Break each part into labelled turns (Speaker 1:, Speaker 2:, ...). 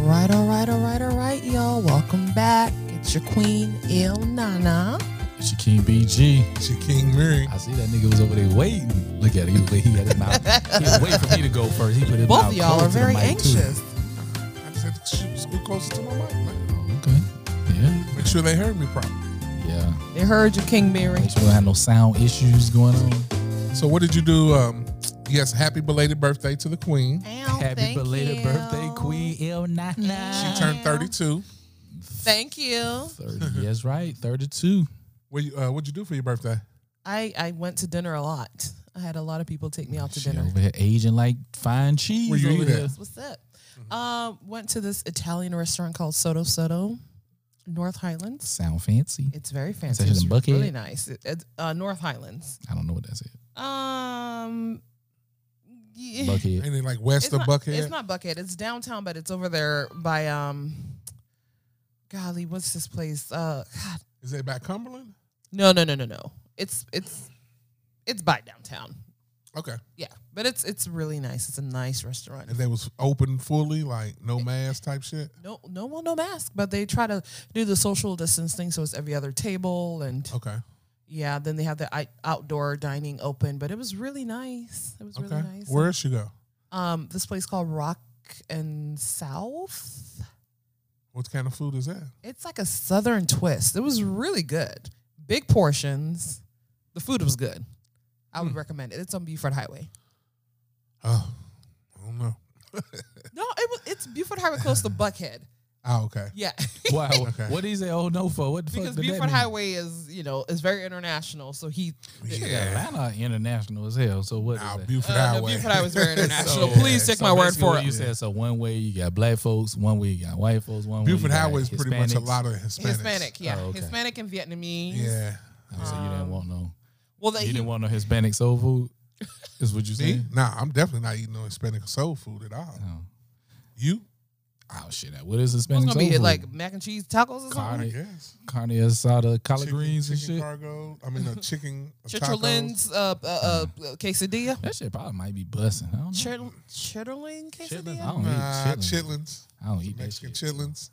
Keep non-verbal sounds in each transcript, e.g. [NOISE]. Speaker 1: right, all right, all right, y'all. Welcome back. It's your queen, Il Nana.
Speaker 2: It's your King BG.
Speaker 3: It's your King Mary.
Speaker 2: I see that nigga was over there waiting. Look at him. He was waiting. He had
Speaker 1: [LAUGHS]
Speaker 2: his mouth. He was waiting for me to go first. He put his
Speaker 1: Both
Speaker 2: mouth
Speaker 1: of y'all are
Speaker 2: close to the
Speaker 1: very
Speaker 2: mic, too.
Speaker 1: anxious.
Speaker 3: I just had to shoot scoot closer to my mic, man.
Speaker 2: Okay. Yeah.
Speaker 3: Make sure they heard me properly.
Speaker 2: Yeah.
Speaker 1: They heard you, King Mary.
Speaker 2: Make sure we don't have no sound issues going on.
Speaker 3: So what did you do? Um, yes, happy belated birthday to the queen.
Speaker 1: Ow,
Speaker 2: Happy
Speaker 1: Oh, thank
Speaker 2: belated
Speaker 1: you.
Speaker 2: birthday, Queen Il Nana.
Speaker 3: She turned 32.
Speaker 1: Thank you.
Speaker 2: 30. Yes, right. 32.
Speaker 3: What you, uh, what'd you do for your birthday?
Speaker 1: I, I went to dinner a lot. I had a lot of people take me out to
Speaker 2: She
Speaker 1: dinner.
Speaker 2: over here aging like fine cheese
Speaker 3: Where you
Speaker 2: over
Speaker 3: eat
Speaker 2: here.
Speaker 3: at?
Speaker 1: What's up? Uh, went to this Italian restaurant called Soto Soto, North Highlands.
Speaker 2: Sound fancy.
Speaker 1: It's very fancy.
Speaker 2: in
Speaker 1: It's
Speaker 2: Buckhead?
Speaker 1: really nice. It, it- uh, North Highlands.
Speaker 2: I don't know what that's it.
Speaker 1: Um, yeah. [LAUGHS]
Speaker 2: Buckhead.
Speaker 3: Anything like west
Speaker 1: It's
Speaker 3: of
Speaker 1: not,
Speaker 3: Buckhead?
Speaker 1: It's not Buckhead. It's downtown, but it's over there by um. Golly, what's this place? Uh, God,
Speaker 3: Is it by Cumberland?
Speaker 1: no, no, no, no, no. It's it's it's by downtown.
Speaker 3: Okay.
Speaker 1: Yeah, but it's it's really nice. It's a nice restaurant.
Speaker 3: And they was open fully, like no mask type shit.
Speaker 1: No, no one, no mask, but they try to do the social distance thing, so it's every other table, and
Speaker 3: Okay.
Speaker 1: yeah, then they have the I- outdoor dining open. But it was really nice. It was
Speaker 3: Okay.
Speaker 1: really nice.
Speaker 3: Where else you go?
Speaker 1: Um, this place called Rock and South.
Speaker 3: What kind of food is that?
Speaker 1: It's like a southern twist. It was really good. Big portions. The food was good. I would recommend it. It's on Buford Highway.
Speaker 3: Oh, I don't know.
Speaker 1: No, it was it's Buford Highway close to Buckhead.
Speaker 3: Oh, okay.
Speaker 1: [LAUGHS] Yeah.
Speaker 2: Wow.
Speaker 3: Okay.
Speaker 2: What is that? Oh, no, for what the
Speaker 1: because
Speaker 2: fuck did that
Speaker 1: Buford
Speaker 2: mean?
Speaker 1: Highway is, you know, is very international. So he
Speaker 2: Shit, Atlanta international as hell. So what? is
Speaker 3: Nah,
Speaker 2: that?
Speaker 3: Buford
Speaker 1: Uh, no,
Speaker 3: Highway.
Speaker 1: Buford Highway's
Speaker 3: [LAUGHS]
Speaker 1: very international.
Speaker 3: yeah,
Speaker 1: Please take
Speaker 2: So
Speaker 1: my word
Speaker 2: basically
Speaker 1: for
Speaker 2: what
Speaker 1: it.
Speaker 2: You said so. One way you got black folks, one way you got white folks, one way
Speaker 3: Buford
Speaker 2: you got
Speaker 3: Highway is pretty much a
Speaker 2: Hispanics.
Speaker 3: lot of Hispanics.
Speaker 1: Hispanic, yeah.
Speaker 2: Oh, okay.
Speaker 1: Hispanic and Vietnamese.
Speaker 3: Yeah.
Speaker 2: Oh, so you didn't want no.
Speaker 1: Well, they,
Speaker 2: You didn't want no Hispanic soul food. Is what you
Speaker 3: Me?
Speaker 2: saying?
Speaker 3: Nah, I'm definitely not eating no Hispanic soul food at all.
Speaker 2: Oh.
Speaker 3: You?
Speaker 2: oh shit! What is
Speaker 1: it's
Speaker 2: Hispanic
Speaker 1: gonna
Speaker 2: soul
Speaker 1: be
Speaker 2: food?
Speaker 1: like mac and cheese tacos or
Speaker 3: I
Speaker 2: Carne-
Speaker 1: something.
Speaker 3: guess.
Speaker 2: carne asada, collard
Speaker 3: Chicken-
Speaker 2: greens and
Speaker 3: chicken
Speaker 2: shit.
Speaker 3: Cargo. I mean, a [LAUGHS] chicken tacos.
Speaker 1: Chitterling's uh, uh, uh,
Speaker 2: Uh-huh.
Speaker 1: quesadilla.
Speaker 2: that shit probably might be busting. I don't know.
Speaker 1: Chitterling chitterling quesadilla.
Speaker 2: Chitlins. I don't
Speaker 3: Nah,
Speaker 2: eat chitlins.
Speaker 3: chitlins.
Speaker 2: I don't eat that
Speaker 3: Mexican
Speaker 2: shit. Mm.
Speaker 3: chitlins.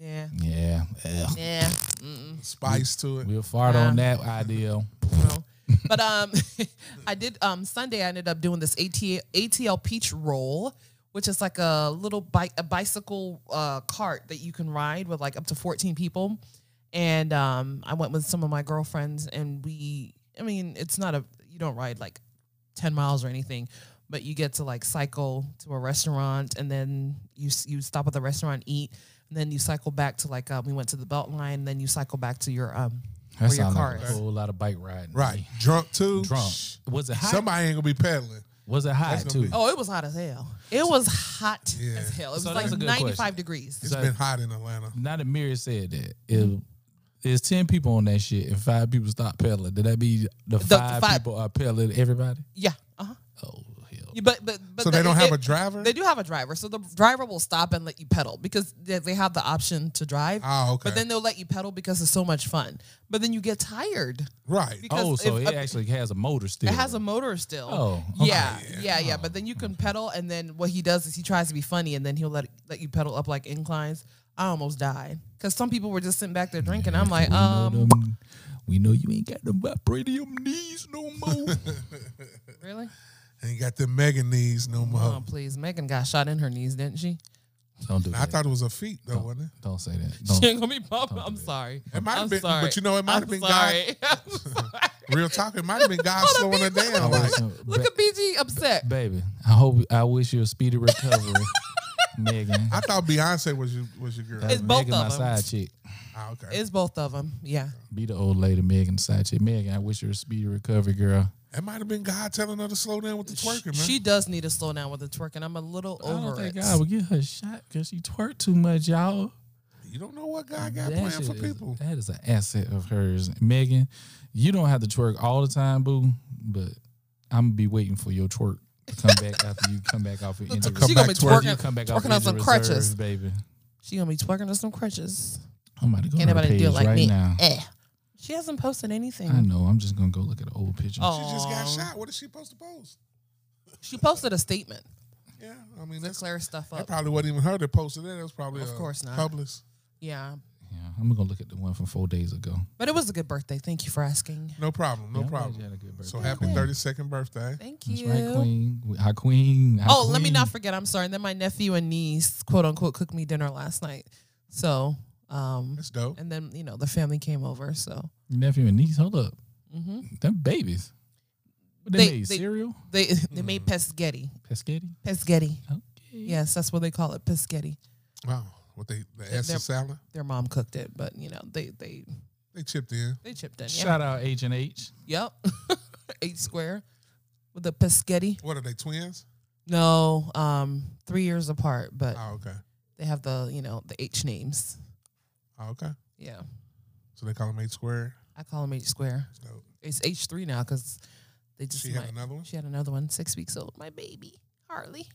Speaker 1: Yeah.
Speaker 2: Yeah. Ugh.
Speaker 1: Yeah. Mm-mm.
Speaker 3: Spice to it.
Speaker 2: We'll fart
Speaker 1: Nah.
Speaker 2: on that idea.
Speaker 1: No. But um, [LAUGHS] I did um Sunday. I ended up doing this ATL, ATL peach roll, which is like a little bike a bicycle uh, cart that you can ride with like up to fourteen people. And um, I went with some of my girlfriends, and we. I mean, it's not a you don't ride like ten miles or anything, but you get to like cycle to a restaurant, and then you s- you stop at the restaurant, eat. And then you cycle back to like uh, we went to the Beltline. And then you cycle back to your um
Speaker 2: That
Speaker 1: your
Speaker 2: sounds like a
Speaker 1: cars.
Speaker 2: whole lot of bike riding.
Speaker 3: Right. Drunk too.
Speaker 2: Drunk.
Speaker 3: Shh.
Speaker 2: Was it hot?
Speaker 3: Somebody ain't gonna be peddling.
Speaker 2: was it hot
Speaker 3: That's gonna
Speaker 2: too?
Speaker 3: be-
Speaker 1: Oh, it was hot as hell. It was hot
Speaker 3: Yeah.
Speaker 1: as hell. It was
Speaker 2: So
Speaker 1: like
Speaker 2: that's a good
Speaker 1: 95
Speaker 2: question.
Speaker 1: degrees.
Speaker 3: It's
Speaker 2: So-
Speaker 3: been hot in Atlanta.
Speaker 2: Not a mirror said that.
Speaker 1: Mm-hmm.
Speaker 2: If there's ten people on that shit and five people stop peddling, did that be the,
Speaker 1: the
Speaker 2: five,
Speaker 1: five-
Speaker 2: people are peddling everybody?
Speaker 1: Yeah. Uh-huh.
Speaker 2: Oh hell.
Speaker 1: Yeah, But but but
Speaker 3: So they
Speaker 1: the-
Speaker 3: don't have
Speaker 1: it-
Speaker 3: a driver?
Speaker 1: They do have a driver. So the driver will stop and let you pedal because they they have the option to drive.
Speaker 3: Oh, okay.
Speaker 1: But then they'll let you pedal because it's so much fun. But then you get tired.
Speaker 3: Right.
Speaker 1: Because-
Speaker 2: Oh, so
Speaker 1: if- uh,
Speaker 2: it actually has a motor still.
Speaker 1: It has a motor still.
Speaker 2: Oh, okay.
Speaker 1: yeah, yeah, yeah,
Speaker 3: Oh.
Speaker 1: But then you can pedal, and then what he does is he tries to be funny, and then he'll let let you pedal up like inclines. I almost died because some people were just sitting back there drinking. I'm like,
Speaker 2: We know
Speaker 1: um,
Speaker 2: them- we know you ain't got them vibranium knees no
Speaker 1: [LAUGHS]
Speaker 2: more.
Speaker 1: really?
Speaker 3: Ain't got the mega knees no more.
Speaker 1: Oh, please. Megan got shot in her knees, didn't she?
Speaker 2: don't do
Speaker 3: I
Speaker 2: that.
Speaker 3: thought it was a feet
Speaker 2: Oh.
Speaker 3: though, wasn't
Speaker 2: don't say that.
Speaker 1: [LAUGHS]
Speaker 2: Don't.
Speaker 1: She ain't gonna be popping. I'm sorry.
Speaker 3: Oh. It might have
Speaker 1: I'm
Speaker 3: been- but
Speaker 1: sorry.
Speaker 3: you know, it might
Speaker 1: I'm
Speaker 3: have been [LAUGHS]
Speaker 1: sorry. [LAUGHS]
Speaker 3: it? Real talk, it
Speaker 2: [LAUGHS]
Speaker 3: might have been God slowing her down.
Speaker 2: I
Speaker 3: Like,
Speaker 2: wish-
Speaker 1: Look at BG upset.
Speaker 2: baby. I hope. I wish you a speedy
Speaker 1: [LAUGHS]
Speaker 2: recovery, Megan.
Speaker 3: I thought Beyonce was your was your girl.
Speaker 1: It's both
Speaker 2: Megan,
Speaker 1: of
Speaker 2: my
Speaker 1: 'em.
Speaker 2: side chick.
Speaker 3: Ah, okay.
Speaker 1: It's both of them. Yeah.
Speaker 2: Be the old lady, Megan, side chick. Megan, I wish you a speedy recovery, girl.
Speaker 3: It might have been God telling her to slow down with the twerking, man.
Speaker 1: She does need to slow down with the twerking. I'm a little
Speaker 2: I don't
Speaker 1: over
Speaker 2: think
Speaker 1: it.
Speaker 2: God would get her shot because she twerked too much, y'all.
Speaker 3: you don't know what God got
Speaker 2: That
Speaker 3: planned for
Speaker 2: shit is-
Speaker 3: people.
Speaker 2: that is an asset of hers. Megan, you don't have to twerk all the time, boo, but I'm going to be waiting for your twerk to come
Speaker 1: [LAUGHS]
Speaker 2: back after you come back off your injury.
Speaker 3: come
Speaker 1: she gonna be
Speaker 3: back twerking.
Speaker 2: after you
Speaker 1: twerking.
Speaker 2: come back off
Speaker 1: twerking on
Speaker 2: injury
Speaker 1: some crutches.
Speaker 2: reserves, baby.
Speaker 1: She gonna be twerking on some crutches.
Speaker 2: I'm about to go
Speaker 1: Can't
Speaker 2: to her
Speaker 1: nobody do it
Speaker 2: page
Speaker 1: like
Speaker 2: right
Speaker 1: me.
Speaker 2: now.
Speaker 1: Eh. She hasn't posted
Speaker 2: I
Speaker 1: anything.
Speaker 2: know. I'm just going to go look at the old pictures.
Speaker 1: Oh.
Speaker 3: She just got
Speaker 1: Aw.
Speaker 3: shot. What is she supposed to post?
Speaker 1: She posted a statement.
Speaker 3: Yeah, I mean that's
Speaker 1: Clear stuff
Speaker 3: that
Speaker 1: up.
Speaker 3: probably wasn't even her that posted that. It was probably
Speaker 1: Of
Speaker 3: uh,
Speaker 1: course not.
Speaker 3: Publix.
Speaker 1: Yeah.
Speaker 2: Yeah, I'm gonna look at the one from four days ago.
Speaker 1: But it was a good birthday. Thank you for asking.
Speaker 3: No problem. No
Speaker 2: Yeah, I'm glad
Speaker 3: problem.
Speaker 2: you had a good birthday.
Speaker 3: So happy
Speaker 2: Queen.
Speaker 3: thirty second birthday.
Speaker 1: Thank
Speaker 2: That's
Speaker 1: you.
Speaker 2: right, Queen. We- Our Queen. our
Speaker 1: Oh, let me
Speaker 2: queen.
Speaker 1: not forget. I'm sorry. And then my nephew and niece, quote unquote, cooked me dinner last night. So, um,
Speaker 3: That's dope.
Speaker 1: and then, you know, the family came over. So
Speaker 2: Your nephew and niece. Hold up,
Speaker 1: hmm
Speaker 2: them babies. What they,
Speaker 1: They-
Speaker 2: made
Speaker 1: they-
Speaker 2: cereal,
Speaker 1: they [LAUGHS] they
Speaker 3: Mm.
Speaker 1: made pescetti.
Speaker 2: pescetti.
Speaker 1: Pescetti.
Speaker 2: Okay.
Speaker 1: Yes, that's what they call it. Pescetti.
Speaker 3: Wow. What they the Esther
Speaker 1: they're-
Speaker 3: salad?
Speaker 1: Their mom cooked it, but, you know, they, they,
Speaker 3: They chipped in.
Speaker 1: they chipped in. Yeah.
Speaker 2: Shout out H and H.
Speaker 1: [LAUGHS] Yep. Eight square with the pescetti.
Speaker 3: What are they twins?
Speaker 1: No, um, three years apart, but
Speaker 3: Oh okay.
Speaker 1: they have the, you know, the H names.
Speaker 3: Oh okay.
Speaker 1: Yeah.
Speaker 3: So they call them eight squared.
Speaker 1: I call them H square.
Speaker 3: That's dope.
Speaker 1: It's H three now because they just
Speaker 3: She
Speaker 1: might,
Speaker 3: had another one.
Speaker 1: she had another one six weeks old. My baby Harley,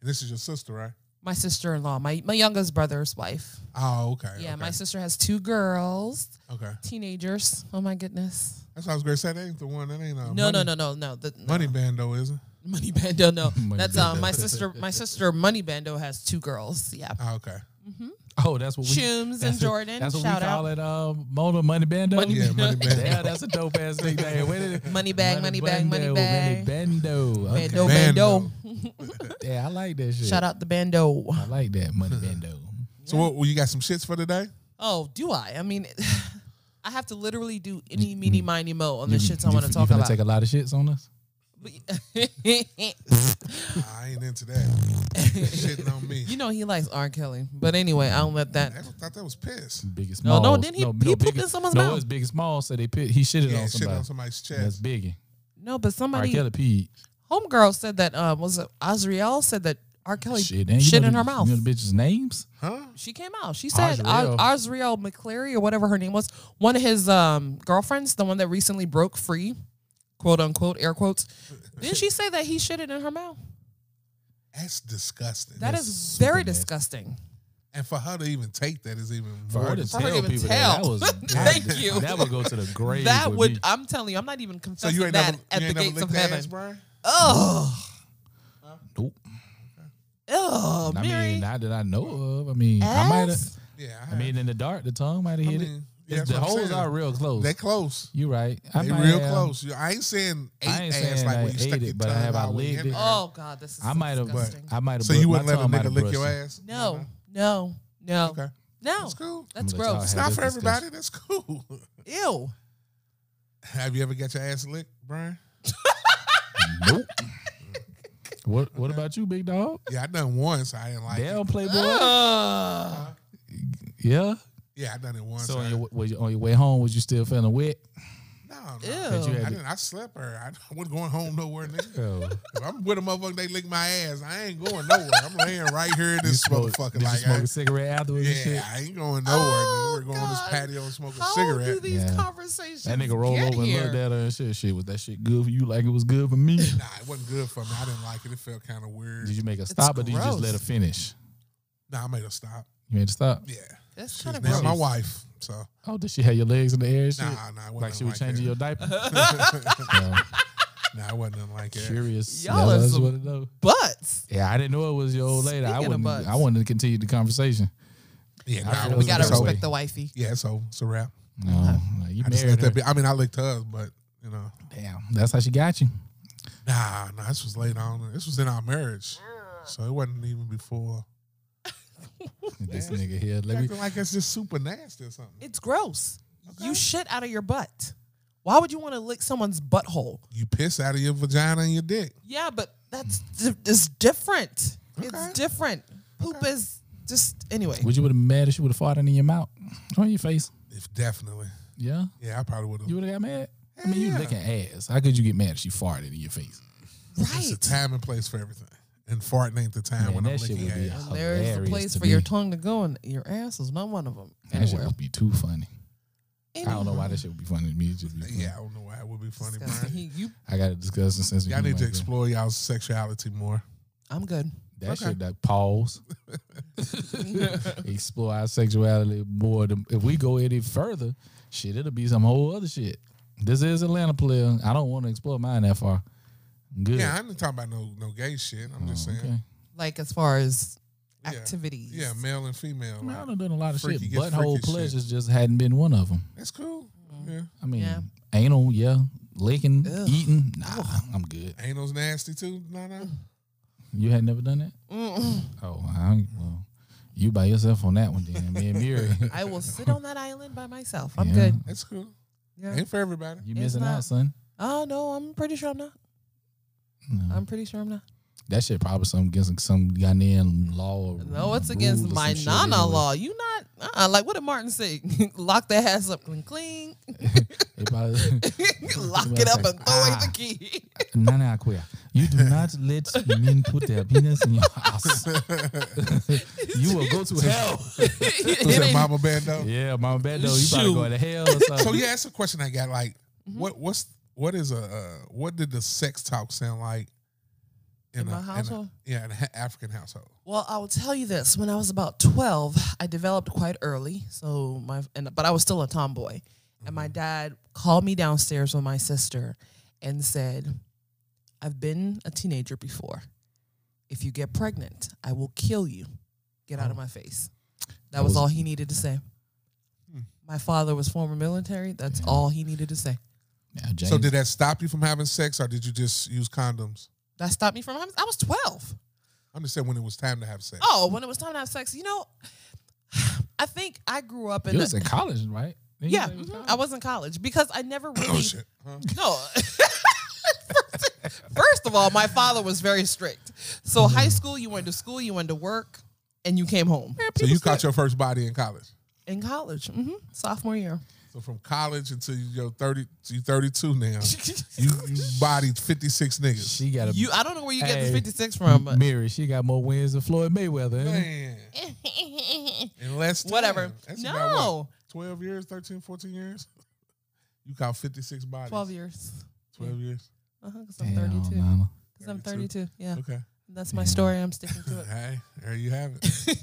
Speaker 3: And this is your sister, right?
Speaker 1: my sister in law, my my youngest brother's wife.
Speaker 3: Oh okay.
Speaker 1: Yeah,
Speaker 3: okay.
Speaker 1: my sister has two girls,
Speaker 3: Okay.
Speaker 1: teenagers. Oh my goodness.
Speaker 3: That's what I was gonna say. That ain't the one. That ain't uh,
Speaker 1: No,
Speaker 3: money,
Speaker 1: no, no, no, no. The no.
Speaker 3: Money bando, is it?
Speaker 1: money bando. No,
Speaker 2: [LAUGHS] Money
Speaker 1: that's uh,
Speaker 2: Bando.
Speaker 1: my sister. My sister money bando has two girls. Yeah,
Speaker 3: Oh, okay.
Speaker 2: Oh, that's what we.
Speaker 1: Shums
Speaker 2: that's
Speaker 1: and
Speaker 2: what-
Speaker 1: Jordan.
Speaker 2: That's what
Speaker 1: Shout
Speaker 2: we
Speaker 1: out.
Speaker 2: call it. Uh, Mona Money Bando.
Speaker 1: Money
Speaker 3: Yeah, money
Speaker 2: [LAUGHS] yeah,
Speaker 3: bando.
Speaker 2: that's a dope ass nickname. Where did it-
Speaker 1: Money bag, money bag, money
Speaker 2: Bando,
Speaker 1: bag.
Speaker 2: Money Bando. Okay.
Speaker 1: Bando,
Speaker 3: Bando.
Speaker 1: bando.
Speaker 2: Yeah, I like that shit.
Speaker 1: Shout out the bando.
Speaker 2: I like that Money Bando.
Speaker 3: So what? Well, you got some shits for today?
Speaker 1: Oh, do I? I mean, [SIGHS] I have to literally do any meeny miny mo on the shits I want to
Speaker 2: you,
Speaker 1: talk
Speaker 2: you finna
Speaker 1: about.
Speaker 2: Take a lot of shits on us.
Speaker 3: Nah, I ain't into that. Shitting on me.
Speaker 1: [LAUGHS] you know he likes R. Kelly, but anyway, I don't let that.
Speaker 3: I thought that was piss.
Speaker 2: Biggest
Speaker 1: No,
Speaker 2: small.
Speaker 1: no, didn't he- he pooped in someone's
Speaker 2: no,
Speaker 1: mouth?
Speaker 2: No, it's big small. So they pit, he shitted
Speaker 3: Yeah,
Speaker 2: on
Speaker 3: shit
Speaker 2: somebody.
Speaker 3: on somebody's
Speaker 2: That's
Speaker 3: chest.
Speaker 2: biggie.
Speaker 1: No, but
Speaker 2: R.
Speaker 1: somebody,
Speaker 2: Kelly peed.
Speaker 1: homegirl said that. Um, was it Azriel said that R. Kelly shit,
Speaker 2: Shit, and you know
Speaker 1: in
Speaker 2: the-
Speaker 1: her mouth?
Speaker 2: You know the bitches' names.
Speaker 3: Huh?
Speaker 1: she came out. She said
Speaker 2: Azriel.
Speaker 1: Azriel McCleary or whatever her name was, one of his um girlfriends, the one that recently broke free, quote unquote, air quotes. Didn't she say that he shitted in her mouth?
Speaker 3: That's disgusting.
Speaker 1: That
Speaker 2: That's
Speaker 1: is
Speaker 2: super
Speaker 1: very
Speaker 2: nasty.
Speaker 1: disgusting.
Speaker 3: and for her to even take that is even
Speaker 2: For
Speaker 3: more.
Speaker 2: her to
Speaker 3: dis-
Speaker 1: For her to
Speaker 2: tell
Speaker 1: even
Speaker 2: people
Speaker 1: tell.
Speaker 2: that,
Speaker 3: [LAUGHS]
Speaker 2: that was
Speaker 1: Thank
Speaker 2: that-
Speaker 1: you.
Speaker 2: That would go to the grave.
Speaker 1: That
Speaker 2: with
Speaker 1: would,
Speaker 2: me.
Speaker 1: I'm telling you, I'm not even
Speaker 3: so
Speaker 1: confessing
Speaker 3: you ain't
Speaker 1: that
Speaker 3: never,
Speaker 1: at
Speaker 3: you
Speaker 1: the
Speaker 3: ain't never
Speaker 1: gates of
Speaker 3: licked their
Speaker 1: heaven.
Speaker 3: ass, Brian?
Speaker 1: Oh,
Speaker 2: Nope.
Speaker 1: oh,
Speaker 2: I
Speaker 1: Mary.
Speaker 2: mean, not that I know of. I mean, I might have.
Speaker 1: Ass?
Speaker 3: Yeah.
Speaker 2: I mean, in the dark, the tongue might have
Speaker 3: I
Speaker 2: hit it.
Speaker 3: mean, yeah,
Speaker 2: It's-
Speaker 3: that's
Speaker 2: the
Speaker 3: what I'm
Speaker 2: holes
Speaker 3: saying.
Speaker 2: are real close.
Speaker 3: they close.
Speaker 2: You're right. I
Speaker 3: They
Speaker 2: might
Speaker 3: real
Speaker 2: have-
Speaker 3: close. You- I ain't saying eight
Speaker 2: I ain't
Speaker 3: ass
Speaker 2: saying
Speaker 3: like
Speaker 2: I
Speaker 3: when you stick
Speaker 2: ate
Speaker 3: your
Speaker 2: it, but I
Speaker 3: tongue
Speaker 2: have- I
Speaker 3: out when you
Speaker 2: licked
Speaker 3: in
Speaker 2: it.
Speaker 3: there.
Speaker 1: oh God, this is
Speaker 2: I
Speaker 1: so
Speaker 2: might have.
Speaker 1: disgusting.
Speaker 2: I might have.
Speaker 3: So you
Speaker 2: my
Speaker 3: wouldn't let a
Speaker 2: tongue might
Speaker 3: nigga
Speaker 2: have
Speaker 3: lick your
Speaker 2: brushed it.
Speaker 3: ass? Uh-huh.
Speaker 1: no, no, no,
Speaker 3: Okay.
Speaker 1: no.
Speaker 3: That's cool.
Speaker 1: That's
Speaker 2: I'm gonna let y'all
Speaker 1: gross.
Speaker 3: It's
Speaker 2: have
Speaker 3: not
Speaker 2: this
Speaker 3: for everybody. That's cool. [LAUGHS]
Speaker 1: Ew.
Speaker 3: Have you ever got your ass licked, Brian?
Speaker 2: Nope.
Speaker 3: [LAUGHS]
Speaker 2: what What about you, big dog?
Speaker 3: Yeah, I done once. I Ah. didn't like it.
Speaker 2: Damn,
Speaker 3: [LAUGHS]
Speaker 2: playboy.
Speaker 1: Ugh.
Speaker 2: Yeah.
Speaker 3: Yeah, I done it once.
Speaker 2: So
Speaker 3: I-
Speaker 2: on your, was you- on your way home, was you still feeling
Speaker 3: [LAUGHS]
Speaker 2: wet?
Speaker 3: no,
Speaker 1: Ew.
Speaker 3: no.
Speaker 2: That you
Speaker 3: I
Speaker 2: had to-
Speaker 3: didn't. I slept her. I [LAUGHS] wasn't going home nowhere, nigga.
Speaker 2: Oh,
Speaker 3: If I'm with a motherfucker, they lick my ass. I ain't going nowhere. I'm laying right here in this
Speaker 2: smoke-
Speaker 3: motherfucker.
Speaker 2: Did you
Speaker 3: Like,
Speaker 2: smoke
Speaker 3: I,
Speaker 2: a cigarette afterwards? and shit?
Speaker 3: yeah, I ain't going nowhere.
Speaker 1: Oh,
Speaker 3: nigga. We're going on this
Speaker 1: God.
Speaker 3: patio and smoke a
Speaker 1: How do
Speaker 3: cigarette.
Speaker 1: these
Speaker 2: Yeah.
Speaker 1: conversations?
Speaker 2: That nigga rolled
Speaker 1: get
Speaker 2: over
Speaker 1: here?
Speaker 2: and looked at her and shit. Shit, was that shit good for you? Like it was good for me?
Speaker 3: nah, it wasn't good for me. I didn't like it. It felt kind of weird.
Speaker 2: did you make a stop or did you just
Speaker 1: gross.
Speaker 2: let her finish?
Speaker 3: nah, I made her stop.
Speaker 2: You made a stop.
Speaker 3: Yeah,
Speaker 1: That's
Speaker 3: she's
Speaker 1: kind of
Speaker 3: now
Speaker 1: gross.
Speaker 3: my wife. So
Speaker 2: Oh, did she have your legs in the air? And shit?
Speaker 3: nah, nah, it wasn't
Speaker 2: like she was
Speaker 3: nothing
Speaker 2: changing
Speaker 1: [LAUGHS]
Speaker 2: your diaper.
Speaker 3: that.
Speaker 2: Yeah,
Speaker 3: [LAUGHS] nah, it wasn't nothing like that.
Speaker 2: Curious.
Speaker 1: Y'all are
Speaker 2: That's what I just
Speaker 1: some-
Speaker 2: wanted to know.
Speaker 1: Butts.
Speaker 2: Yeah, I didn't know it was your old lady. I
Speaker 1: Speaking of
Speaker 2: wouldn't.
Speaker 1: butts.
Speaker 2: I wanted to continue the conversation.
Speaker 3: Yeah,
Speaker 2: I
Speaker 3: nah,
Speaker 2: feel
Speaker 3: it
Speaker 1: We
Speaker 3: was
Speaker 2: was
Speaker 1: gotta
Speaker 2: that
Speaker 3: so,
Speaker 1: respect
Speaker 2: way.
Speaker 1: the wifey.
Speaker 3: Yeah, so it's a wrap.
Speaker 2: No, like, you
Speaker 3: I just
Speaker 2: married
Speaker 3: let
Speaker 2: her.
Speaker 3: that be. I mean, I licked hers, but you know,
Speaker 2: Damn, that's how she got you.
Speaker 3: nah, nah. This was late on. This was in our marriage, so it wasn't even before.
Speaker 2: this nigga here. Let me.
Speaker 3: Acting like it's just super nasty or something.
Speaker 1: It's gross. You shit out of your butt. Why would you want to lick someone's butthole?
Speaker 3: you piss out of your vagina and your dick.
Speaker 1: Yeah, but that's di- it's different.
Speaker 3: Mm. Okay.
Speaker 1: It's different. Poop is just anyway.
Speaker 2: Would you would have mad if she would have farted in your mouth or in your face?
Speaker 3: If definitely.
Speaker 2: Yeah,
Speaker 3: Yeah, I probably would have.
Speaker 2: you would have got mad. I mean, you
Speaker 3: Yeah.
Speaker 2: licking ass. How could you get mad if she farted in your face?
Speaker 3: It's a
Speaker 1: Right.
Speaker 3: time and place for everything. And farting ain't the time
Speaker 2: Man,
Speaker 3: when I'm
Speaker 2: that shit
Speaker 3: licking
Speaker 2: would be
Speaker 3: ass.
Speaker 1: There is a
Speaker 2: hilarious
Speaker 1: place
Speaker 2: to
Speaker 1: for your
Speaker 2: me.
Speaker 1: tongue to go, and your ass is not one of them.
Speaker 2: That shit
Speaker 1: Anywhere.
Speaker 2: would be too funny. I don't know
Speaker 1: Anywhere.
Speaker 2: why that shit would be funny to me. It just be funny.
Speaker 3: Yeah, I don't know why it would be funny,
Speaker 1: Disgusting.
Speaker 3: Brian.
Speaker 1: He- you-
Speaker 2: I got to discuss it since
Speaker 3: Y'all need to explore y'all's sexuality more.
Speaker 1: I'm good.
Speaker 2: that
Speaker 3: okay.
Speaker 2: shit. That pause.
Speaker 3: [LAUGHS]
Speaker 2: explore our sexuality more. than- If we go any further, shit, it'll be some whole other shit. This is Atlanta player. I don't want to explore mine that far. Good.
Speaker 3: Yeah, I ain't talking about no no gay shit. I'm just
Speaker 2: Oh,
Speaker 3: saying.
Speaker 2: okay.
Speaker 1: Like as far as
Speaker 3: Yeah.
Speaker 1: activities.
Speaker 3: Yeah, male and female.
Speaker 2: I mean, I
Speaker 3: Like,
Speaker 2: done done a lot of
Speaker 3: Freaky
Speaker 2: shit.
Speaker 3: gets
Speaker 2: Butthole
Speaker 3: freaky shit.
Speaker 2: pleasures just hadn't been one of them.
Speaker 3: that's cool. Yeah.
Speaker 2: I mean,
Speaker 1: Yeah.
Speaker 2: anal, yeah, licking,
Speaker 1: Ugh.
Speaker 2: eating. Nah, I'm good.
Speaker 3: Anal's nasty too. No, no.
Speaker 2: You had never done that?
Speaker 1: Mm-mm.
Speaker 2: Oh, I, well, you by yourself on that one then. Me and Miri,
Speaker 1: I
Speaker 2: [LAUGHS]
Speaker 1: will sit on that island by myself. [LAUGHS] I'm
Speaker 2: Yeah.
Speaker 1: good.
Speaker 3: That's cool.
Speaker 1: Yeah.
Speaker 3: Ain't for [LAUGHS] everybody.
Speaker 2: you
Speaker 1: It's
Speaker 2: missing
Speaker 1: not-
Speaker 2: out, son.
Speaker 1: Oh no, I'm pretty sure I'm not.
Speaker 2: No.
Speaker 1: I'm pretty sure I'm not.
Speaker 2: that shit probably something against some Ghanaian law. Or
Speaker 1: No, it's
Speaker 2: rule
Speaker 1: against
Speaker 2: or some
Speaker 1: my
Speaker 2: shit
Speaker 1: nana
Speaker 2: anyway.
Speaker 1: law. You not uh-uh. like what did Martin say? [LAUGHS] Lock that ass up and clean.
Speaker 2: They probably-
Speaker 1: [LAUGHS]
Speaker 2: [LAUGHS]
Speaker 1: Lock
Speaker 2: Well,
Speaker 1: it up
Speaker 2: it's
Speaker 1: and throw
Speaker 2: like, ah.
Speaker 1: away the key.
Speaker 2: [LAUGHS] Nana Aquia, you do not let men put their penis in your house. [LAUGHS] you will
Speaker 1: [LAUGHS]
Speaker 2: go to hell.
Speaker 3: Was
Speaker 1: It
Speaker 3: that
Speaker 1: ain't-
Speaker 3: Mama Bando?
Speaker 2: yeah, my bad though. You probably
Speaker 1: Shoot.
Speaker 2: go to hell or something.
Speaker 3: So yeah, that's a question I got. Like,
Speaker 1: Mm-hmm.
Speaker 3: what what's what is a uh, what did the sex talk sound like
Speaker 1: In my
Speaker 3: a-
Speaker 1: household?
Speaker 3: yeah, in an African household.
Speaker 1: Well, I will tell you this: when I was about twelve, I developed quite early. So my, and, but I was still a tomboy, and my dad called me downstairs with my sister, and said, "I've been a teenager before. If you get pregnant, I will kill you. Get out of my face." That
Speaker 2: That
Speaker 1: was
Speaker 2: was-
Speaker 1: all he needed to say.
Speaker 3: Hmm.
Speaker 1: My father was former military. That's
Speaker 2: Yeah.
Speaker 1: all he needed to say.
Speaker 2: Yeah, James,
Speaker 3: So did that stop you from having sex, or did you just use condoms?
Speaker 1: That stopped me from. I was twelve.
Speaker 3: I'm just saying when it was time to have sex.
Speaker 1: Oh, when it was time to have sex, you know, [SIGHS] I think I grew up in.
Speaker 2: you
Speaker 1: a-
Speaker 2: was in college, right? Didn't you
Speaker 1: Yeah,
Speaker 2: say you was
Speaker 1: mhm.
Speaker 2: college?
Speaker 1: I was in college because I never really.
Speaker 3: Mm-hmm. [CLEARS THROAT] Oh, shit. Huh?
Speaker 1: No. [LAUGHS] First of all, my father was very strict. So
Speaker 3: Mm-hmm.
Speaker 1: high school, you went to school, you went to work, and you came home
Speaker 3: So you caught your first body in college.
Speaker 1: in college. hmm Sophomore
Speaker 3: [LAUGHS]
Speaker 1: year.
Speaker 3: So from college until you're 30, you 32 now, you, you bodied 56 niggas.
Speaker 2: She got a
Speaker 1: You, I don't know where you get
Speaker 2: Hey.
Speaker 1: the 56 from, but
Speaker 2: Mary, she got more wins than Floyd Mayweather. ain't it?
Speaker 3: Man, in less
Speaker 1: [LAUGHS]
Speaker 3: time.
Speaker 1: whatever.
Speaker 3: That's about, what,
Speaker 1: No,
Speaker 3: 12 years, 13, 14 years? You caught 56 bodies. 12
Speaker 1: 12
Speaker 3: years.
Speaker 1: years.
Speaker 3: 12 years.
Speaker 1: Because I'm
Speaker 2: Damn,
Speaker 1: 32.
Speaker 2: mama.
Speaker 1: Because I'm
Speaker 3: 32.
Speaker 1: 32. Yeah,
Speaker 3: Okay.
Speaker 1: that's my
Speaker 2: Damn.
Speaker 1: story. I'm sticking to it.
Speaker 3: Hey, there you have
Speaker 1: [LAUGHS]
Speaker 3: it.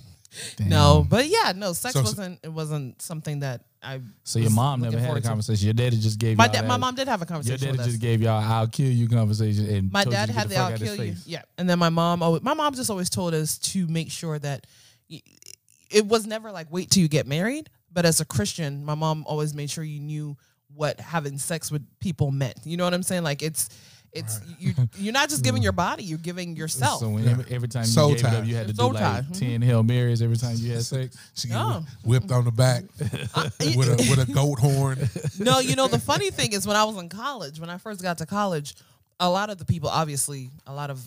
Speaker 2: Damn.
Speaker 1: No, but yeah, no, sex
Speaker 3: So- so-
Speaker 1: wasn't. It wasn't something that I.
Speaker 2: So your
Speaker 1: was
Speaker 2: mom
Speaker 1: looking
Speaker 2: never had a
Speaker 1: forward to.
Speaker 2: conversation. Your daddy just gave
Speaker 1: My
Speaker 2: y'all
Speaker 1: dad, my
Speaker 2: that-
Speaker 1: mom did have a
Speaker 2: Your
Speaker 1: conversation
Speaker 2: daddy
Speaker 1: with us.
Speaker 2: just gave y'all "I'll kill you" conversation, and
Speaker 1: My
Speaker 2: told you
Speaker 1: dad
Speaker 2: to get
Speaker 1: had
Speaker 2: the
Speaker 1: the
Speaker 2: fuck
Speaker 1: "I'll
Speaker 2: out his
Speaker 1: kill you."
Speaker 2: face.
Speaker 1: Yeah, and then my mom. Always, my mom just always told us to make sure that y- it was never like wait till you get married. But as a Christian, my mom always made sure you knew what having sex with people meant. You know what I'm saying? Like it's, it's you. You're not just giving
Speaker 2: [LAUGHS]
Speaker 1: your body; you're giving yourself.
Speaker 2: So when every, every time
Speaker 3: Soul
Speaker 2: you gave it up,
Speaker 3: tie.
Speaker 2: you had to do
Speaker 1: Soul
Speaker 2: like
Speaker 1: tie.
Speaker 2: ten hail marys every time you had sex.
Speaker 3: She get
Speaker 1: No.
Speaker 3: whi- whipped on
Speaker 1: [LAUGHS]
Speaker 3: the back
Speaker 1: Uh,
Speaker 2: [LAUGHS]
Speaker 3: with a with a goat horn.
Speaker 1: no, you know the funny thing is when I was in college, when I first got to college, a lot of the people, obviously, a lot of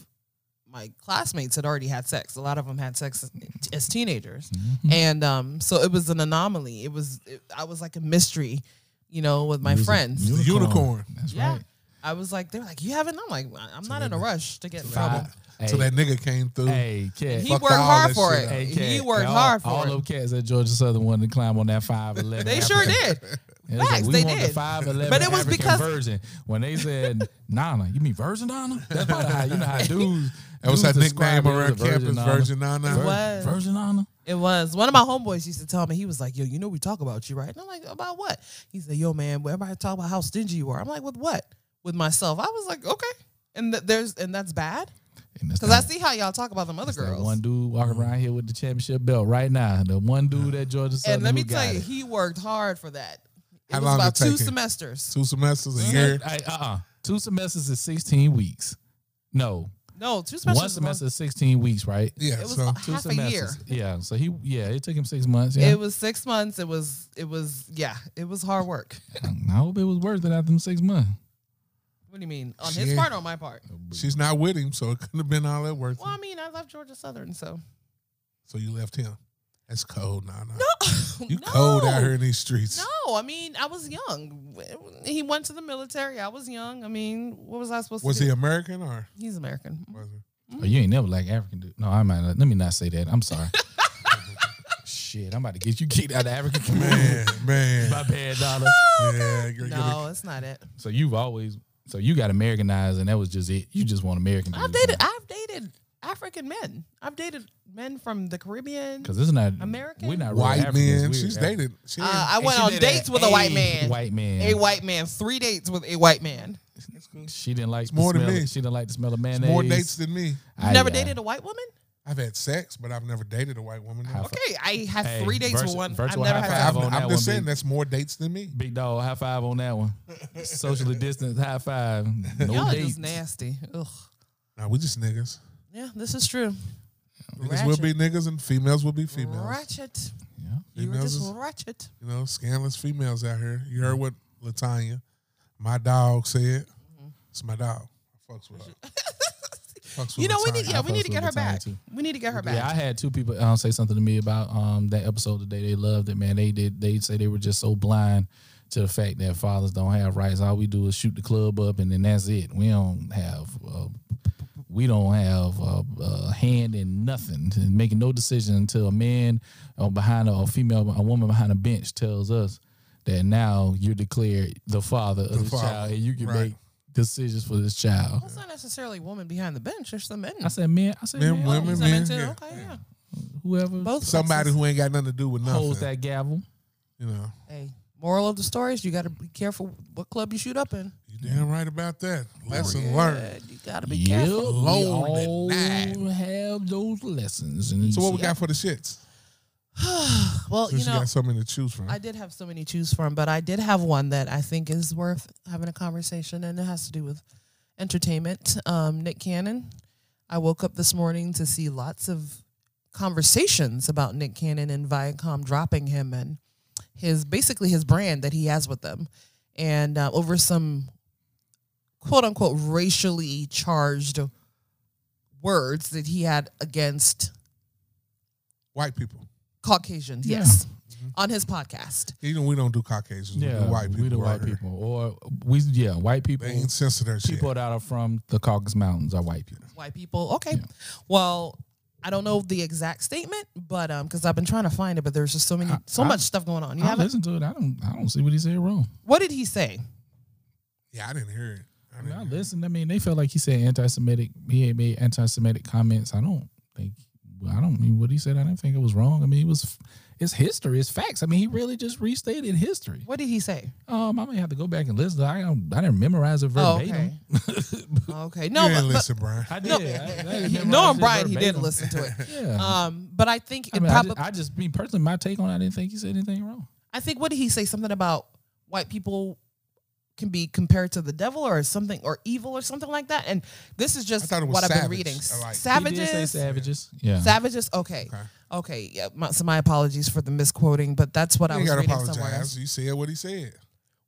Speaker 1: my classmates had already had sex. A lot of them had sex as- as teenagers,
Speaker 2: Mm-hmm.
Speaker 1: and um, so it was an anomaly. It was it, I was like a mystery, you know, with my
Speaker 2: You was a
Speaker 1: friends.
Speaker 3: The unicorn.
Speaker 2: That's
Speaker 1: yeah,
Speaker 2: right.
Speaker 1: I was like, they're like, you haven't. I'm like, I'm not in a rush to get in
Speaker 2: Five-
Speaker 1: trouble.
Speaker 2: Hey,
Speaker 3: So that nigga came through.
Speaker 2: hey, cat.
Speaker 1: He
Speaker 3: fucked
Speaker 1: worked
Speaker 3: all
Speaker 1: hard
Speaker 3: that
Speaker 1: for
Speaker 3: shit
Speaker 1: it.
Speaker 3: up.
Speaker 2: Hey,
Speaker 1: He
Speaker 2: cat.
Speaker 1: worked
Speaker 2: all,
Speaker 1: hard for
Speaker 2: all
Speaker 1: it.
Speaker 2: them cats at Georgia Southern wanted to climb on that five eleven.
Speaker 1: they sure did.
Speaker 2: [LAUGHS]
Speaker 1: Facts,
Speaker 2: we
Speaker 1: they
Speaker 2: want the
Speaker 1: did.
Speaker 2: five eleven.
Speaker 1: But it was because-
Speaker 2: virgin. When they said Nana, you mean Virgin Nana? That's probably how you know how dudes.
Speaker 3: [LAUGHS] That was her
Speaker 2: dudes describe
Speaker 3: nickname
Speaker 2: it as a
Speaker 3: around campus,
Speaker 2: Nana.
Speaker 3: Virgin Nana.
Speaker 1: It was.
Speaker 2: Virgin Nana.
Speaker 1: It was. One of my homeboys used to tell me, he was like, Yo, you know we talk about you, right? And I'm like, About what? He said, Yo, man, well, everybody talk about how stingy you are. I'm like, With what? With myself. I was like, Okay. And th- there's and that's bad.
Speaker 2: And it's
Speaker 1: Because I
Speaker 2: that-
Speaker 1: see how y'all talk about them other
Speaker 2: it's that
Speaker 1: girls.
Speaker 2: one dude walking around here with the championship belt right now. The one dude at Georgia Southern.
Speaker 1: and let me
Speaker 2: who got
Speaker 1: tell you,
Speaker 2: it.
Speaker 1: he worked hard for that. It
Speaker 3: How
Speaker 1: was
Speaker 3: long
Speaker 1: about
Speaker 3: it take
Speaker 1: two
Speaker 3: him?
Speaker 1: semesters.
Speaker 3: Two semesters, a year.
Speaker 2: Hey, uh-uh. Two semesters is 16 weeks. No,
Speaker 1: No, two semesters.
Speaker 2: one
Speaker 1: was
Speaker 2: semester is 16 weeks, right?
Speaker 3: Yeah,
Speaker 1: It was
Speaker 3: so
Speaker 2: Two
Speaker 1: half a year.
Speaker 2: semesters. Yeah. So he, yeah, it took him six months. Yeah.
Speaker 1: It was six months. It was it was yeah, it was hard work.
Speaker 2: I hope it was worth it after them six months.
Speaker 1: What do you mean? On
Speaker 3: Shit.
Speaker 1: his part or on my part?
Speaker 3: she's not with him, so it couldn't have been all that worth.
Speaker 1: Well, I mean, I love Georgia Southern, so
Speaker 3: So you left him. That's cold, Nana. You
Speaker 1: [LAUGHS] No.
Speaker 3: cold out here in these streets.
Speaker 1: No, I mean I was young. He went to the military. I was young. I mean, what was I supposed
Speaker 3: Was
Speaker 1: to
Speaker 3: he
Speaker 1: do?
Speaker 3: American
Speaker 1: [LAUGHS]
Speaker 3: or?
Speaker 1: He's American.
Speaker 3: Was he?
Speaker 2: Oh, you ain't never like African dude. No, I might not. Let me not say that. I'm
Speaker 1: [LAUGHS]
Speaker 2: sorry. Shit, I'm about to get you kicked out of the African community.
Speaker 3: Man,
Speaker 1: [LAUGHS]
Speaker 3: man.
Speaker 2: My bad, Donna.
Speaker 3: yeah, you're gonna-
Speaker 1: No, it's not it.
Speaker 2: So you've always, so you got Americanized, and that was just it. You just want American.
Speaker 1: I've dated. I've dated African men. I've dated men from the Caribbean.
Speaker 2: because it's not
Speaker 1: American?
Speaker 2: We're not really
Speaker 3: white
Speaker 2: Africans,
Speaker 3: men.
Speaker 2: we're
Speaker 3: She's
Speaker 2: African.
Speaker 3: dated. She
Speaker 1: Uh, I
Speaker 2: And
Speaker 1: went
Speaker 2: she
Speaker 1: on
Speaker 2: dated
Speaker 1: dates with a white man.
Speaker 2: White man.
Speaker 1: A white man. Three dates with a white man.
Speaker 3: That's good.
Speaker 2: She didn't like the
Speaker 3: more than
Speaker 2: smell.
Speaker 3: me.
Speaker 2: She didn't like the smell of mayonnaise.
Speaker 3: More dates than me.
Speaker 1: You've never dated a white woman?
Speaker 3: I've had sex, but I've never dated a white woman.
Speaker 2: How-
Speaker 1: Okay, I had
Speaker 2: Hey,
Speaker 1: three dates
Speaker 2: virtu-
Speaker 1: with one. I've
Speaker 2: virtual
Speaker 1: never
Speaker 2: high
Speaker 1: had.
Speaker 2: five
Speaker 3: I've,
Speaker 2: on that
Speaker 3: I'm
Speaker 2: one,
Speaker 3: just saying
Speaker 2: B.
Speaker 3: that's more dates than me.
Speaker 2: Big dog, high five on
Speaker 1: [LAUGHS]
Speaker 2: that one. Socially distanced, high five. No
Speaker 1: Y'all are
Speaker 2: dates.
Speaker 1: just nasty. Ugh.
Speaker 3: Nah, we just niggas.
Speaker 1: Yeah, this is true.
Speaker 3: Niggas will be niggas and females will be females.
Speaker 1: Ratchet.
Speaker 2: Yeah.
Speaker 1: You were
Speaker 3: Females
Speaker 1: just
Speaker 3: is-
Speaker 1: ratchet.
Speaker 3: You know, scandalous females out here. You
Speaker 1: Mm-hmm.
Speaker 3: heard what Latanya, my dog, said.
Speaker 1: Mm-hmm.
Speaker 3: It's my dog. I fucks with her.
Speaker 1: [LAUGHS]
Speaker 3: Fucks with
Speaker 1: You know, we
Speaker 3: Latanya.
Speaker 1: need yeah, we
Speaker 2: fucks
Speaker 1: need to
Speaker 2: with
Speaker 1: get her
Speaker 2: Latanya,
Speaker 1: back.
Speaker 2: too.
Speaker 1: We need to get her back.
Speaker 2: Yeah, I had two people um, say something to me about um, that episode today. They loved it, man. They did. They say they were just so blind to the fact that fathers don't have rights. All we do is shoot the club up, and then that's it. We don't have. Uh, we don't have a, a hand in nothing, in making no decision until a man or behind a, or female, a woman behind a bench tells us that now you're declared the father of the,
Speaker 3: father,
Speaker 2: child, and you can
Speaker 3: right.
Speaker 2: make decisions for this child.
Speaker 1: Well, it's not necessarily women behind the bench. There's some men.
Speaker 2: I said, man, I said,
Speaker 3: Men,
Speaker 2: man,
Speaker 3: women,
Speaker 1: There's
Speaker 2: women,
Speaker 1: some men
Speaker 3: men,
Speaker 1: too.
Speaker 3: yeah.
Speaker 1: Okay, yeah.
Speaker 2: whoever
Speaker 1: Both
Speaker 3: Somebody
Speaker 1: sexes.
Speaker 3: who ain't got nothing to do with nothing.
Speaker 2: holds that gavel.
Speaker 3: You know,
Speaker 1: Hey, moral of the story is you got to be careful what club you shoot up in.
Speaker 3: you damn right about that. Lesson learned.
Speaker 1: Yeah, you got to be
Speaker 2: Yep,
Speaker 1: careful.
Speaker 2: we
Speaker 3: Lord and
Speaker 2: all
Speaker 3: I.
Speaker 2: have those lessons. And
Speaker 3: So what we
Speaker 2: it's-
Speaker 3: got for the shits?
Speaker 1: Well,
Speaker 3: Since
Speaker 1: you
Speaker 3: you,
Speaker 1: know,
Speaker 3: got so many to choose from.
Speaker 1: I did have so many to choose from, but I did have one that I think is worth having a conversation, and it has to do with entertainment. Um, Nick Cannon. I woke up this morning to see lots of conversations about Nick Cannon and Viacom dropping him and his basically his brand that he has with them, and uh, over some quote unquote racially charged words that he had against
Speaker 3: white people.
Speaker 1: Caucasians.
Speaker 2: Yeah.
Speaker 1: Yes. On his podcast.
Speaker 3: Even we don't do Caucasians. we
Speaker 2: yeah,
Speaker 3: do white people.
Speaker 2: we the
Speaker 3: out
Speaker 2: white
Speaker 3: here.
Speaker 2: people, or we yeah, white people,
Speaker 3: They ain't sensitive to that
Speaker 2: people
Speaker 3: shit.
Speaker 2: that are from the Caucasus Mountains are white people.
Speaker 1: white people. Okay. Well, I don't know the exact statement, but um, because I've been trying to find it, but there's just so many, so
Speaker 2: I-
Speaker 1: much stuff going on. You
Speaker 2: I
Speaker 1: haven't.
Speaker 2: listen to it. I don't. I don't see what he said wrong.
Speaker 1: What did he say?
Speaker 3: Yeah, I didn't hear it. I
Speaker 2: I, mean, I
Speaker 3: didn't hear it.
Speaker 2: listened. I mean, they felt like he said anti-Semitic. He had made anti-Semitic comments. I don't think. I don't mean what he said. I didn't think it was wrong. I mean, it was. It's history. It's facts. I mean, he really just restated history.
Speaker 1: What did he say?
Speaker 2: Um, I may have to go back and listen. I don't, I didn't memorize it
Speaker 1: Oh,
Speaker 2: verbatim.
Speaker 1: okay. okay.
Speaker 3: You
Speaker 1: No,
Speaker 3: didn't
Speaker 1: but, but
Speaker 3: listen, Brian.
Speaker 2: I did.
Speaker 1: No, [LAUGHS]
Speaker 2: I- I
Speaker 1: he,
Speaker 2: didn't memorize
Speaker 1: knowing
Speaker 2: it
Speaker 1: Brian, he did
Speaker 2: verbatim.
Speaker 1: listen to
Speaker 2: [LAUGHS]
Speaker 1: it.
Speaker 2: Yeah.
Speaker 1: Um, but I think
Speaker 2: I,
Speaker 1: it
Speaker 2: mean, I,
Speaker 1: probably.
Speaker 2: just, I just mean personally, my take on it, I didn't think he said anything wrong.
Speaker 1: I think what did he say? Something about white people can be compared to the devil or something or evil or something like that. And this is just
Speaker 3: thought it was
Speaker 1: what I've been
Speaker 3: savage.
Speaker 1: reading.
Speaker 3: I like-
Speaker 2: He
Speaker 3: He did say
Speaker 2: did say
Speaker 1: Savages.
Speaker 2: savages. Yeah.
Speaker 1: Savages. Okay.
Speaker 3: Okay.
Speaker 1: Okay. yeah. My, so my apologies for the misquoting, but that's what I
Speaker 3: You
Speaker 1: was
Speaker 3: gotta
Speaker 1: reading somewhere else.
Speaker 3: apologize. You said what he said.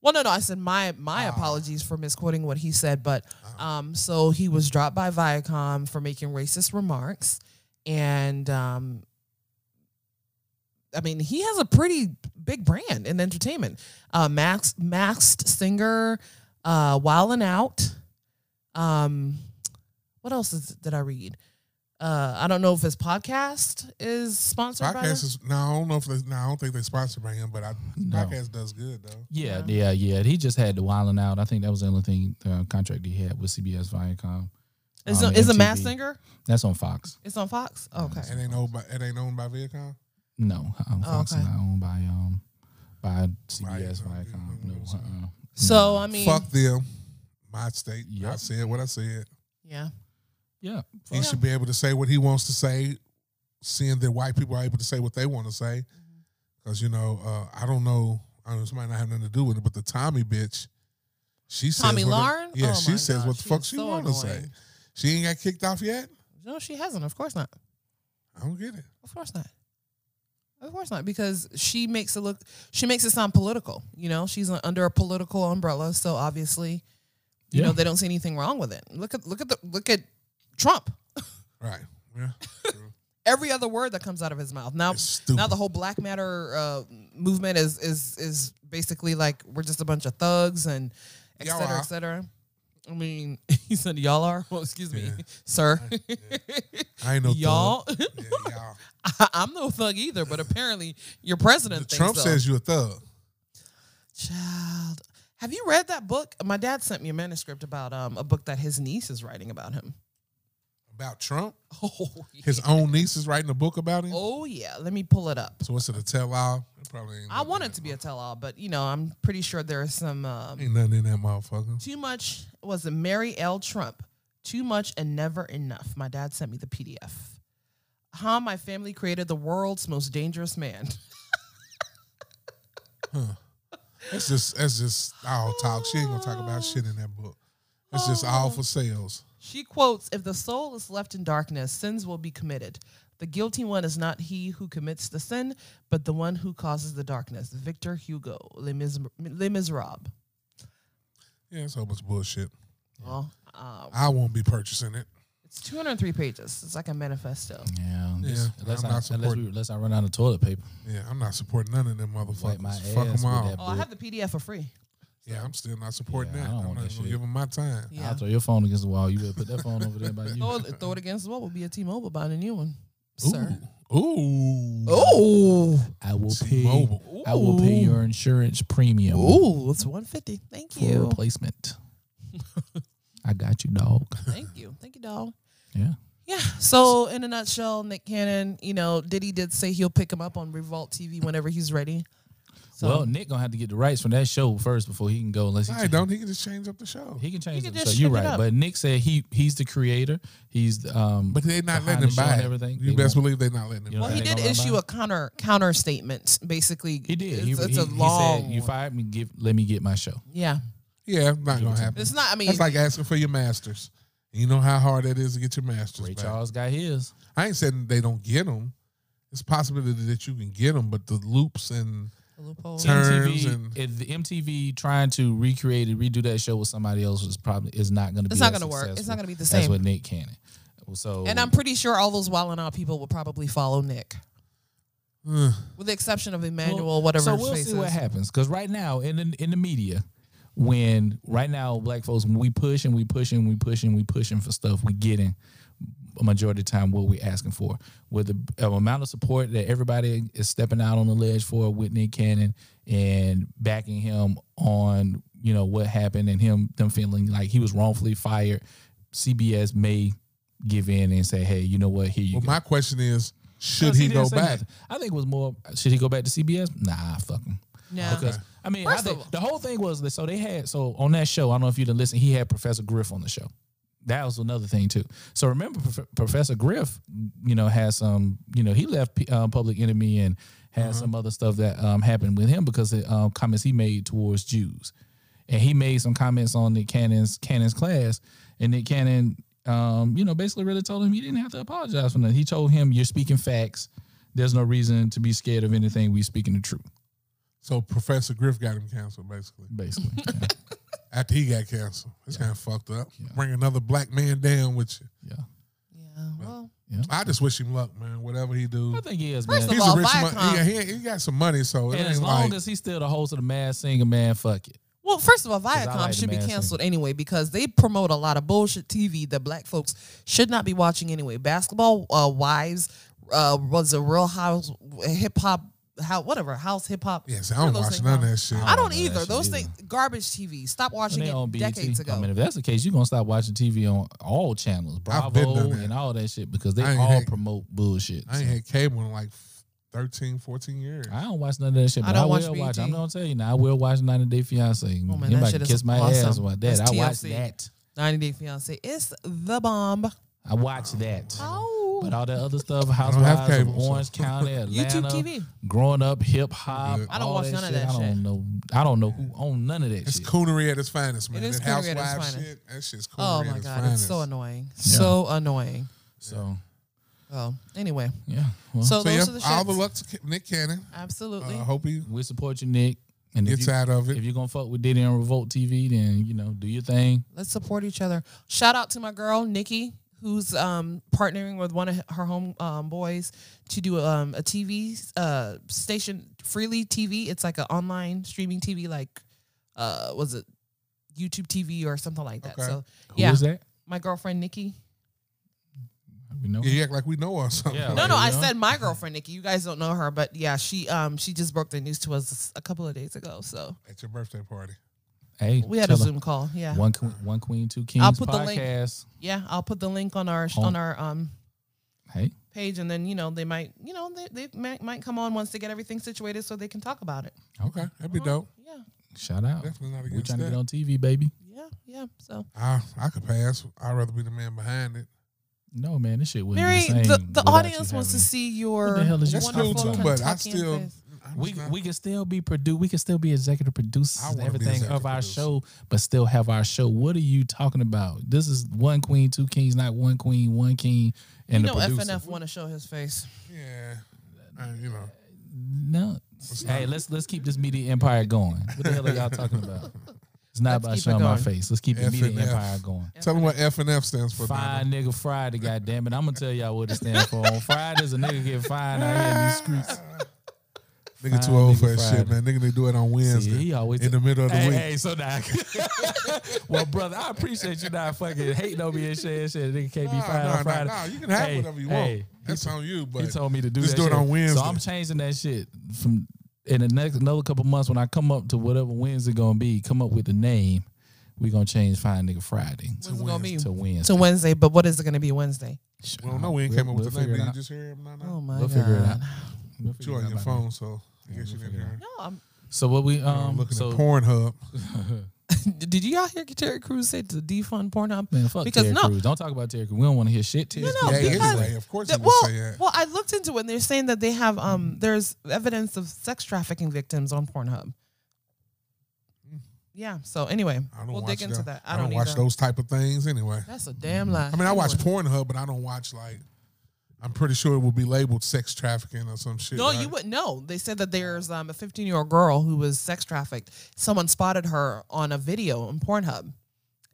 Speaker 1: Well, no, no. I said my my
Speaker 3: Ah.
Speaker 1: apologies for misquoting what he said, but um, so he was dropped by Viacom for making racist remarks, and um, I mean he has a pretty big brand in entertainment. Uh, Max Masked Singer, uh, Wild and Out. Um, what else is, did I read? Uh, I don't know if his podcast is sponsored by.
Speaker 3: Podcast
Speaker 1: them.
Speaker 3: is now. I don't know if they, now I don't think they sponsored by him, but I,
Speaker 2: No.
Speaker 3: podcast does good though.
Speaker 2: Yeah, yeah, yeah. He just had the wilding out. I think that was the only thing uh, contract he had with CBS Viacom.
Speaker 1: Is,
Speaker 2: um,
Speaker 1: it- is it
Speaker 2: MTV.
Speaker 1: Masked Singer?
Speaker 2: That's on Fox.
Speaker 1: It's on Fox. Okay.
Speaker 3: It ain't owned by it ain't owned by Viacom.
Speaker 2: No, um, Fox
Speaker 1: Oh, okay.
Speaker 2: is not owned by um by CBS
Speaker 3: Viacom,
Speaker 2: Viacom.
Speaker 3: yeah,
Speaker 2: No,
Speaker 3: yeah,
Speaker 2: uh-uh.
Speaker 1: So I mean,
Speaker 3: Fuck them. My state. I
Speaker 2: Yep.
Speaker 3: said what I said.
Speaker 1: yeah.
Speaker 2: yeah.
Speaker 3: He
Speaker 2: Fox.
Speaker 3: should be able to say what he wants to say, seeing that white people are able to say what they want to say.
Speaker 1: Mm-hmm.
Speaker 3: Because you know, uh, I don't know. I know this might not have nothing to do with it, but the Tommy bitch, she says
Speaker 1: Tommy
Speaker 3: what the-
Speaker 1: Lauren.
Speaker 3: yeah,
Speaker 1: Oh
Speaker 3: she
Speaker 1: my
Speaker 3: says
Speaker 1: God,
Speaker 3: what the fuck
Speaker 1: is
Speaker 3: she
Speaker 1: so
Speaker 3: want to say.
Speaker 1: annoying.
Speaker 3: She ain't got kicked off yet.
Speaker 1: No, she hasn't. Of course not.
Speaker 3: I don't get it.
Speaker 1: Of course not. Of course not, because she makes it look. She makes it sound political. You know, she's un- under a political umbrella, so obviously, you
Speaker 2: Yeah.
Speaker 1: know, they don't see anything wrong with it. Look at look at the look at Trump.
Speaker 3: Right. Yeah. True.
Speaker 1: Every other word that comes out of his mouth [LAUGHS] now.
Speaker 3: It's stupid.
Speaker 1: Now the whole Black Matter uh, movement is is is basically like we're just a bunch of thugs and et
Speaker 3: Y'all
Speaker 1: cetera,
Speaker 3: are.
Speaker 1: et cetera. I mean, [LAUGHS] he said y'all are. Well, excuse me,
Speaker 3: Yeah.
Speaker 1: sir.
Speaker 3: I ain't no thug.
Speaker 1: y'all.
Speaker 3: Yeah, y'all.
Speaker 1: [LAUGHS] I, I'm no thug either, but apparently your president thinks
Speaker 3: Trump
Speaker 1: so.
Speaker 3: says you a thug.
Speaker 1: Child, have you read that book? My dad sent me a manuscript about um a book that his niece is writing about him.
Speaker 3: about Trump.
Speaker 1: [LAUGHS] Oh yeah.
Speaker 3: His own niece is writing a book about him.
Speaker 1: oh yeah. Let me pull it up.
Speaker 3: So what's it a tell all? It probably ain't
Speaker 1: I
Speaker 3: nothing
Speaker 1: want
Speaker 3: in
Speaker 1: it to be a tell-all, but you know, I'm pretty sure there are some um,
Speaker 3: that- Ain't nothing in that motherfucker.
Speaker 1: too much. Was it Mary L. Trump? Too much and never enough. My dad sent me the PDF. How my family created the world's most dangerous man. [LAUGHS]
Speaker 3: That's just that's just all talk. She ain't gonna talk about shit in that book. That's just
Speaker 1: Oh.
Speaker 3: all for sales.
Speaker 1: She quotes, If the soul is left in darkness, sins will be committed. The guilty one is not he who commits the sin, but the one who causes the darkness. Victor Hugo, Les, Mis- Les Miserables.
Speaker 3: Yeah, it's a whole bunch of bullshit.
Speaker 1: Well, uh,
Speaker 3: I won't be purchasing it.
Speaker 1: it's 203 pages. It's like a manifesto.
Speaker 2: Yeah,
Speaker 3: Yeah,
Speaker 2: unless, unless,
Speaker 3: I'm
Speaker 2: I,
Speaker 3: not
Speaker 2: unless,
Speaker 3: supporting-
Speaker 2: we, unless I run out of toilet paper.
Speaker 3: Yeah, I'm not supporting none of them motherfuckers.
Speaker 2: Wipe my
Speaker 3: Fuck
Speaker 2: ass
Speaker 3: them
Speaker 2: with
Speaker 3: all.
Speaker 2: that
Speaker 1: Oh, I have the PDF for free.
Speaker 3: Yeah, I'm still not supporting
Speaker 2: Yeah, I
Speaker 3: that.
Speaker 2: don't
Speaker 3: I'm
Speaker 2: want
Speaker 3: not
Speaker 2: that
Speaker 3: even gonna
Speaker 2: shit.
Speaker 3: give them my time.
Speaker 1: Yeah.
Speaker 2: I'll throw your phone against the wall. You better put that phone over there by you.
Speaker 1: Throw it, throw it against the wall will be a T Mobile buying a new one, sir.
Speaker 3: Ooh. Ooh.
Speaker 1: Oh,
Speaker 2: I will pay.
Speaker 3: T-Mobile.
Speaker 2: I will pay
Speaker 1: Ooh.
Speaker 2: your insurance premium
Speaker 1: ooh, it's 150. Thank
Speaker 2: for
Speaker 1: you.
Speaker 2: replacement. I got you, dog.
Speaker 1: Thank you. Thank you, dog.
Speaker 2: Yeah.
Speaker 1: Yeah. So in a nutshell, Nick Cannon, you know, Diddy did say he'll pick him up on Revolt TV whenever he's ready. So
Speaker 2: well, Nick gonna have to get the rights from that show first before he can go. Unless he,
Speaker 3: I don't. He can just change up the show.
Speaker 2: he can change
Speaker 1: can
Speaker 2: it.
Speaker 1: just
Speaker 2: So you're
Speaker 1: ship it
Speaker 2: right.
Speaker 1: up.
Speaker 2: But Nick said he he's the creator. He's the, um.
Speaker 3: But they're not
Speaker 2: Behind
Speaker 3: letting
Speaker 2: the
Speaker 3: him
Speaker 2: show
Speaker 3: buy
Speaker 2: and
Speaker 3: it.
Speaker 2: everything,
Speaker 3: You
Speaker 2: they
Speaker 3: best
Speaker 2: won't.
Speaker 3: believe they're not letting him
Speaker 2: You know
Speaker 3: buy
Speaker 1: well,
Speaker 2: what
Speaker 1: he
Speaker 2: they
Speaker 1: did
Speaker 2: gonna
Speaker 1: issue
Speaker 2: buy?
Speaker 1: a counter counter statement. Basically,
Speaker 2: he did.
Speaker 1: It's,
Speaker 2: he,
Speaker 1: it's
Speaker 2: he,
Speaker 1: a
Speaker 2: he
Speaker 1: long.
Speaker 2: said, "You
Speaker 1: one.
Speaker 2: fired me. Give let me get my show."
Speaker 1: yeah,
Speaker 3: Yeah, not gonna happen.
Speaker 1: it's not. I mean,
Speaker 3: That's like asking for your masters. You know how hard that is to get your masters.
Speaker 2: Ray
Speaker 3: back.
Speaker 2: Charles got his.
Speaker 3: I ain't saying they don't get them. It's a possibility that you can get them, but the loops and
Speaker 1: a loophole.
Speaker 3: Turn- Terms
Speaker 2: MTV,
Speaker 3: and-
Speaker 2: if the MTV trying to recreate and redo that show with somebody else is probably is not going to be.
Speaker 1: It's not
Speaker 2: as
Speaker 1: gonna work. It's
Speaker 2: successful
Speaker 1: not gonna be the
Speaker 2: That's
Speaker 1: same.
Speaker 2: what Nick Cannon. So
Speaker 1: and I'm pretty sure all those wild and out people will probably follow Nick,
Speaker 3: Ugh.
Speaker 1: with the exception of Emmanuel,
Speaker 2: Well,
Speaker 1: whatever.
Speaker 2: So
Speaker 1: his
Speaker 2: we'll
Speaker 1: face
Speaker 2: see what
Speaker 1: is.
Speaker 2: happens because right now in the, in the media, when right now black folks when we push and we push and we push and we pushing for stuff, we getting a majority of the time what we asking for. With the uh, amount of support that everybody is stepping out on the ledge for Whitney Cannon and backing him on you know what happened and him them feeling like he was wrongfully fired, CBS may give in and say, hey, you know what, here you
Speaker 3: Well,
Speaker 2: go.
Speaker 3: my question is, should
Speaker 2: Because
Speaker 3: he,
Speaker 2: didn't
Speaker 3: go
Speaker 2: say
Speaker 3: back?
Speaker 2: nothing. I think it was more. Should he go back to CBS? Nah, fuck him.
Speaker 1: No.
Speaker 2: Because I mean, I
Speaker 1: First of
Speaker 2: think
Speaker 1: all-
Speaker 2: the whole thing was that. So they had so on that show. I don't know if you didn't listen. He had Professor Griff on the show. That was another thing too. So remember, Prof- Professor Griff, you know, has some. You know, he left P- uh, Public Enemy and had some other stuff that um, happened with him because of um, comments he made towards Jews, and he made some comments on Nick Cannon's Cannon's class, and Nick Cannon. Um, you know, basically, really told him he didn't have to apologize for nothing. He told him, "You're speaking facts. There's no reason to be scared of anything. We speaking the truth,
Speaker 3: So Professor Griff got him canceled, basically.
Speaker 2: basically." Yeah.
Speaker 3: After he got canceled, it's kind of fucked up. Bring another black man down with you.
Speaker 2: yeah.
Speaker 1: Yeah. Well,
Speaker 3: I just wish him luck, man. Whatever he do,
Speaker 2: I think he is,
Speaker 1: First
Speaker 2: man.
Speaker 1: of
Speaker 3: he's
Speaker 1: all,
Speaker 3: a rich
Speaker 1: Viacom-
Speaker 3: man. Yeah, he, he got some money, so it
Speaker 2: and as
Speaker 3: ain't
Speaker 2: long
Speaker 3: like
Speaker 2: as he's still the host of the Mad Singer, man, fuck it.
Speaker 1: well, first of all,
Speaker 2: I
Speaker 1: Viacom
Speaker 2: like the
Speaker 1: should be
Speaker 2: man thing.
Speaker 1: canceled anyway because they promote a lot of bullshit TV that black folks should not be watching anyway. Basketball uh, Wives uh, was a real house hip hop. How whatever house hip hop.
Speaker 3: yes, I
Speaker 1: what are
Speaker 3: don't
Speaker 1: those
Speaker 3: watch
Speaker 1: things
Speaker 3: none of
Speaker 1: called?
Speaker 3: that shit.
Speaker 1: I don't
Speaker 2: know that
Speaker 1: either.
Speaker 2: shit
Speaker 1: Those
Speaker 2: either.
Speaker 1: things, garbage TV. Stop watching
Speaker 2: They on
Speaker 1: it
Speaker 2: BET.
Speaker 1: decades ago.
Speaker 2: I mean, if that's the case, you're gonna stop watching TV on all channels,
Speaker 3: I've been
Speaker 2: Bravo
Speaker 3: done that.
Speaker 2: and all that shit, because they
Speaker 3: I ain't
Speaker 2: all
Speaker 3: had-
Speaker 2: promote bullshit.
Speaker 3: I ain't had cable in like 13, 14 years.
Speaker 2: I don't watch none of that shit,
Speaker 1: I
Speaker 2: but I,
Speaker 1: don't
Speaker 2: will
Speaker 1: watch
Speaker 2: watch.
Speaker 1: BET.
Speaker 2: I'm gonna tell you now, I will watch 90 Day Fiance.
Speaker 1: Oh, man,
Speaker 2: you
Speaker 1: that
Speaker 2: might
Speaker 1: shit is
Speaker 2: kiss my ass
Speaker 1: awesome.
Speaker 2: about that.
Speaker 1: That's
Speaker 2: I watch
Speaker 1: TLC.
Speaker 2: that.
Speaker 1: 90 Day Fiance. It's the bomb.
Speaker 2: I watch that.
Speaker 1: Oh.
Speaker 2: But all
Speaker 1: [LAUGHS]
Speaker 2: that other stuff,
Speaker 3: don't have
Speaker 2: Housewives of
Speaker 3: cable, so-
Speaker 2: Orange County, Atlanta,
Speaker 1: YouTube TV.
Speaker 2: growing up, hip hop.
Speaker 3: Good.
Speaker 1: I don't
Speaker 2: all
Speaker 1: watch none of that
Speaker 2: I don't
Speaker 1: shit.
Speaker 2: know. I don't know who owned none of that
Speaker 3: It's
Speaker 2: shit.
Speaker 3: coonery at its finest, man.
Speaker 1: It is
Speaker 3: that
Speaker 1: coonery at its
Speaker 3: housewife
Speaker 1: finest.
Speaker 3: shit, that shit's coonery
Speaker 1: Oh
Speaker 3: at
Speaker 1: my
Speaker 3: its
Speaker 1: god,
Speaker 3: finest.
Speaker 1: it's so annoying. So annoying.
Speaker 2: So
Speaker 1: Oh, anyway.
Speaker 2: yeah. Well,
Speaker 1: So,
Speaker 3: So
Speaker 1: those
Speaker 3: yeah,
Speaker 1: are the
Speaker 3: all the
Speaker 1: shits.
Speaker 3: luck to Ki- Nick Cannon. I
Speaker 1: Absolutely.
Speaker 3: hope he
Speaker 2: we support you, Nick. And if
Speaker 3: gets
Speaker 2: you,
Speaker 3: out of it.
Speaker 2: if you're gonna fuck with Diddy on Revolt TV, then you know, do your thing.
Speaker 1: Let's support each other. Shout out to my girl Nikki, who's um, partnering with one of her home um, boys to do um, a TV uh, station, Freely TV. It's like an online streaming TV, like uh, was it YouTube TV or something like that.
Speaker 3: Okay.
Speaker 1: So
Speaker 2: Who
Speaker 1: yeah,
Speaker 2: is that?
Speaker 1: my girlfriend Nikki.
Speaker 2: We know.
Speaker 3: Yeah, you act like we know or something.
Speaker 2: Yeah.
Speaker 1: No, no, I
Speaker 2: Oh, you know?
Speaker 1: said my girlfriend Nikki. You guys don't know her, but yeah, she um she just broke the news to us a couple of days ago. So
Speaker 3: At your birthday party.
Speaker 2: Hey,
Speaker 1: We had a
Speaker 2: tell 'em.
Speaker 1: Zoom call. Yeah.
Speaker 2: One queen, one queen, two kings.
Speaker 1: put the link.
Speaker 2: podcast.
Speaker 1: Yeah. I'll put the link on our
Speaker 2: On-
Speaker 1: on our um
Speaker 2: Hey,
Speaker 1: page and then you know they might you know they, they might, might come on once they get everything situated so they can talk about it
Speaker 3: Okay, that'd be dope.
Speaker 1: yeah
Speaker 2: shout out.
Speaker 3: Definitely not
Speaker 2: We're
Speaker 3: against
Speaker 2: trying to
Speaker 3: that.
Speaker 2: get on TV, baby.
Speaker 1: yeah yeah so
Speaker 3: I I could pass. I'd rather be the man behind it.
Speaker 2: No, man, this shit wouldn't
Speaker 1: mary
Speaker 2: be the same.
Speaker 1: the, the
Speaker 2: without you
Speaker 1: audience wants to
Speaker 2: having-
Speaker 1: see your
Speaker 2: What the hell is your
Speaker 3: That's cool
Speaker 1: wonderful
Speaker 2: Wonderful
Speaker 3: too, but I
Speaker 1: Kentuckian
Speaker 3: still.
Speaker 1: face.
Speaker 3: I'm
Speaker 2: We,
Speaker 3: just not-
Speaker 2: we can still be produ we can still be executive producers
Speaker 3: I
Speaker 2: and
Speaker 3: wanna be
Speaker 2: everything
Speaker 3: executive
Speaker 2: of our
Speaker 3: producer.
Speaker 2: show, but still have our show. What are you talking about? This is one queen, two kings, not one queen, one king,
Speaker 1: you
Speaker 2: and
Speaker 1: know
Speaker 2: the producer.
Speaker 1: FNF want to show his face.
Speaker 3: yeah, I- you know.
Speaker 2: No, hey, let's let's keep this media empire going. What the hell are y'all talking about? It's not
Speaker 1: Let's
Speaker 2: about
Speaker 1: keep it
Speaker 2: showing my
Speaker 1: going.
Speaker 2: face. Let's keep the media
Speaker 3: FNF.
Speaker 2: empire going.
Speaker 3: Tell them what F and F stands for. Donna.
Speaker 2: Fine nigga Friday, goddamn it! I'm gonna tell y'all what it stands for. On Fridays, a nigga get fined out here in these
Speaker 3: [LAUGHS]
Speaker 2: streets.
Speaker 3: Nigga too
Speaker 2: Fine
Speaker 3: old
Speaker 2: nigga
Speaker 3: for that shit,
Speaker 2: Friday.
Speaker 3: man. Nigga, they do it on Wednesday
Speaker 2: he always-
Speaker 3: in the middle of the
Speaker 2: Hey,
Speaker 3: week.
Speaker 2: hey, so now, [LAUGHS] well, brother, I appreciate you not fucking hating on me and shit. and shit. Nigga can't be
Speaker 3: Nah,
Speaker 2: fined
Speaker 3: nah,
Speaker 2: on
Speaker 3: nah,
Speaker 2: Friday.
Speaker 3: nah. You can have
Speaker 2: Hey,
Speaker 3: whatever you
Speaker 2: hey,
Speaker 3: want. That's on you, but
Speaker 2: He told me to do that.
Speaker 3: Just do it
Speaker 2: shit.
Speaker 3: on Wednesday.
Speaker 2: So I'm changing that shit from in the next another couple months when I come up to whatever Wednesday gonna be. Come up with the name. We gonna change Fine Nigga Friday
Speaker 1: When's it gonna be?
Speaker 2: to Wednesday.
Speaker 1: To Wednesday, but what is it going to be Wednesday?
Speaker 3: we don't know. We ain't
Speaker 2: We'll-
Speaker 3: came up with
Speaker 2: we'll
Speaker 3: the thing.
Speaker 2: figure it
Speaker 3: Did you
Speaker 2: out.
Speaker 3: just hear him? No,
Speaker 1: Oh
Speaker 3: no.
Speaker 1: my
Speaker 2: We'll
Speaker 1: god!
Speaker 2: figure it out. We'll
Speaker 3: But you
Speaker 2: figure it
Speaker 3: on
Speaker 2: out
Speaker 3: your
Speaker 2: by
Speaker 3: phone, so I guess you didn't
Speaker 2: figure it
Speaker 3: hear.
Speaker 1: No, I'm, [LAUGHS]
Speaker 2: then. So what we
Speaker 3: I'm
Speaker 2: um
Speaker 3: looking
Speaker 2: so
Speaker 3: at Pornhub.
Speaker 1: did you all hear Terry Crews say to defund Pornhub?
Speaker 2: [LAUGHS] man fuck
Speaker 1: Because
Speaker 2: Terry
Speaker 1: no-
Speaker 2: Crews. Don't talk about Terry Crews. We don't want to hear shit. Terry
Speaker 1: No,
Speaker 2: Crews.
Speaker 3: yeah,
Speaker 1: because-
Speaker 3: anyway, of course
Speaker 1: That-
Speaker 3: he would
Speaker 1: well,
Speaker 3: say that.
Speaker 1: well, I looked into it, and they're saying that they have um, there's evidence of sex trafficking victims on Pornhub. Yeah. So anyway,
Speaker 3: Mm. I don't
Speaker 1: we'll
Speaker 3: watch
Speaker 1: dig into that. I don't,
Speaker 3: watch
Speaker 1: either.
Speaker 3: those type of things anyway.
Speaker 1: That's a damn lie.
Speaker 3: I mean, I watch
Speaker 1: Anyway.
Speaker 3: Pornhub, but I don't watch like. I'm pretty sure it will be labeled sex trafficking or some shit.
Speaker 1: No,
Speaker 3: right?
Speaker 1: you wouldn't know. They said
Speaker 3: Oh.
Speaker 1: that there's um, a 15 year old girl who was sex trafficked. Someone spotted her on a video on Pornhub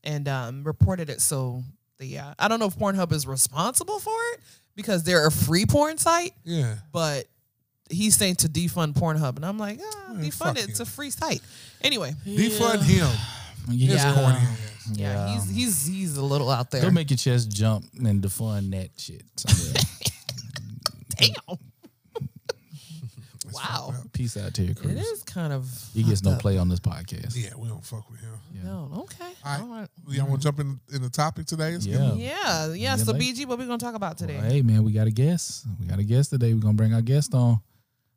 Speaker 1: and um, reported it. So, the, uh, I don't know if Pornhub is responsible for it because they're a free porn site,
Speaker 3: Yeah.
Speaker 1: but he's saying to defund Pornhub. And I'm like, ah,
Speaker 3: Man, fuck
Speaker 1: defund it. It's a
Speaker 3: you.
Speaker 1: free site. Anyway,
Speaker 3: Defund him.
Speaker 2: Yeah.
Speaker 3: His corny ass.
Speaker 1: yeah,
Speaker 2: Yeah.
Speaker 1: he's, he's, he's a little out there.
Speaker 2: Go make your chest jump and defund that shit.
Speaker 1: [LAUGHS]
Speaker 2: somewhere.
Speaker 3: [LAUGHS]
Speaker 1: Damn. wow.
Speaker 2: Peace out, Terry
Speaker 1: It
Speaker 2: Crews.
Speaker 1: is kind of.
Speaker 2: He gets no
Speaker 1: fucked up.
Speaker 2: play on this podcast.
Speaker 3: Yeah, we don't fuck with him.
Speaker 1: No, okay.
Speaker 3: All
Speaker 1: All right.
Speaker 3: right. Y'all want to jump in, in the topic today? Let's get-
Speaker 2: Yeah.
Speaker 1: Yeah, yeah.
Speaker 2: Yeah,
Speaker 1: So
Speaker 2: like-
Speaker 1: BG, what we gonna talk about today?
Speaker 2: Well, hey man, we got a guest. We got a guest today. We're gonna bring our guest on.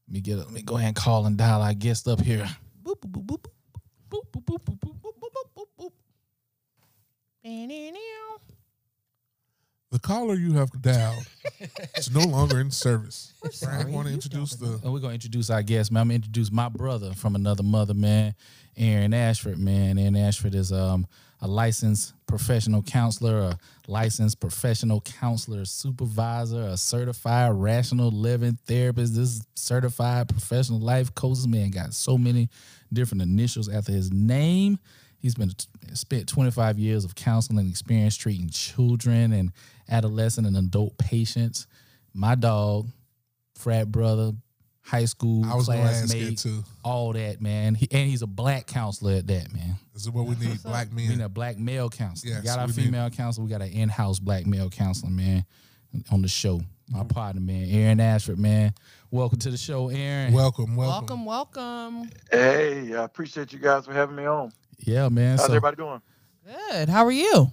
Speaker 2: Let me get let me go ahead and call and dial our guest up here.
Speaker 1: Boop, boop, boop, boop, boop, boop, boop, boop, boop, boop, boop, boop, boop, boop. Ba-da-da.
Speaker 3: The caller you have dialed is no longer in service. I
Speaker 1: sorry,
Speaker 3: want to
Speaker 1: you
Speaker 3: introduce the.
Speaker 2: And we're gonna introduce our guest, man. I'm gonna introduce my brother from another mother, man, Aaron Ashford, man. Aaron Ashford is um a licensed professional counselor, a licensed professional counselor supervisor, a certified rational living therapist. This is certified professional life coach. This man got so many different initials after his name. He's been spent 25 years of counseling experience treating children and adolescent and adult patients. My dog, frat brother, high school
Speaker 3: I was going to ask it
Speaker 2: classmate,
Speaker 3: too.
Speaker 2: all that man. He, and he's a black counselor at that man.
Speaker 3: This is what we
Speaker 1: [LAUGHS]
Speaker 3: need black
Speaker 2: We need
Speaker 3: men.
Speaker 2: a black male counselor.
Speaker 3: Yes,
Speaker 2: we got our
Speaker 3: we need-
Speaker 2: female counselor. We got an in-house black male counselor, man, on the show. My
Speaker 3: Mm-hmm.
Speaker 2: partner, man, Aaron Ashford, man. Welcome to the show, Aaron.
Speaker 3: Welcome,
Speaker 1: Welcome,
Speaker 3: welcome.
Speaker 1: welcome.
Speaker 4: Hey, I appreciate you guys for having me on.
Speaker 2: yeah, man.
Speaker 4: How's
Speaker 2: So,
Speaker 4: everybody doing?
Speaker 1: Good. How are you?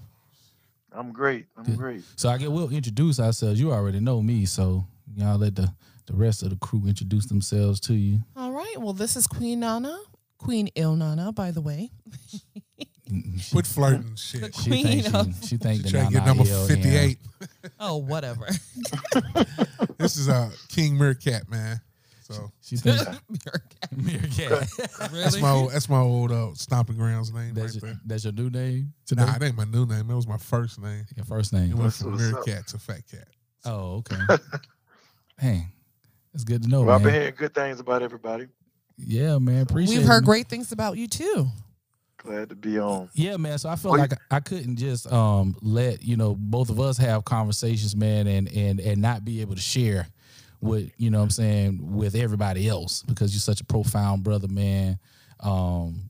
Speaker 4: I'm great. I'm
Speaker 2: Good.
Speaker 4: great.
Speaker 2: so I guess we'll introduce ourselves. You already know me, so y'all let the the rest of the crew introduce themselves to you.
Speaker 1: All right. Well, this is Queen Nana, Queen Il Nana, by the way.
Speaker 3: Quit flirting and shit.
Speaker 1: The
Speaker 2: She
Speaker 1: Queen
Speaker 2: thinks
Speaker 1: of-
Speaker 2: she, she thinks
Speaker 3: She
Speaker 2: the
Speaker 3: trying to get
Speaker 2: Nana
Speaker 3: number
Speaker 2: L, Aaron.
Speaker 3: 58.
Speaker 1: Oh, whatever.
Speaker 3: This is uh, King Meerkat, man. So
Speaker 2: She thinks
Speaker 1: [LAUGHS]
Speaker 4: [LAUGHS]
Speaker 1: Meerkat.
Speaker 2: Meerkat.
Speaker 3: that's my old, that's my old uh, stomping grounds name
Speaker 2: That's
Speaker 3: right
Speaker 2: your,
Speaker 3: there.
Speaker 2: that's your new name? Today?
Speaker 3: Nah, it ain't my new name. It was my first name.
Speaker 2: your first
Speaker 3: It
Speaker 2: name.
Speaker 3: went
Speaker 4: What's-
Speaker 3: from
Speaker 4: what's up?
Speaker 3: Meerkat to Fat Cat.
Speaker 2: Oh,
Speaker 3: [LAUGHS]
Speaker 2: okay. Dang. That's good to know,
Speaker 4: Well, I've been
Speaker 2: Oh, man.
Speaker 4: hearing good things about everybody.
Speaker 2: Yeah, man. Appreciate
Speaker 1: We've heard
Speaker 2: it.
Speaker 1: great things about you too.
Speaker 4: Glad to be on.
Speaker 2: Yeah, man. So I felt
Speaker 4: Well,
Speaker 2: like I couldn't just um let you know both of us have conversations, man, and and and not be able to share with you know what I'm saying with everybody else because you're such a profound brother, man. Um,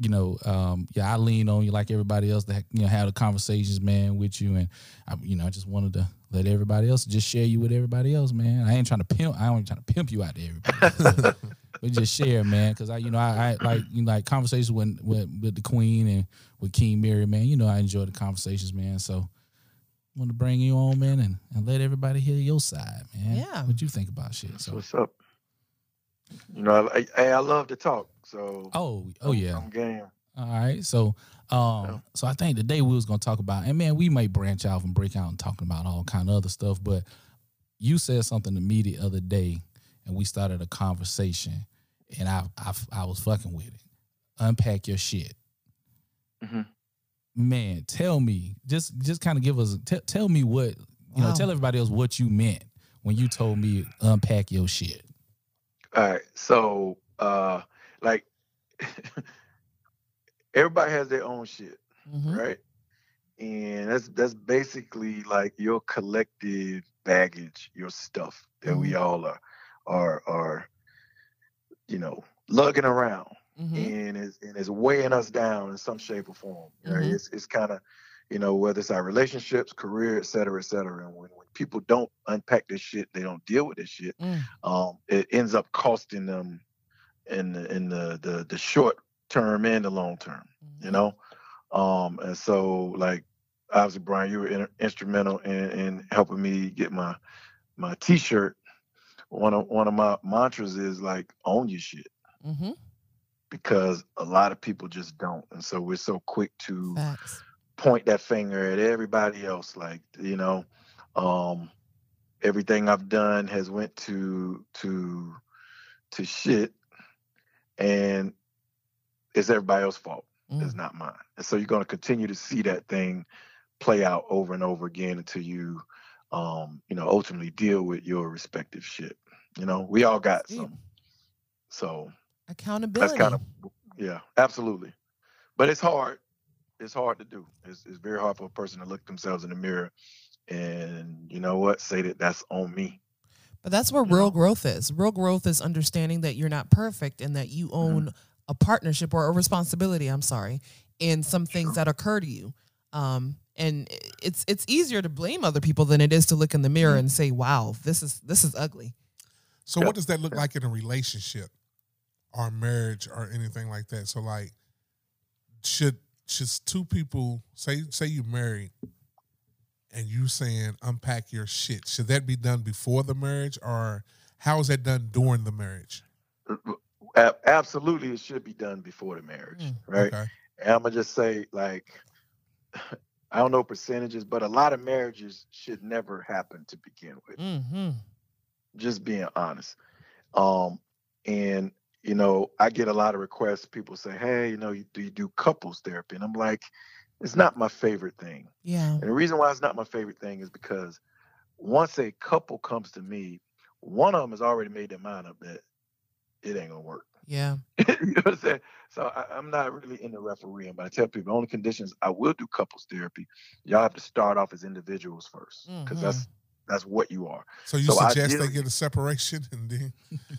Speaker 2: you know, um, yeah, I lean on you like everybody else that you know have the conversations, man, with you, and I, you know, I just wanted to let
Speaker 4: [LAUGHS]
Speaker 2: everybody else just share you with everybody else, man. I ain't trying to pimp. I ain't trying to pimp you out to everybody. we just share, man. Cause I, you know, I, I like you know, like conversations with, with with the Queen and with King Mary, man. You know, I enjoy the conversations, man. So want to bring you on, man, and, and let everybody hear your side, man.
Speaker 1: Yeah.
Speaker 2: What you think about shit?
Speaker 4: That's
Speaker 2: So
Speaker 4: what's up. You know, I, I, I love to talk. So
Speaker 2: oh oh
Speaker 4: I'm-
Speaker 2: yeah.
Speaker 4: I'm game.
Speaker 2: All right. So um so I think today we was gonna talk about and man, we may branch out and break out and talking about all kind of other stuff, but you said something to me the other day and we started a conversation and I I, I was fucking with it. Unpack your shit.
Speaker 4: Mhm.
Speaker 2: Man, tell me, just just kind of give us t- tell me what you know,
Speaker 1: Wow.
Speaker 2: tell everybody else what you meant when you told me unpack your shit.
Speaker 4: All right. So, uh, like, [LAUGHS] everybody has their own shit,
Speaker 1: Mhm.
Speaker 4: right? And that's that's basically like your collective baggage, your stuff that we all are are are, you know, lugging around,
Speaker 1: Mhm.
Speaker 4: and it's and it's weighing us down in some shape or form. Right?
Speaker 1: Mhm.
Speaker 4: It's it's kind of, you know, whether it's our relationships, career, et cetera, et cetera. And when when people don't unpack this shit, they don't deal with this shit
Speaker 1: Mm.
Speaker 4: um, it ends up costing them in the, in the, the, the short term and the long term,
Speaker 1: mm-hmm,
Speaker 4: you know? Um, and so like, obviously Brian, you were in, instrumental in, in helping me get my, my t-shirt. One of, one of my mantras is like, own your shit
Speaker 1: Mhm.
Speaker 4: because a lot of people just don't. And so we're so quick to
Speaker 1: Facts.
Speaker 4: point that finger at everybody else like you know um everything i've done has went to to to shit and it's everybody else's fault it's
Speaker 1: Mm.
Speaker 4: not mine and so you're going to continue to see that thing play out over and over again until you um you know ultimately deal with your respective shit you know we all got
Speaker 1: Deep.
Speaker 4: some so
Speaker 1: Accountability.
Speaker 4: kinda- yeah, absolutely. But it's hard. It's hard to do. It's, it's very hard for a person to look themselves in the mirror and you know what, say that that's on me.
Speaker 1: But that's where
Speaker 4: you
Speaker 1: real
Speaker 4: know?
Speaker 1: growth is. Real growth is understanding that you're not perfect and that
Speaker 4: Mm-hmm.
Speaker 1: you own a partnership or a responsibility, I'm sorry, in some things
Speaker 4: Sure.
Speaker 1: that occur to you. Um, and i- it's it's easier to blame other people than it is to look in the mirror
Speaker 4: Mm-hmm.
Speaker 1: and say, "Wow, this is this is ugly."
Speaker 3: So
Speaker 4: Yeah.
Speaker 3: what does that look
Speaker 4: Yeah.
Speaker 3: like in a relationship or marriage or anything like that? So like should should two people say say you married and you saying unpack your shit, should that be done before the marriage or how is that done during the marriage?
Speaker 4: A- absolutely it should be done before the marriage,
Speaker 1: Mm.
Speaker 4: right?
Speaker 3: Okay.
Speaker 4: And I'm gonna just say like [SIGHS] I don't know percentages, but a lot of marriages should never happen to begin with.
Speaker 1: Mm-hmm.
Speaker 4: just being honest. Um, and you know, I get a lot of requests. People say, "Hey, you know, you, do you do couples therapy?" And I'm like, "It's not my favorite thing."
Speaker 1: Yeah.
Speaker 4: And the reason why it's not my favorite thing is because once a couple comes to me, one of them has already made their mind up that it ain't gonna work.
Speaker 1: Yeah.
Speaker 4: [LAUGHS] you know what I'm saying? So I, I'm not really into refereeing, but I tell people the only conditions I will do couples therapy. Y'all have to start off as individuals first, because
Speaker 1: Mhm.
Speaker 4: that's that's what you are.
Speaker 3: So you
Speaker 4: So
Speaker 3: suggest they
Speaker 4: ideally-
Speaker 3: get a separation [LAUGHS] and then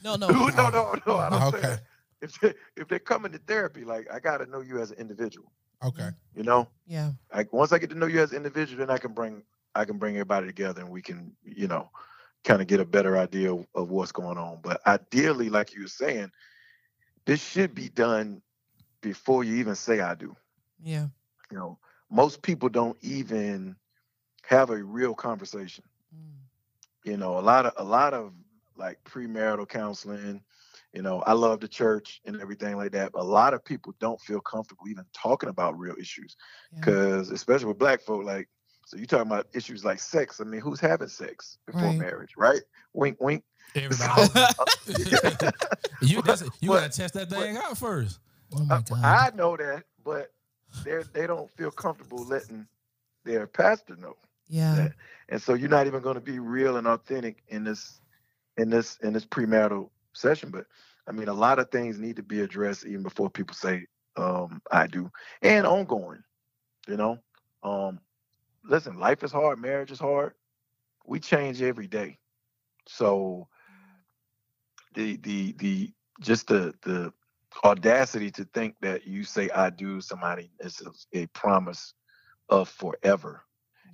Speaker 1: No,
Speaker 4: [LAUGHS] no,
Speaker 1: no.
Speaker 4: no, no, no. I don't say
Speaker 3: Okay.
Speaker 4: that. If they, if they're coming to therapy, like I gotta know you as an individual.
Speaker 3: Okay.
Speaker 4: You know,
Speaker 1: Yeah.
Speaker 4: like once I get to know you as an individual, then I can bring I can bring everybody together and we can you know kind of get a better idea of, of what's going on. But ideally, like you were saying, this should be done before you even say I do.
Speaker 1: Yeah.
Speaker 4: You know, most people don't even have a real conversation
Speaker 1: Mm.
Speaker 4: you know a lot of a lot of like premarital counseling you know i love the church and everything like that but a lot of people don't feel comfortable even talking about real issues
Speaker 1: Yeah.
Speaker 4: because especially with black folk like so you talking about issues like sex i mean who's having sex before
Speaker 1: Right.
Speaker 4: marriage right
Speaker 1: [LAUGHS]
Speaker 4: wink wink [LAUGHS]
Speaker 2: Everybody You,
Speaker 4: What-
Speaker 2: that's, [LAUGHS] you
Speaker 4: what-
Speaker 2: gotta test that thing out first.
Speaker 1: Oh my
Speaker 4: I,
Speaker 1: god.
Speaker 4: Uh, I know that but they they don't feel comfortable letting their pastor know
Speaker 1: yeah.
Speaker 4: that. and so you're not even going to be real and authentic in this in this in this premarital session but i mean a lot of things need to be addressed even before people say um i do and ongoing you know um listen life is hard marriage is hard we change every day so the the the just the the audacity to think that you say i do somebody is a promise of forever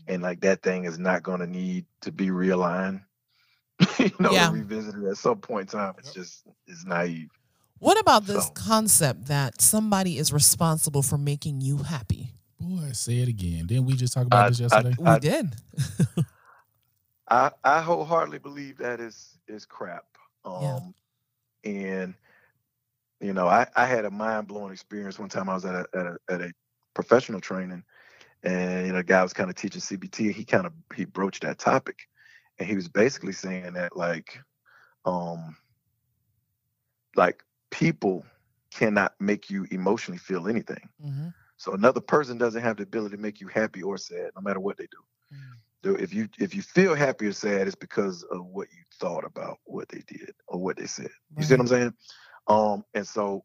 Speaker 4: and like that thing is not going to need to be realigned [LAUGHS] you know
Speaker 1: Yeah.
Speaker 4: revisited at some point in time it's
Speaker 3: Yep.
Speaker 4: just it's naive
Speaker 1: What about this
Speaker 4: So-
Speaker 1: concept that somebody is responsible for making you happy?
Speaker 2: Boy, say it again. Didn't we just talk about
Speaker 4: I-
Speaker 2: this yesterday?
Speaker 1: We
Speaker 4: I-
Speaker 1: did.
Speaker 4: I, I wholeheartedly believe that is is crap.
Speaker 1: Yeah.
Speaker 4: Um, and you know, I, I had a mind blowing experience one time. I was at a, at a at a professional training, and you know, a guy was kind of teaching CBT. He kind of he broached that topic, and he was basically saying that like, um, like people cannot make you emotionally feel anything.
Speaker 1: Mhm.
Speaker 4: So another person doesn't have the ability to make you happy or sad, no matter what they do.
Speaker 1: Mhm.
Speaker 4: So if you if you feel happy or sad, it's because of what you thought about what they did or what they said. You see what I'm
Speaker 1: Right.
Speaker 4: saying? Um, and so,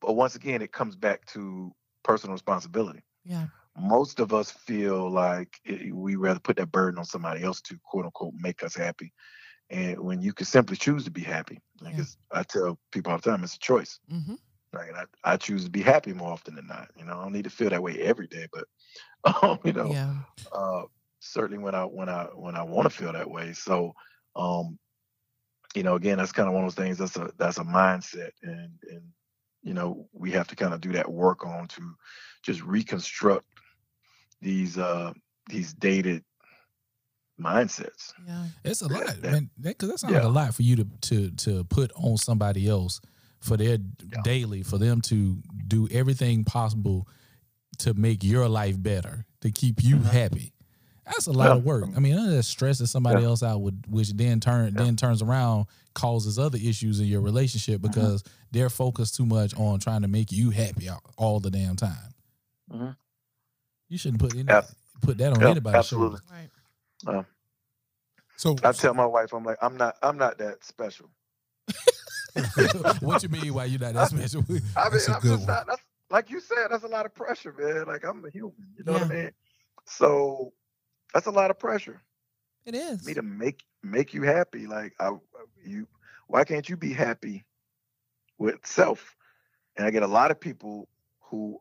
Speaker 4: but once again, it comes back to personal responsibility.
Speaker 1: Yeah.
Speaker 4: Most of us feel like it, we rather put that burden on somebody else to quote unquote make us happy, and when you can simply choose to be happy. Like
Speaker 1: Yeah.
Speaker 4: it's, I tell people all the time, it's a choice.
Speaker 1: hmm
Speaker 4: Like and I, I choose to be happy more often than not. You know, I don't need to feel that way every day, but [LAUGHS] um, you know,
Speaker 1: Yeah.
Speaker 4: uh, certainly when I when I when I want to feel that way. So, um, you know, again, that's kind of one of those things. That's a that's a mindset, and and you know, we have to kind of do that work on to just reconstruct these uh these dated mindsets.
Speaker 1: Yeah.
Speaker 2: It's a
Speaker 4: Yeah,
Speaker 2: lot,
Speaker 4: that-
Speaker 2: man. Because that, sounds like
Speaker 4: yeah.
Speaker 2: a lot for you to to to put on somebody else for their
Speaker 4: Yeah.
Speaker 2: daily, for them to do everything possible to make your life better, to keep you
Speaker 4: Mhm.
Speaker 2: happy. That's a lot
Speaker 4: Yeah.
Speaker 2: of work. I mean, none of that stresses somebody
Speaker 4: Yeah.
Speaker 2: else out, would, which then turn
Speaker 4: Yeah.
Speaker 2: then turns around causes other issues in your relationship
Speaker 4: Mm-hmm.
Speaker 2: because they're focused too much on trying to make you happy all, all the damn time.
Speaker 4: Mhm.
Speaker 2: You shouldn't put any,
Speaker 4: Yeah.
Speaker 2: put that on
Speaker 4: Yeah,
Speaker 2: anybody's
Speaker 4: absolutely.
Speaker 2: shoulders.
Speaker 1: Right.
Speaker 3: So
Speaker 4: I tell my wife, I'm like, I'm not I'm not that special.
Speaker 2: [LAUGHS] what you mean? Why you not that
Speaker 4: [LAUGHS]
Speaker 2: special?
Speaker 4: I mean,
Speaker 3: That's a
Speaker 4: I'm
Speaker 3: good one.
Speaker 4: just not. That's, like you said, that's a lot of pressure, man. Like I'm a human, you know what I
Speaker 1: Yeah.
Speaker 4: mean? So that's a lot of pressure.
Speaker 1: It is.
Speaker 4: Me to make make you happy. Like I, you, why can't you be happy with self? And I get a lot of people who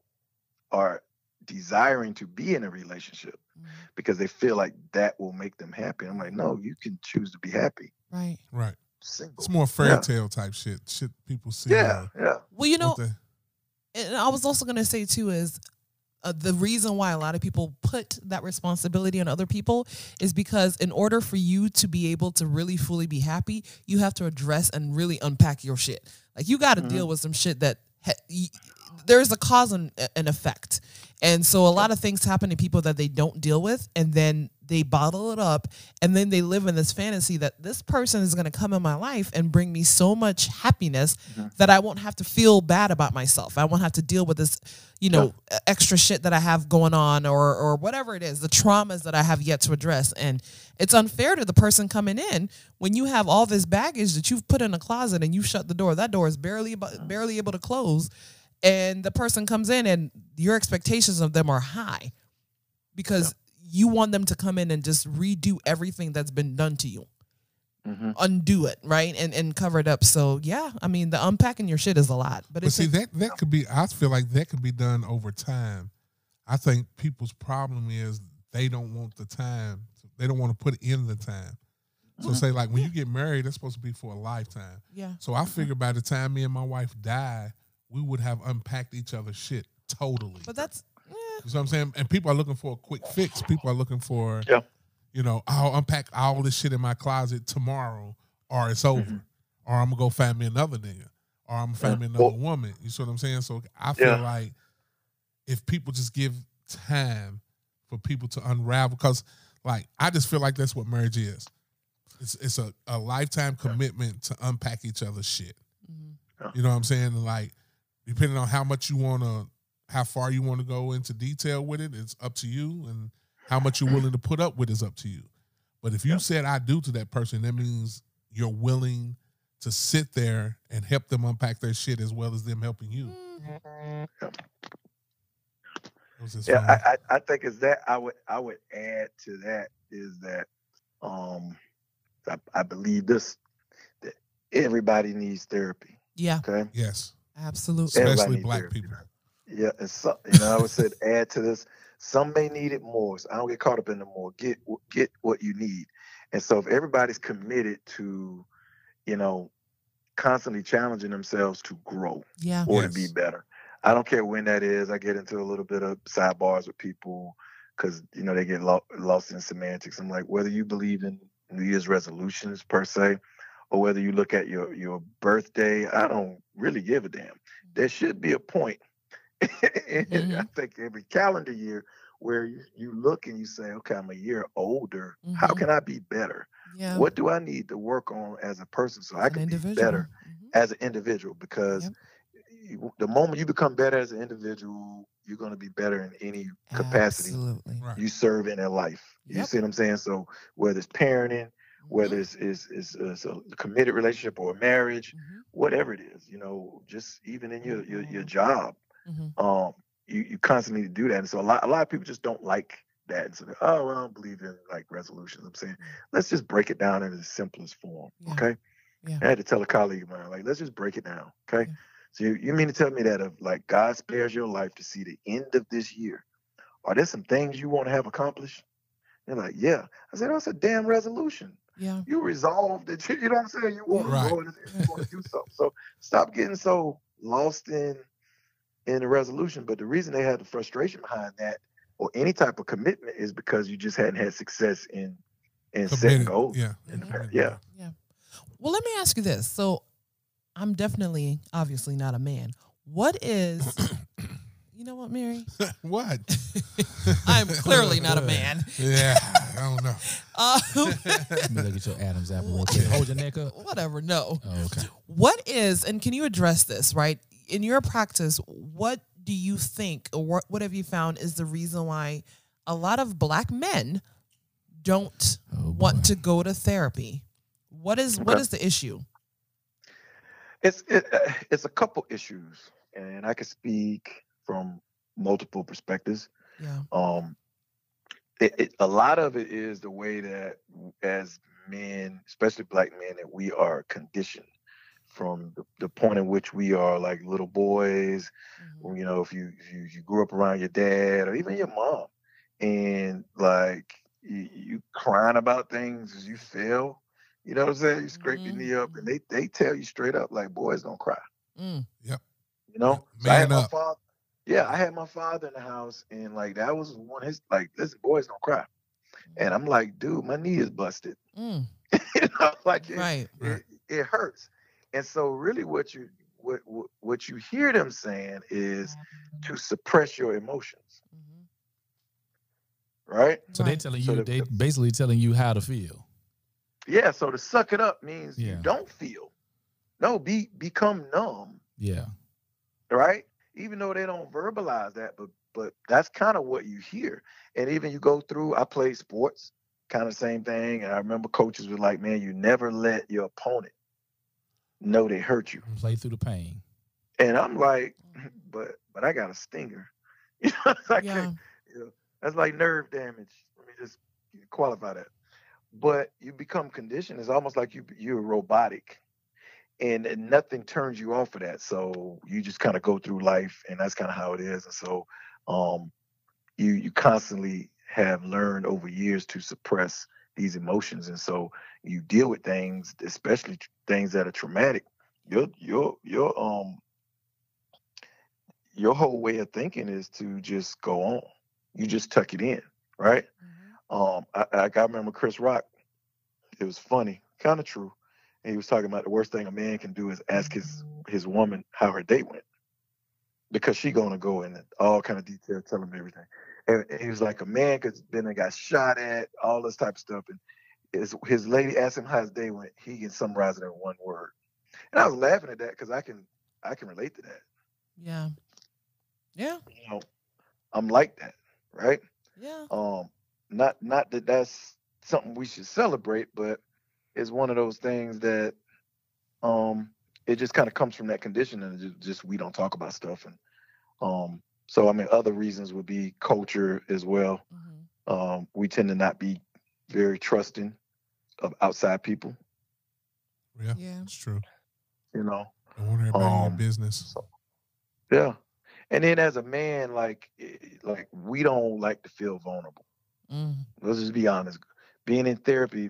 Speaker 4: are desiring to be in a relationship
Speaker 1: Mhm.
Speaker 4: because they feel like that will make them happy. I'm like, no, you can choose to be happy.
Speaker 1: Right.
Speaker 3: right,
Speaker 4: Single.
Speaker 3: it's more fairy
Speaker 4: Yeah.
Speaker 3: tale type shit. Shit people see. uh,
Speaker 4: Yeah, yeah.
Speaker 1: Well, you know,
Speaker 3: what the-
Speaker 1: and I was also going to say too is uh, the reason why a lot of people put that responsibility on other people is because in order for you to be able to really fully be happy, you have to address and really unpack your shit. Like you got to
Speaker 4: Mhm.
Speaker 1: deal with some shit that ha- y- there is a cause and an effect, and so a lot of things happen to people that they don't deal with, and then they bottle it up, and then they live in this fantasy that this person is going to come in my life and bring me so much happiness that I won't have to feel bad about myself. I won't have to deal with this, you know, e-, extra shit that I have going on or or whatever it is, the traumas that I have yet to address. And it's unfair to the person coming in when you have all this baggage that you've put in a closet and you shut the door. That door is barely abo- barely able to close, and the person comes in and your expectations of them are high because you want them to come in and just redo everything that's been done to you
Speaker 4: Mm-hmm.
Speaker 1: undo it, right? And and cover it up. So yeah, I mean the unpacking your shit is a lot. But
Speaker 3: But
Speaker 1: it's
Speaker 3: see that that could be. I feel like that could be done over time. I think people's problem is they don't want the time. They don't want to put in the time.
Speaker 1: Mm-hmm.
Speaker 3: So say like when you get married, that's supposed to be for a lifetime.
Speaker 1: yeah.
Speaker 3: So I figure by the time me and my wife die, we would have unpacked each other's shit totally.
Speaker 1: But that's eh,
Speaker 3: You know what I'm saying? And people are looking for a quick fix. People are looking for,
Speaker 4: Yeah.
Speaker 3: you know, I'll unpack all this shit in my closet tomorrow or
Speaker 4: Mm-hmm.
Speaker 3: it's over. Or I'm going to go find me another nigga. Or I'm going to find me another
Speaker 4: Mm-hmm. Well-
Speaker 3: woman. You see what I'm saying? So I feel
Speaker 4: Yeah.
Speaker 3: like if people just give time for people to unravel, because like I just feel like that's what marriage is. It's, it's a, a lifetime commitment to unpack each other's shit.
Speaker 1: mhm,
Speaker 3: You know what I'm saying? Like, depending on how much you want to, how far you want to go into detail with it, it's up to you, and how much you're willing to put up with is up to you. But if you
Speaker 4: Yeah.
Speaker 3: said "I do" to that person, that means you're willing to sit there and help them unpack their shit as well as them helping you.
Speaker 1: mm,
Speaker 3: It was just fun.
Speaker 4: Yeah, I, I, I think is that I would I would add to that is that um I, I believe this that everybody needs therapy.
Speaker 1: yeah,
Speaker 4: Okay.
Speaker 3: yes,
Speaker 1: absolutely.
Speaker 4: Everybody
Speaker 3: especially
Speaker 4: needs
Speaker 3: black
Speaker 4: therapy. [LAUGHS]
Speaker 3: people.
Speaker 4: Yeah, and some you know I would say add to this. Some may need it more. So I don't get caught up in the more. Get wh- get what you need. And so if everybody's committed to, you know, constantly challenging themselves to grow
Speaker 1: Yeah.
Speaker 4: or
Speaker 3: Yes.
Speaker 4: to be better. I don't care when that is. I get into a little bit of sidebars with people because you know they get lo- lost in semantics. I'm like, whether you believe in New Year's resolutions per se, or whether you look at your your birthday, I don't really give a damn. There should be a point. [LAUGHS] I
Speaker 1: Mhm.
Speaker 4: think every calendar year where you, you look and you say, okay, I'm a year older. How
Speaker 1: Mhm.
Speaker 4: can I be better?
Speaker 1: Yeah.
Speaker 4: What do I need to work on as a person so I
Speaker 1: An
Speaker 4: can be
Speaker 1: individual.
Speaker 4: better?
Speaker 1: Mhm.
Speaker 4: as an individual because
Speaker 1: Yep.
Speaker 4: you- the moment you become better as an individual, you're going to be better in any capacity
Speaker 1: Mm-hmm. Absolutely.
Speaker 3: Right.
Speaker 4: you serve in their life. You
Speaker 1: Yep.
Speaker 4: see what I'm saying? So whether it's parenting, whether it's
Speaker 1: Mm-hmm.
Speaker 4: it's, it's, it's uh, a committed relationship or a marriage,
Speaker 1: Mhm.
Speaker 4: whatever it is, you know, just even in your your, your
Speaker 1: Mhm.
Speaker 4: job,
Speaker 1: Mhm.
Speaker 4: um, you, you constantly do that. And so a lot a lot of people just don't like that. And so they're, oh, well, I don't believe in like resolutions. I'm saying let's just break it down in the simplest form.
Speaker 1: Mm. Yeah.
Speaker 4: Okay.
Speaker 1: Yeah. Mm.
Speaker 4: I had to tell a colleague of mine, like, let's just break it down. Okay.
Speaker 1: Yeah.
Speaker 4: So you, you mean to tell me that if like God spares your life to see the end of this year, are there some things you want to have accomplished? They're like, yeah. I said, that's a damn resolution.
Speaker 1: Yeah.
Speaker 4: You resolve that [LAUGHS] you, you know what I'm saying? You want
Speaker 3: Right.
Speaker 4: to go and you want to do something. So stop getting so lost in in the resolution. But the reason they had the frustration behind that or any type of commitment is because you just hadn't had success in in setting
Speaker 3: Committed.
Speaker 4: goals.
Speaker 3: Yeah.
Speaker 1: in the
Speaker 3: committed,
Speaker 4: past, yeah.
Speaker 1: Well, let me ask you this. So, I'm definitely, obviously, not a man. What is, [COUGHS] you know what, Mary?
Speaker 3: [LAUGHS]
Speaker 1: [LAUGHS]
Speaker 3: What?
Speaker 1: I'm clearly not a man.
Speaker 3: [LAUGHS] Yeah, I don't know.
Speaker 1: [LAUGHS] Uh, [LAUGHS]
Speaker 2: Let me look at your Adam's apple real quick. Hold your neck up.
Speaker 1: whatever. No.
Speaker 2: Oh, okay.
Speaker 1: What is, and can you address this, right? In your practice, what do you think, or what, what have you found is the reason why a lot of black men don't
Speaker 2: Oh, boy.
Speaker 1: want to go to therapy? What is what
Speaker 4: Okay.
Speaker 1: is the issue?
Speaker 4: It's it, uh, it's a couple issues, and I can speak from multiple perspectives.
Speaker 1: Yeah.
Speaker 4: Um, it, it, a lot of it is the way that w- as men, especially black men, that we are conditioned from the, the point in which we are like little boys
Speaker 1: Mhm.
Speaker 4: well, you know, if you if you, you grew up around your dad or even your mom, and like you, you crying about things as you feel, you know what I'm saying? You scrape
Speaker 1: Mhm,
Speaker 4: your knee up, and they they tell you straight up like, boys don't cry.
Speaker 1: Mm.
Speaker 4: You know, I
Speaker 3: Man
Speaker 4: had my
Speaker 3: up.
Speaker 4: father. Yeah, I had my father in the house, and like that was one of his like, listen, boys don't cry, and I'm like, dude, my knee is busted. [LAUGHS]
Speaker 1: Mm.
Speaker 4: you know, like it-
Speaker 1: Right.
Speaker 3: Right.
Speaker 4: it, it hurts, and so really what you what what, what you hear them saying is to suppress your emotions,
Speaker 1: Mhm.
Speaker 4: right?
Speaker 2: So they
Speaker 1: Right.
Speaker 2: telling
Speaker 4: So
Speaker 2: you,
Speaker 4: the-
Speaker 2: they basically telling you how to feel.
Speaker 4: Yeah, so to suck it up means you
Speaker 2: Yeah.
Speaker 4: don't feel. No, be become numb,
Speaker 2: Yeah.
Speaker 4: right? Even though they don't verbalize that, but but that's kind of what you hear. And even you go through, I played sports, kind of same thing. And I remember coaches were like, man, you never let your opponent know they hurt you.
Speaker 2: Play through the pain.
Speaker 4: And I'm like, [LAUGHS] but but I got a stinger. [LAUGHS] You know, I
Speaker 1: yeah.
Speaker 4: yeah. That's like nerve damage. Let me just qualify that. But you become conditioned. It's almost like you you're robotic, and and nothing turns you off of that. So you just kind of go through life, and that's kind of how it is. And so, um, you you constantly have learned over years to suppress these emotions, and so you deal with things, especially tr- things that are traumatic. Your your your um your whole way of thinking is to just go on. You just tuck it in, right?
Speaker 1: Mhm.
Speaker 4: Um, I, I, I remember Chris Rock. It was funny, kind of true. And he was talking about the worst thing a man can do is ask his his woman how her date went, because she gonna go in all kind of detail, tell him everything. And, and he was like, a man could been and got shot at, all this type of stuff. And his his lady asked him how his day went. He can summarize it in one word. And I was laughing at that because I can I can relate to that.
Speaker 1: Yeah. Yeah.
Speaker 4: You know, I'm like that, right?
Speaker 1: Yeah.
Speaker 4: um not not that that's something we should celebrate but it's one of those things that um it just kind of comes from that condition and just, just we don't talk about stuff and um so i mean other reasons would be culture as well
Speaker 1: Mhm.
Speaker 4: um we tend to not be very trusting of outside people
Speaker 3: Yeah,
Speaker 1: Yeah.
Speaker 3: it's true.
Speaker 4: you know
Speaker 3: I want everybody in
Speaker 4: Um,
Speaker 3: your business.
Speaker 4: yeah and then as a man like eh, like we don't like to feel vulnerable
Speaker 1: Mm.
Speaker 4: let's just be honest
Speaker 1: Mm-hmm.
Speaker 4: being in therapy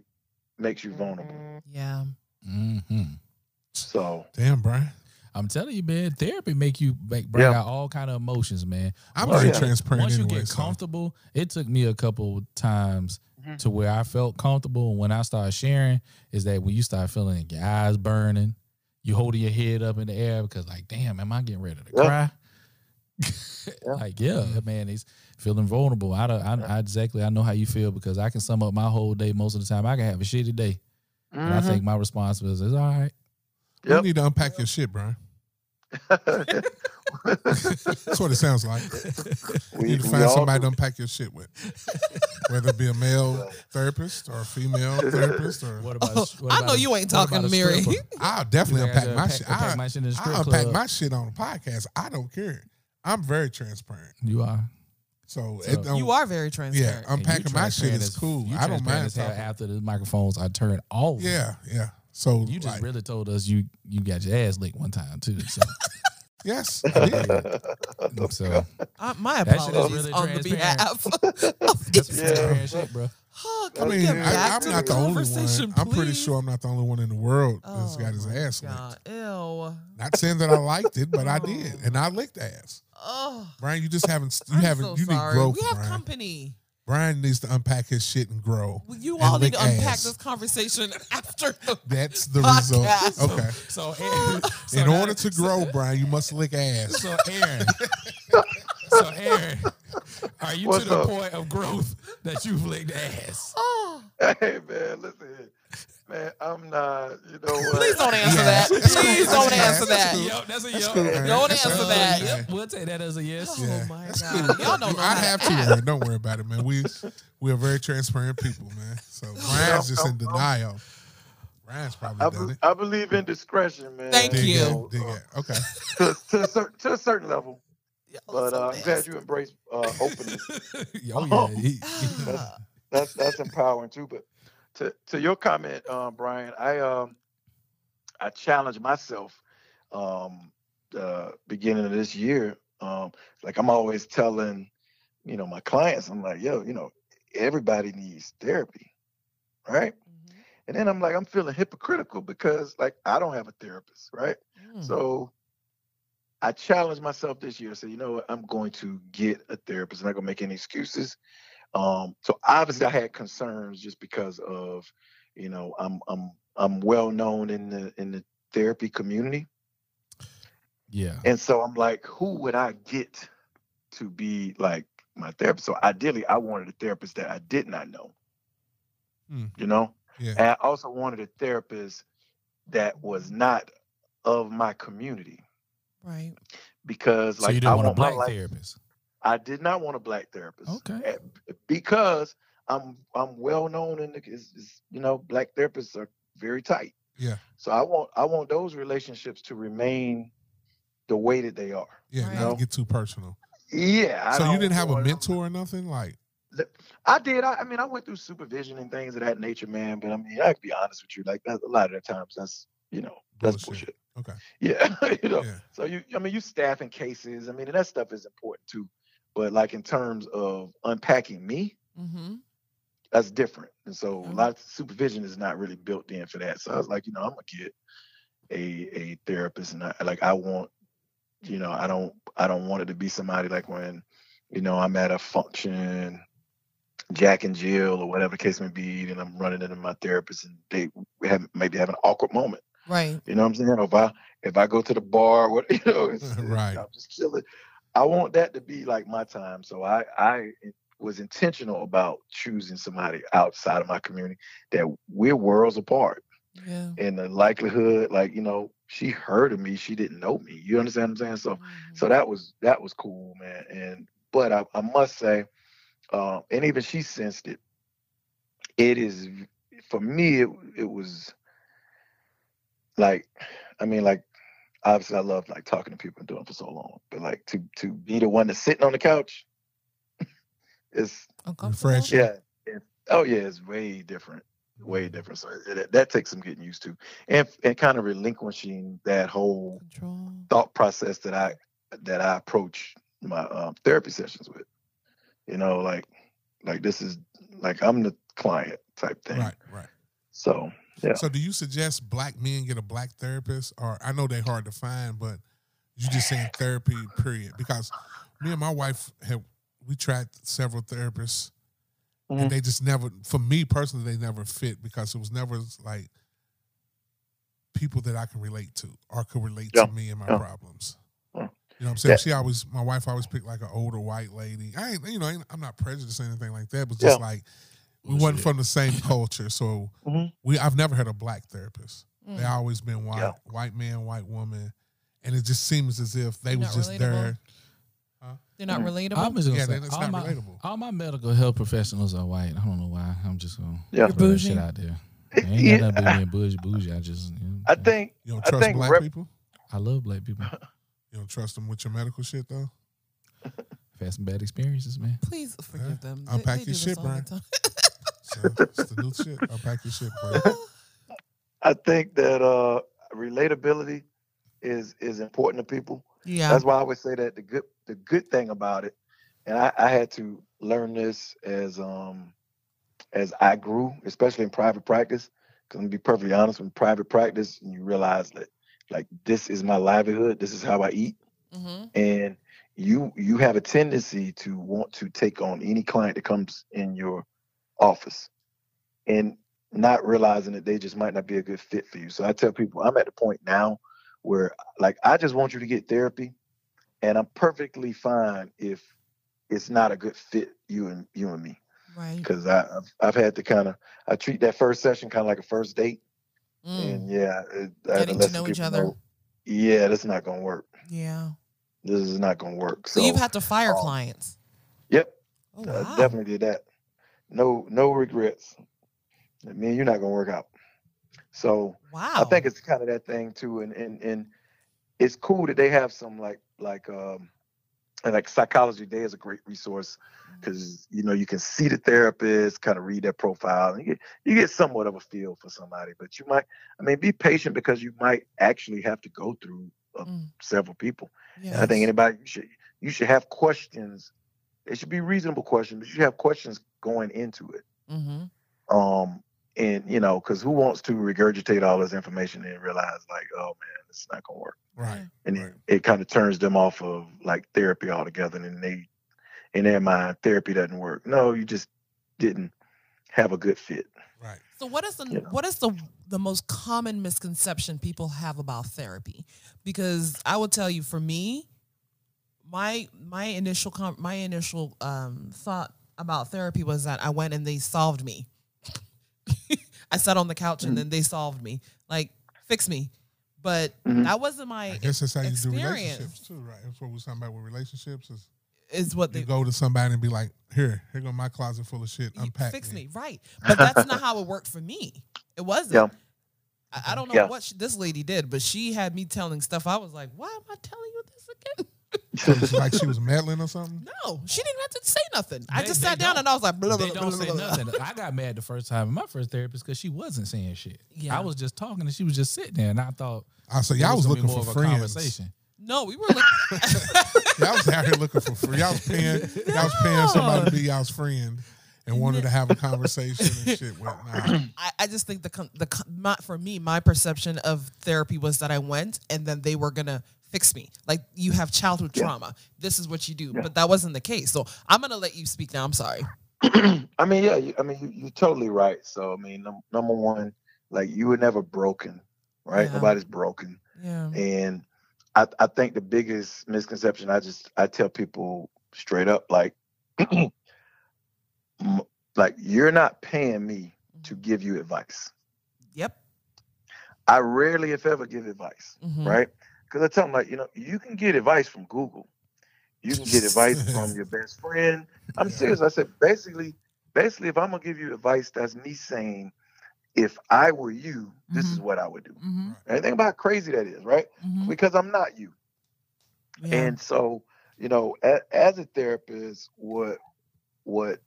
Speaker 4: makes you vulnerable
Speaker 1: Yeah.
Speaker 2: Mm-hmm.
Speaker 4: So
Speaker 3: Damn, Brian.
Speaker 2: I'm telling you, man, therapy make you make bring
Speaker 4: Yeah.
Speaker 2: out all kind of emotions, man.
Speaker 3: I'm
Speaker 2: Once
Speaker 3: very
Speaker 2: you-
Speaker 4: Yeah.
Speaker 3: transparent
Speaker 2: Once you
Speaker 3: anyway,
Speaker 2: get
Speaker 3: so-
Speaker 2: comfortable, it took me a couple times
Speaker 1: Mm-hmm.
Speaker 4: Mhm.
Speaker 2: to where I felt comfortable. And when I started sharing, is that when you start feeling your eyes burning, you holding your head up in the air because, like, damn, am I getting ready to
Speaker 1: [LAUGHS]
Speaker 4: Yeah.
Speaker 2: cry? Like, yeah, man, it's feeling vulnerable. I, don't- I, I exactly I know how you feel because I can sum up my whole day most of the time. I can have a shitty day, and I
Speaker 1: Mm-hmm.
Speaker 4: mhm.
Speaker 2: think my response was, "It's all right."
Speaker 3: You
Speaker 4: Yep.
Speaker 3: need to unpack your shit, Brian. That's what it sounds like. You
Speaker 4: we,
Speaker 3: need to
Speaker 4: we
Speaker 3: find
Speaker 4: all
Speaker 3: somebody
Speaker 4: do.
Speaker 3: to unpack your shit with, whether it be a male therapist or a female therapist. Or
Speaker 2: [LAUGHS] What about?
Speaker 1: [LAUGHS]
Speaker 2: what
Speaker 1: I
Speaker 2: about
Speaker 1: know
Speaker 2: a-
Speaker 1: you ain't
Speaker 2: what about
Speaker 1: talking,
Speaker 2: a
Speaker 1: Mary.
Speaker 2: stripper?
Speaker 3: I'll definitely
Speaker 2: Yeah, I
Speaker 3: unpack
Speaker 2: gotta
Speaker 3: my
Speaker 2: pack-
Speaker 3: shit.
Speaker 2: unpack
Speaker 3: I,
Speaker 2: my shit in the strip
Speaker 3: I unpack
Speaker 2: club.
Speaker 3: my shit on the podcast. I don't care. I'm very transparent.
Speaker 2: You are.
Speaker 3: So,
Speaker 2: So-
Speaker 3: it don't,
Speaker 1: [LAUGHS] you are very
Speaker 3: Yeah,
Speaker 1: transparent.
Speaker 2: And you
Speaker 3: unpacking my shit
Speaker 2: transparent
Speaker 3: is
Speaker 2: as-
Speaker 3: cool.
Speaker 2: you
Speaker 3: I don't
Speaker 2: transparent
Speaker 3: mind.
Speaker 2: as hell
Speaker 3: Talking.
Speaker 2: after the microphones are turned off.
Speaker 3: Yeah, yeah. So
Speaker 2: You just
Speaker 3: like,
Speaker 2: really told us you you got your ass licked one time too. So,
Speaker 3: yes, I did.
Speaker 2: so
Speaker 1: I, Uh, my
Speaker 2: That shit is
Speaker 1: apologies
Speaker 2: really
Speaker 1: on the
Speaker 2: transparent.
Speaker 1: behalf [LAUGHS] of
Speaker 2: [LAUGHS]
Speaker 1: these.
Speaker 2: that's some
Speaker 4: Yeah.
Speaker 2: transparent shit, bro.
Speaker 1: Oh,
Speaker 3: I
Speaker 1: can we
Speaker 3: mean,
Speaker 1: get
Speaker 3: I,
Speaker 1: back
Speaker 3: I'm
Speaker 1: to
Speaker 3: not the only
Speaker 1: conversation,
Speaker 3: one. I'm pretty
Speaker 1: please?
Speaker 3: sure I'm not the only one in the world that's
Speaker 1: Oh
Speaker 3: got his
Speaker 1: my
Speaker 3: ass licked.
Speaker 1: God. Ew.
Speaker 3: Not saying that I liked it, but I did,
Speaker 1: Oh.
Speaker 3: and I licked ass.
Speaker 1: Oh,
Speaker 3: Brian, you just haven't. You
Speaker 1: I'm
Speaker 3: haven't.
Speaker 1: so
Speaker 3: you need
Speaker 1: sorry.
Speaker 3: growth,
Speaker 1: We have
Speaker 3: Brian.
Speaker 1: company.
Speaker 3: Brian needs to unpack his shit and grow.
Speaker 1: Well, You
Speaker 3: And
Speaker 1: all need to
Speaker 3: lick
Speaker 1: unpack
Speaker 3: ass.
Speaker 1: this conversation [LAUGHS] after
Speaker 3: [LAUGHS]
Speaker 1: the.
Speaker 3: That's the
Speaker 1: Podcast.
Speaker 3: result. Okay.
Speaker 2: So, Aaron, so
Speaker 3: in
Speaker 2: now-
Speaker 3: order to grow, Brian, you must lick ass. [LAUGHS]
Speaker 2: so Aaron, so Aaron, are you
Speaker 4: What's
Speaker 2: to the
Speaker 4: up?
Speaker 2: point of growth that you've licked ass?
Speaker 1: Oh,
Speaker 4: [LAUGHS] Hey man, listen, here. man, I'm not. You know what?
Speaker 1: please don't answer
Speaker 3: Yeah.
Speaker 1: that.
Speaker 3: That's cool.
Speaker 1: Please don't
Speaker 3: That's
Speaker 1: answer
Speaker 3: cool.
Speaker 1: that.
Speaker 3: That's
Speaker 2: Yup, that's a yup.
Speaker 3: cool, Aaron.
Speaker 1: Don't
Speaker 3: That's
Speaker 1: answer
Speaker 3: cool.
Speaker 1: that.
Speaker 3: Yeah.
Speaker 2: We'll take that as a yes.
Speaker 1: Oh
Speaker 3: Yeah,
Speaker 1: my
Speaker 3: that's
Speaker 1: god,
Speaker 3: cool.
Speaker 1: y'all don't know.
Speaker 3: I
Speaker 1: how to
Speaker 3: have to,
Speaker 1: act.
Speaker 3: Aaron. Don't worry about it, man. We we are very transparent people, man. So
Speaker 1: [LAUGHS]
Speaker 3: Brian's just in denial. Brian's
Speaker 4: I,
Speaker 3: probably done
Speaker 4: be-
Speaker 3: it.
Speaker 4: I believe in discretion, man.
Speaker 1: Thank
Speaker 3: Dig
Speaker 1: you.
Speaker 3: in, dig in. Okay. [LAUGHS] Oh,
Speaker 4: To, to, a cer- to a certain level,
Speaker 1: Y'all
Speaker 4: but
Speaker 1: so
Speaker 4: uh, I'm glad
Speaker 1: [LAUGHS] nasty.
Speaker 4: you embrace uh, openness.
Speaker 2: oh yeah. He-
Speaker 1: Ah,
Speaker 4: that's that's empowering too. But to to your comment, um, Brian, I um I challenged myself um uh beginning of this year. Um like I'm always telling, you know, my clients, I'm like, yo, you know, everybody needs therapy. Right? And then I'm like, I'm feeling hypocritical because like I don't have a therapist, right?
Speaker 3: Hmm.
Speaker 1: mhm.
Speaker 4: So I challenged myself this year. I said, you know what? I'm going to get a therapist. I'm not going to make any excuses. Um, so obviously, I had concerns just because of, you know, I'm I'm I'm well known in the in the therapy community,
Speaker 2: yeah.
Speaker 4: and so I'm like, who would I get to be like my therapist? So ideally, I wanted a therapist that I did not know.
Speaker 3: Hmm.
Speaker 4: You know,
Speaker 3: Yeah.
Speaker 4: and I also wanted a therapist that was not of my community
Speaker 1: Mm-hmm. right.
Speaker 4: because
Speaker 2: so
Speaker 4: like
Speaker 2: you
Speaker 4: I
Speaker 2: didn't want a
Speaker 4: want
Speaker 2: black
Speaker 4: my life
Speaker 2: therapist.
Speaker 4: I did not want a black therapist.
Speaker 2: Okay.
Speaker 4: eh, b- Because I'm I'm well known in the is, is, you know black therapists are very tight.
Speaker 3: Yeah.
Speaker 4: So I want I want those relationships to remain the way that they are.
Speaker 3: Yeah.
Speaker 1: Right.
Speaker 3: Not to get too personal.
Speaker 4: Yeah. I
Speaker 3: so you
Speaker 4: don't
Speaker 3: didn't have a
Speaker 4: want-
Speaker 3: mentor or nothing, like
Speaker 4: I did. I, I mean, I went through supervision and things of that nature, man. But I mean, I can be honest with you. Like that, a lot of the times, that's you know, that's
Speaker 3: Bullshit.
Speaker 4: bullshit.
Speaker 3: Okay.
Speaker 4: Yeah. [LAUGHS] you know.
Speaker 3: Yeah.
Speaker 4: So you, I mean, you staffing cases. I mean, and that stuff is important too. But like in terms of unpacking me,
Speaker 1: Mm-hmm.
Speaker 4: that's different. And so
Speaker 1: Mhm.
Speaker 4: a lot of supervision is not really built in for that. So I was like, you know, I'm gonna get a a therapist and I like I want, you know, I don't I don't want it to be somebody like when, you know, I'm at a function, Jack and Jill or whatever the case may be, and I'm running into my therapist and they have maybe have an awkward moment.
Speaker 1: Right.
Speaker 4: You know what I'm saying? If I if I go to the bar, what [LAUGHS] you know, it's, it's-
Speaker 3: Right.
Speaker 4: I'm just chilling. I want that to be like my time. So I I was intentional about choosing somebody outside of my community that we're worlds apart.
Speaker 1: Yeah.
Speaker 4: And the likelihood, like you know, she heard of me, she didn't know me. You understand what I'm saying? So
Speaker 1: Mhm.
Speaker 4: so that was that was cool, man. And but I, I must say, um, and even she sensed it. It is v- for me. It it was like, I mean, like obviously I love like talking to people and doing it for so long, but like to to be the one that's sitting on the couch, [LAUGHS] it's
Speaker 1: Uncomfortable?
Speaker 3: refresh.
Speaker 4: yeah. It, oh yeah, it's way different, way different. So it, it- that takes some getting used to, and and kind of relinquishing that whole
Speaker 1: Control.
Speaker 4: thought process that I that I approach my um, therapy sessions with. You know, like like this is like I'm the client type thing.
Speaker 3: Right, right.
Speaker 4: So Yeah.
Speaker 3: So, do you suggest black men get a black therapist, or I know they're hard to find, but you just saying therapy period? Because me and my wife have we tried several therapists,
Speaker 4: Mhm.
Speaker 3: and they just never. For me personally, they never fit because it was never like people that I can relate to or could relate
Speaker 4: Yeah.
Speaker 3: to me and my
Speaker 4: Yeah.
Speaker 3: problems.
Speaker 4: Yeah.
Speaker 3: You know what I'm saying?
Speaker 4: Yeah.
Speaker 3: She always, my wife always picked like an older white lady. I ain't, you know, I ain't, I'm not prejudiced or anything like that, but just
Speaker 4: Yeah.
Speaker 3: like we wasn't
Speaker 2: Shit.
Speaker 3: from the same culture, so
Speaker 4: Mhm.
Speaker 3: we I've never had a black therapist. They
Speaker 1: Mm.
Speaker 3: always been white,
Speaker 4: Yeah.
Speaker 3: white man, white woman, and it just seems as if they was
Speaker 1: Not
Speaker 3: just
Speaker 1: relatable.
Speaker 3: there.
Speaker 1: They're not
Speaker 4: Mm.
Speaker 1: relatable.
Speaker 2: I'm just gonna
Speaker 3: Yeah,
Speaker 2: say,
Speaker 3: then it's
Speaker 2: all
Speaker 3: not
Speaker 2: my-
Speaker 3: relatable.
Speaker 2: All my medical health professionals are white. I don't know why. I'm just gonna throw
Speaker 4: Yeah.
Speaker 2: that
Speaker 1: bougie.
Speaker 2: shit out there.
Speaker 4: It-
Speaker 2: I ain't
Speaker 4: [LAUGHS] yeah,
Speaker 2: got nothing to do with being bougie. bougie. I just, you know,
Speaker 4: I think
Speaker 3: You don't
Speaker 4: I
Speaker 3: trust
Speaker 4: think
Speaker 3: black
Speaker 4: rep-
Speaker 3: people.
Speaker 2: I love black people.
Speaker 3: You don't trust them with your medical shit though.
Speaker 2: I've had some bad experiences, man.
Speaker 1: Please forgive them. They-
Speaker 3: Unpack
Speaker 1: they do
Speaker 3: your shit,
Speaker 1: this all the
Speaker 3: Brian.
Speaker 1: time.
Speaker 2: [LAUGHS]
Speaker 3: So it's the new shit. Unpack your shit, bro.
Speaker 4: I think that uh, relatability is is important to people.
Speaker 1: [LAUGHS] Yeah.
Speaker 4: That's why I always say that the good the good thing about it, and I, I had to learn this as um as I grew, especially in private practice. Because I'm gonna be perfectly honest, in private practice, you realize that like this is my livelihood, this is how I eat,
Speaker 1: Mm-hmm.
Speaker 4: and you you have a tendency to want to take on any client that comes in your office, and not realizing that they just might not be a good fit for you. So I tell people I'm at the point now where like I just want you to get therapy, and I'm perfectly fine if it's not a good fit you and you and me
Speaker 1: Right.
Speaker 4: because I've I've had to kind of I treat that first session kind of like a first date,
Speaker 1: Mm.
Speaker 4: and yeah, it, I had
Speaker 1: Getting to
Speaker 4: let
Speaker 1: know
Speaker 4: some
Speaker 1: each
Speaker 4: people
Speaker 1: other.
Speaker 4: yeah, that's not gonna work.
Speaker 1: Yeah.
Speaker 4: This is not gonna work.
Speaker 1: So,
Speaker 4: So,
Speaker 1: you've had to fire
Speaker 4: um,
Speaker 1: clients.
Speaker 4: yep,
Speaker 1: Oh,
Speaker 4: I
Speaker 1: wow.
Speaker 4: definitely did that. No, no regrets. Me and you're not gonna work out. So
Speaker 1: Wow.
Speaker 4: I think it's kind of that thing too, and and and it's cool that they have some like like um and like psychology day is a great resource
Speaker 1: Mm.
Speaker 4: because you know you can see the therapist kind of read their profile and you get, you get somewhat of a feel for somebody but you might i mean be patient because you might actually have to go through uh,
Speaker 1: Mm.
Speaker 4: several people and
Speaker 1: yeah.
Speaker 4: i think anybody you should you should have questions it should be reasonable questions but you should have questions going into it
Speaker 1: mm-hmm.
Speaker 4: um and you know because who wants to regurgitate all this information and realize like oh man it's not gonna work
Speaker 3: Right.
Speaker 4: and
Speaker 3: Right.
Speaker 4: it, it kind of turns them off of like therapy altogether and then they in their mind therapy doesn't work no you just didn't have a good fit
Speaker 3: Right.
Speaker 1: So what is the
Speaker 4: You know.
Speaker 1: what is the the most common misconception people have about therapy? Because I will tell you, for me, my my initial com- my initial um, thought about therapy was that I went and they solved me. [LAUGHS] I sat on the couch and then they solved me, like fix me. But
Speaker 4: Mhm.
Speaker 1: that wasn't
Speaker 3: I
Speaker 1: my
Speaker 3: guess that's how you do
Speaker 1: experience.
Speaker 3: relationships too, right? That's what we're talking about with relationships is
Speaker 1: is what
Speaker 3: you
Speaker 1: they
Speaker 3: go to somebody and be like, here, here go my closet full of shit.
Speaker 1: you-
Speaker 3: Unpack
Speaker 1: fix me right. But that's not how it worked for me. It wasn't.
Speaker 4: Yeah.
Speaker 1: I, I don't know
Speaker 4: Yeah.
Speaker 1: what she, this lady did, but she had me telling stuff. I was like, why am I telling you this again? [LAUGHS]
Speaker 3: So it's like she was meddling or something.
Speaker 1: No, she didn't have to say nothing. I
Speaker 2: They-
Speaker 1: just
Speaker 2: they
Speaker 1: sat down
Speaker 2: don't-
Speaker 1: and I was like, blah, blah,
Speaker 2: They
Speaker 1: blah,
Speaker 2: don't
Speaker 1: blah,
Speaker 2: say
Speaker 1: blah, blah.
Speaker 2: nothing. I got mad the first time. My first therapist because she wasn't saying shit.
Speaker 1: Yeah.
Speaker 2: I was just talking and she was just sitting there, and I thought
Speaker 3: I said,
Speaker 2: it
Speaker 3: y'all was
Speaker 2: gonna be
Speaker 3: looking
Speaker 2: more
Speaker 3: for
Speaker 2: of a
Speaker 3: friends.
Speaker 2: conversation.
Speaker 1: No, we were looking.
Speaker 3: Y'all was out here looking for free. Y'all was paying. Y'all was paying somebody to be y'all's friend and wanted to have a conversation and shit. Well, nah.
Speaker 1: [LAUGHS] I, I just think the con- the con- my, for me my perception of therapy was that I went and then they were gonna fix me like you have childhood
Speaker 4: Yeah.
Speaker 1: trauma this is what you do
Speaker 4: Yeah.
Speaker 1: but that wasn't the case so I'm gonna let you speak now I'm sorry
Speaker 4: [CLEARS THROAT] i mean yeah you, i mean you, you're totally right so i mean num- number one like you were never broken right
Speaker 1: Yeah.
Speaker 4: nobody's broken
Speaker 1: yeah
Speaker 4: and I, I think the biggest misconception i just i tell people straight up like [CLEARS THROAT] m- like you're not paying me to give you advice
Speaker 1: yep
Speaker 4: i rarely if ever give advice
Speaker 1: Mhm.
Speaker 4: right? Because I tell them, like, you know, you can get advice from Google. You can get advice from your best friend. I'm
Speaker 3: Yeah.
Speaker 4: serious. I said, basically, basically, if I'm gonna give you advice, that's me saying, if I were you, this is what I would do.
Speaker 1: Mhm.
Speaker 4: And think about how crazy that is, right?
Speaker 1: Mhm.
Speaker 4: Because I'm not you.
Speaker 1: Yeah.
Speaker 4: And so, you know, as, as a therapist, what what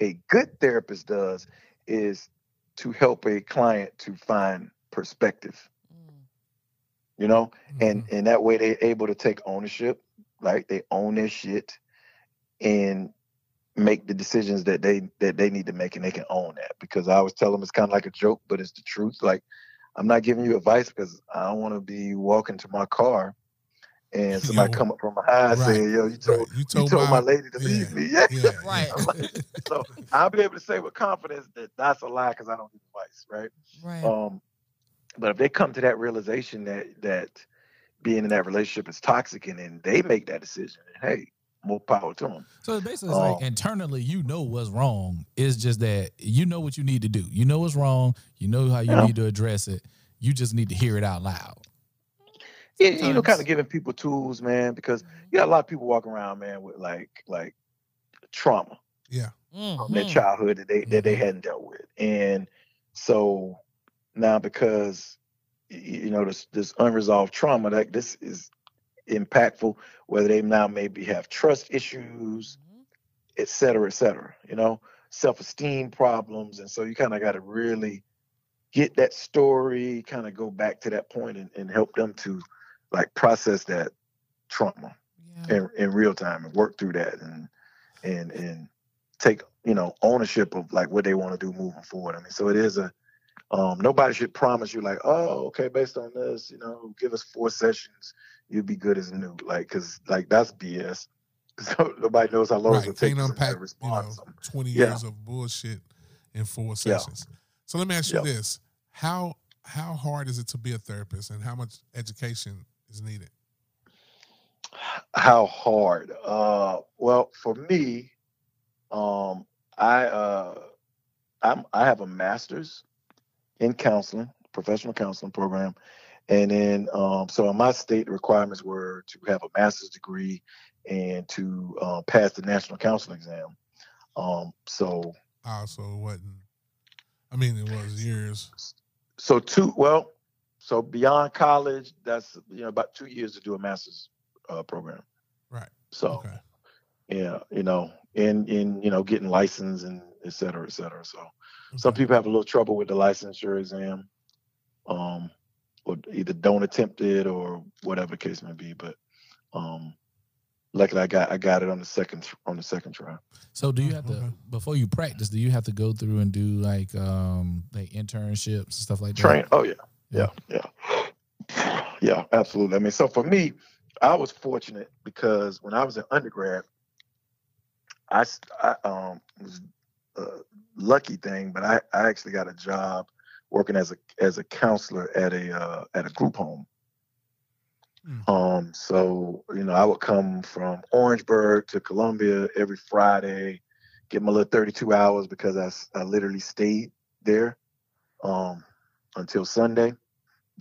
Speaker 4: a good therapist does is to help a client to find perspective.
Speaker 1: Mm.
Speaker 4: You know, and
Speaker 3: Mm-hmm.
Speaker 4: and that way they're able to take ownership like they own their shit and make the decisions that they that they need to make and they can own that because I always tell them it's kind of like a joke but it's the truth like I'm not giving you advice because I don't want to be walking to my car and
Speaker 3: [LAUGHS]
Speaker 4: somebody
Speaker 3: Yo.
Speaker 4: come up from behind
Speaker 3: Right.
Speaker 4: saying yo you told
Speaker 3: Right. You
Speaker 4: you
Speaker 3: told,
Speaker 4: told
Speaker 3: my,
Speaker 4: my lady to
Speaker 3: yeah,
Speaker 4: leave me [LAUGHS] yeah
Speaker 3: [LAUGHS] yeah,
Speaker 1: Right.
Speaker 3: [LAUGHS]
Speaker 4: so I'll be able to say with confidence that that's a lie because I don't give advice right
Speaker 1: Right.
Speaker 4: um, but if they come to that realization that that being in that relationship is toxic, and then they make that decision, hey, more power to them.
Speaker 2: So it's basically, it's like
Speaker 4: Oh.
Speaker 2: internally, you know what's wrong. It's just that you know what you need to do. You know what's wrong. You know how you
Speaker 4: Yeah.
Speaker 2: need to address it. You just need to hear it out loud.
Speaker 4: Yeah, you know,
Speaker 2: Sometimes.
Speaker 4: kind of giving people tools, man, because you got a lot of people walking around, man, with like like trauma
Speaker 3: yeah.
Speaker 1: Oh,
Speaker 4: from
Speaker 1: Mm-hmm.
Speaker 4: their childhood that they that they hadn't dealt with, and so now because y- y- you know this this unresolved trauma, like this is impactful. Whether they now maybe have trust issues, et cetera, et cetera, you know, self esteem problems. And so you kind of got to really get that story, kind of go back to that point and, and help them to like process that trauma
Speaker 1: Mm-hmm. Yeah.
Speaker 4: in,
Speaker 3: Mm-hmm.
Speaker 4: in real time and work through that and, and, and take, you know, ownership of like what they want to do moving forward. I mean, so it is a, um, nobody should promise you like, oh, okay, based on this, you know, give us four sessions, you'll be good as new. Like, cause like that's BS. [LAUGHS] So nobody knows how long
Speaker 3: Right.
Speaker 4: it'll take
Speaker 3: Can't
Speaker 4: to
Speaker 3: unpack, you
Speaker 4: respond.
Speaker 3: know,
Speaker 4: to something.
Speaker 3: 20
Speaker 4: Yeah.
Speaker 3: years of bullshit in four sessions. So let me ask you
Speaker 4: Yeah.
Speaker 3: this. How how hard is it to be a therapist and how much education is needed?
Speaker 4: how hard uh well for me um i uh i'm i have a master's in counseling professional counseling program and then um so in my state the requirements were to have a master's degree and to uh, pass the national counseling exam um so
Speaker 3: Also it wasn't I mean it was years.
Speaker 4: so two well so beyond college that's you know about two years to do a master's uh, program
Speaker 3: Right.
Speaker 4: so
Speaker 3: Okay.
Speaker 4: yeah, you know, in in you know, getting licensed and et cetera, et cetera. So some
Speaker 3: Okay.
Speaker 4: people have a little trouble with the licensure exam, um, or either don't attempt it or whatever the case may be. But um, luckily, I got I got it on the second on the second try.
Speaker 2: So do you
Speaker 3: Mm,
Speaker 2: have to
Speaker 3: okay.
Speaker 2: before you practice? Do you have to go through and do like um like internships and stuff like that?
Speaker 4: Train. Oh yeah, yeah, yeah, yeah. Absolutely. I mean, so for me, I was fortunate because when I was an undergrad, I, s- I, um was a lucky thing, but I I actually got a job working as a as a counselor at a uh, at a group home.
Speaker 3: Hmm.
Speaker 4: Um, so you know, I would come from Orangeburg to Columbia every Friday, get my little 32 hours because I s- I literally stayed there um, until Sunday.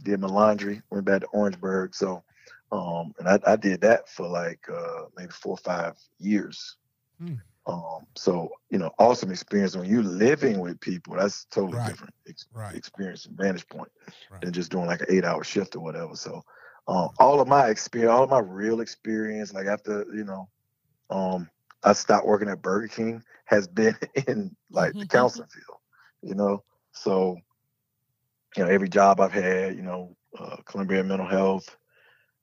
Speaker 4: Did my laundry, went back to Orangeburg. So, um, and I, I did that for like uh, maybe four or five years.
Speaker 3: Hmm.
Speaker 4: Um, so, you know, awesome experience when you're living with people. That's totally
Speaker 3: Right.
Speaker 4: different ex-
Speaker 3: Right.
Speaker 4: experience and vantage point
Speaker 3: Right.
Speaker 4: than just doing like an eight hour shift or whatever. So, um, all of my experience, all of my real experience, like after, you know, um, I stopped working at Burger King has been [LAUGHS] in
Speaker 1: [LAUGHS]
Speaker 4: like the counseling field, you know? So, you know, every job I've had, you know, uh, Columbia Mental Health,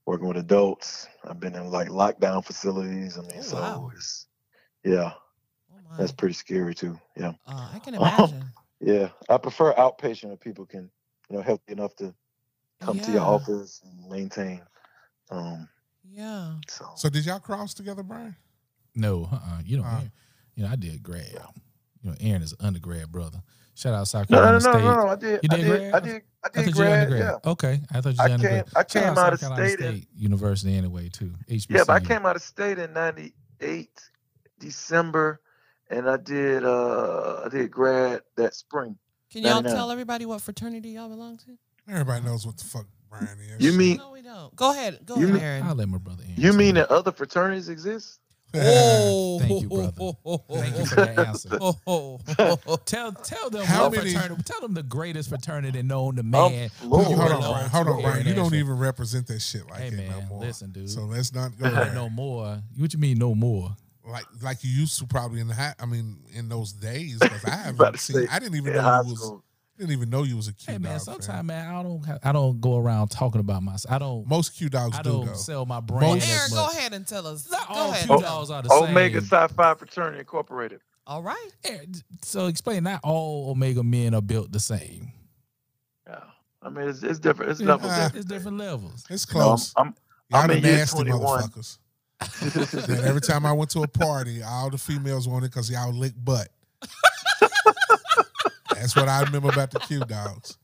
Speaker 4: working with adults. I've been in like lockdown facilities. I mean,
Speaker 1: Oh,
Speaker 4: so
Speaker 1: wow.
Speaker 4: it's, yeah,
Speaker 1: Oh my.
Speaker 4: that's pretty scary too. Yeah.
Speaker 1: Uh, I can
Speaker 4: [LAUGHS] Um,
Speaker 1: imagine.
Speaker 4: Yeah. I prefer outpatient if people can, you know, healthy enough to come to your
Speaker 1: Yeah.
Speaker 4: office and maintain. Um,
Speaker 1: Yeah.
Speaker 4: so,
Speaker 3: So did y'all cross together, Brian?
Speaker 2: No, uh-uh, you don't.
Speaker 3: Uh.
Speaker 2: Aaron- you know, I did grad. You know, Aaron is an undergrad brother. Shout out South
Speaker 4: no, no,
Speaker 2: Carolina
Speaker 4: no, no,
Speaker 2: State.
Speaker 4: no, no. I did,
Speaker 2: You
Speaker 4: I
Speaker 2: did
Speaker 4: did, I
Speaker 2: grad?
Speaker 4: did, I
Speaker 2: I
Speaker 4: did
Speaker 2: thought you were
Speaker 4: grad.
Speaker 2: undergrad.
Speaker 4: Yeah.
Speaker 2: Okay, I thought you
Speaker 4: I
Speaker 2: were undergrad.
Speaker 4: came- I
Speaker 2: Shout
Speaker 4: came
Speaker 2: South
Speaker 4: out of
Speaker 2: Carolina
Speaker 4: state and-
Speaker 2: State University anyway too. HBCU.
Speaker 4: Yeah, but I came out of state in '98 December, and I did uh I did grad that spring.
Speaker 1: Can y'all
Speaker 4: 99.
Speaker 1: tell everybody what fraternity y'all belong to?
Speaker 3: Everybody knows what the fuck Brian is. [LAUGHS]
Speaker 4: You mean-
Speaker 1: No, we don't. Go ahead. Go
Speaker 4: You
Speaker 1: ahead,
Speaker 4: mean-
Speaker 1: Aaron.
Speaker 2: I'll let my brother. Aaron
Speaker 4: You
Speaker 2: say
Speaker 4: mean
Speaker 2: it.
Speaker 4: that other fraternities exist?
Speaker 3: [LAUGHS]
Speaker 1: Oh,
Speaker 2: Thank you, brother.
Speaker 1: [LAUGHS]
Speaker 2: Thank you for that answer.
Speaker 1: Oh, oh, oh, oh.
Speaker 2: Tell tell them
Speaker 3: How
Speaker 2: what
Speaker 3: many-
Speaker 2: fraternity, tell them the greatest fraternity known to man. who
Speaker 4: Oh, Lord.
Speaker 2: you
Speaker 3: hold on,
Speaker 2: belong
Speaker 3: Brian. Hold
Speaker 2: to
Speaker 3: on, Brian. You don't
Speaker 2: internationally.
Speaker 3: even represent that shit like
Speaker 2: Hey
Speaker 3: that no
Speaker 2: man,
Speaker 3: more.
Speaker 2: listen, dude.
Speaker 3: So
Speaker 2: [LAUGHS]
Speaker 3: let's not go
Speaker 2: You don't
Speaker 3: there.
Speaker 2: know more. What you mean no more?
Speaker 3: like like you used to probably in the high, I mean in those days because I haven't
Speaker 4: [LAUGHS] About to
Speaker 3: seen
Speaker 4: say,
Speaker 3: I didn't even
Speaker 4: in
Speaker 3: know
Speaker 4: high
Speaker 3: who was
Speaker 4: school.
Speaker 3: Didn't even know you was a Q
Speaker 2: Hey
Speaker 3: dog.
Speaker 2: man,
Speaker 3: fan.
Speaker 2: sometimes man, I don't have, I don't go around talking about myself. I don't
Speaker 3: most Q dogs
Speaker 2: I
Speaker 3: do
Speaker 2: don't
Speaker 3: though.
Speaker 2: sell my brand.
Speaker 3: Most-
Speaker 2: as
Speaker 1: Aaron,
Speaker 2: much. Oh,
Speaker 1: go ahead and tell us.
Speaker 2: Not
Speaker 1: go
Speaker 2: all
Speaker 1: ahead.
Speaker 2: Q
Speaker 1: and tell us.
Speaker 2: dogs are the
Speaker 4: Omega
Speaker 2: same.
Speaker 4: Psi Phi Fraternity Incorporated.
Speaker 1: All right.
Speaker 2: Aaron, So explain, not all Omega men are built the same.
Speaker 4: Yeah. I mean, it's, it's different. It's
Speaker 2: Yeah.
Speaker 4: levels.
Speaker 3: Ah,
Speaker 2: It's different levels.
Speaker 3: It's
Speaker 4: You know, I'm-
Speaker 3: close.
Speaker 4: I'm-
Speaker 3: Y'all
Speaker 4: I'm
Speaker 3: the
Speaker 4: in year
Speaker 3: nasty
Speaker 4: 21.
Speaker 3: motherfuckers.
Speaker 4: [LAUGHS]
Speaker 3: That every time I went to a party, all the females wanted because y'all lick butt. That's what I remember about the Q dogs.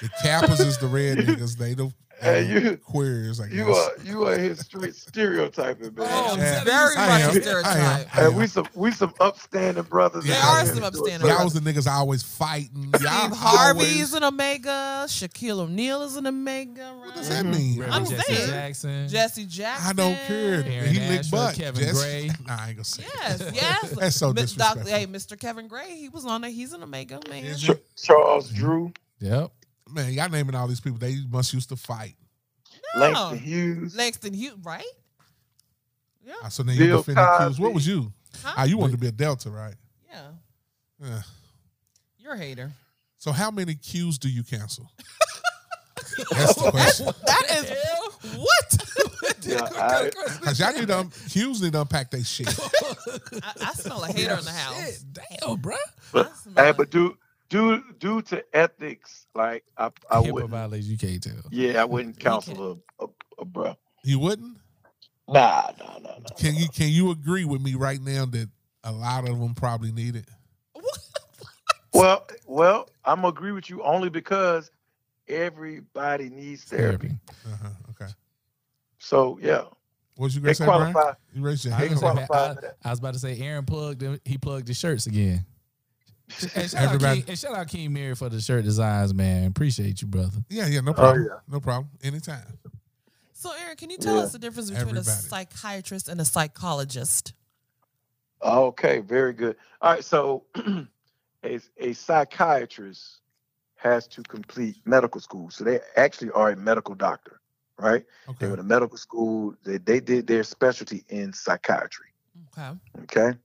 Speaker 3: The Kappas is the red niggas. They the
Speaker 4: Hey,
Speaker 3: they the
Speaker 4: you-
Speaker 3: queers. I guess.
Speaker 4: you are you are his street stereotyping, man.
Speaker 1: Oh,
Speaker 3: Yeah.
Speaker 1: it's very
Speaker 3: I
Speaker 1: much
Speaker 3: am.
Speaker 1: a stereotype.
Speaker 3: I am.
Speaker 4: Hey, we some we some upstanding brothers.
Speaker 3: There
Speaker 4: out
Speaker 3: are some
Speaker 4: here that do it.
Speaker 1: upstanding
Speaker 3: Y'all was the niggas I always fighting. Y'all
Speaker 1: Steve
Speaker 3: always-
Speaker 1: Harvey's an Omega. Shaquille O'Neal is an Omega. Right?
Speaker 3: What does that mean?
Speaker 2: Reverend
Speaker 1: I'm
Speaker 2: Jesse
Speaker 1: saying.
Speaker 2: Jackson.
Speaker 1: Jesse Jackson.
Speaker 3: I don't care.
Speaker 2: Aaron
Speaker 3: he licked
Speaker 2: Ashford,
Speaker 3: butt.
Speaker 2: Kevin
Speaker 3: Just-
Speaker 2: Gray.
Speaker 3: Nah, I ain't gonna say. it. [LAUGHS]
Speaker 1: Yes, yes.
Speaker 3: That's so
Speaker 1: Mi- Doc-
Speaker 3: disrespectful.
Speaker 1: hey, Mr. Kevin Gray, he was on there. He's an Omega man.
Speaker 3: Is
Speaker 4: Ch- Charles Drew,
Speaker 2: [LAUGHS] Yep.
Speaker 3: Man, y'all naming all these people. They must used to fight.
Speaker 1: No.
Speaker 4: Langston Hughes.
Speaker 1: Langston Hughes, right? Yeah.
Speaker 3: Ah, So then you
Speaker 4: Bill
Speaker 3: defended Q's. What
Speaker 4: Cosby.
Speaker 3: was you?
Speaker 1: Huh?
Speaker 3: Ah, you wanted to be a Delta, right?
Speaker 1: yeah.
Speaker 3: Yeah.
Speaker 1: You're a hater.
Speaker 3: So how many Q's do you cancel? [LAUGHS] That's the question.
Speaker 1: That [LAUGHS] is
Speaker 4: [LAUGHS]
Speaker 1: what? [LAUGHS]
Speaker 4: Yeah, I-
Speaker 3: Cause y'all need to un- Q's need to unpack their shit.
Speaker 1: I, I smell a hater in the house.
Speaker 2: Shit, damn, bruh.
Speaker 1: I
Speaker 4: But,
Speaker 1: smell
Speaker 4: hey,
Speaker 1: it.
Speaker 4: but due due due to ethics, like I I
Speaker 2: HIPAA
Speaker 4: wouldn't.
Speaker 2: violations, you can't tell.
Speaker 4: Yeah, I wouldn't counsel a a, a bro.
Speaker 3: You wouldn't?
Speaker 4: Nah, nah, nah, nah.
Speaker 3: Can
Speaker 4: nah.
Speaker 3: you can you agree with me right now that a lot of them probably need it?
Speaker 1: What?
Speaker 4: Well, well, I'm gonna agree with you only because everybody needs therapy.
Speaker 2: Therapy.
Speaker 3: Uh-huh. Okay.
Speaker 4: So yeah,
Speaker 3: What you
Speaker 4: they
Speaker 3: gonna say, Brian?
Speaker 4: qualify.
Speaker 3: You raised your
Speaker 2: I,
Speaker 3: hand.
Speaker 2: was
Speaker 4: qualify
Speaker 2: gonna say, man,
Speaker 4: for that.
Speaker 2: I- I was about to say Aaron plugged him- he plugged his shirts
Speaker 4: [LAUGHS]
Speaker 2: again. And shout, out
Speaker 3: Everybody-
Speaker 2: King, and shout out King Mary for the shirt designs, man. Appreciate you, brother.
Speaker 3: Yeah, yeah, no problem.
Speaker 4: Oh, yeah.
Speaker 3: No problem. Anytime.
Speaker 1: So, Aaron, can you tell
Speaker 4: Yeah.
Speaker 1: us the difference between a
Speaker 3: Everybody.
Speaker 1: psychiatrist and a psychologist?
Speaker 4: Okay, very good. All right, so [CLEARS THROAT] a, a psychiatrist has to complete medical school. So they actually are a medical doctor, right? They
Speaker 3: Okay.
Speaker 4: went to medical school, they, they did their specialty in psychiatry.
Speaker 1: Okay.
Speaker 4: Okay.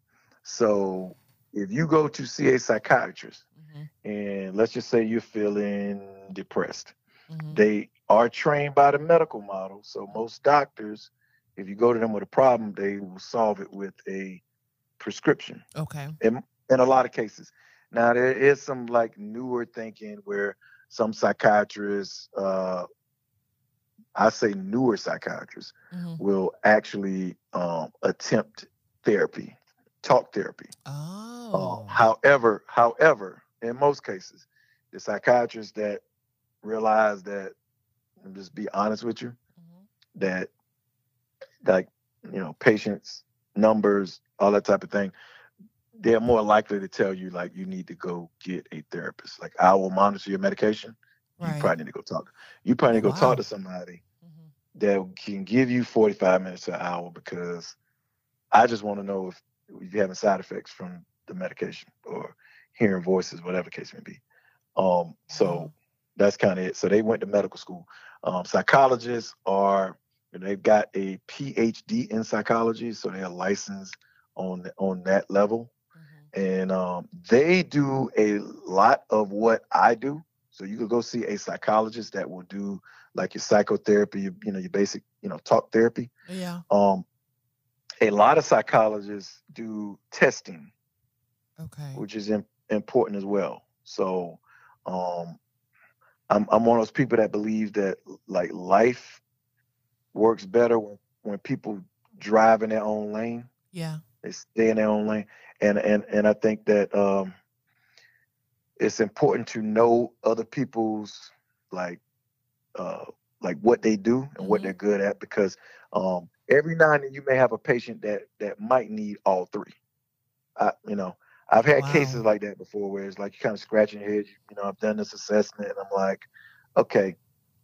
Speaker 4: So if you go to see a psychiatrist
Speaker 1: Mm-hmm.
Speaker 4: and let's just say you're feeling depressed,
Speaker 1: Mm-hmm.
Speaker 4: they are trained by the medical model. So most doctors, if you go to them with a problem, they will solve it with a prescription
Speaker 1: Okay.
Speaker 4: in a lot of cases. Now there is some like newer thinking where some psychiatrists, uh, I say newer psychiatrists,
Speaker 1: Mm-hmm.
Speaker 4: will actually um, attempt therapy, talk therapy.
Speaker 1: Oh.
Speaker 4: Um, however, however, in most cases, the psychiatrists that realize that, and just be honest with you,
Speaker 1: Mhm.
Speaker 4: that like you know patients numbers all that type of thing they're more likely to tell you like you need to go get a therapist like i will monitor your medication you
Speaker 1: Right.
Speaker 4: probably need to go talk you probably need to go
Speaker 1: Wow.
Speaker 4: talk to somebody
Speaker 1: Mhm.
Speaker 4: that can give you 45 minutes to an hour because i just want to know if you're having side effects from the medication or hearing voices whatever the case may be um so
Speaker 1: Wow.
Speaker 4: that's kind of it. So they went to medical school. Um, psychologists are you know, they've got a PhD in psychology, so they're licensed on on that level,
Speaker 1: Mhm.
Speaker 4: and um, they do a lot of what I do. So you could go see a psychologist that will do like your psychotherapy, your, you know, your basic, you know, talk therapy.
Speaker 1: Yeah.
Speaker 4: Um, a lot of psychologists do testing
Speaker 1: Okay.
Speaker 4: which is im- important as well. So, um, I'm I'm one of those people that believe that like life works better when, when people drive in their own lane.
Speaker 1: Yeah.
Speaker 4: They stay in their own lane, and and and I think that um, it's important to know other people's like uh, like what they do and what
Speaker 1: Mhm.
Speaker 4: they're good at because um, every now and then you may have a patient that that might need all three. I you know I've had
Speaker 1: Wow.
Speaker 4: cases like that before where it's like you're kind of scratching your head. You, you know I've done this assessment and I'm like, okay,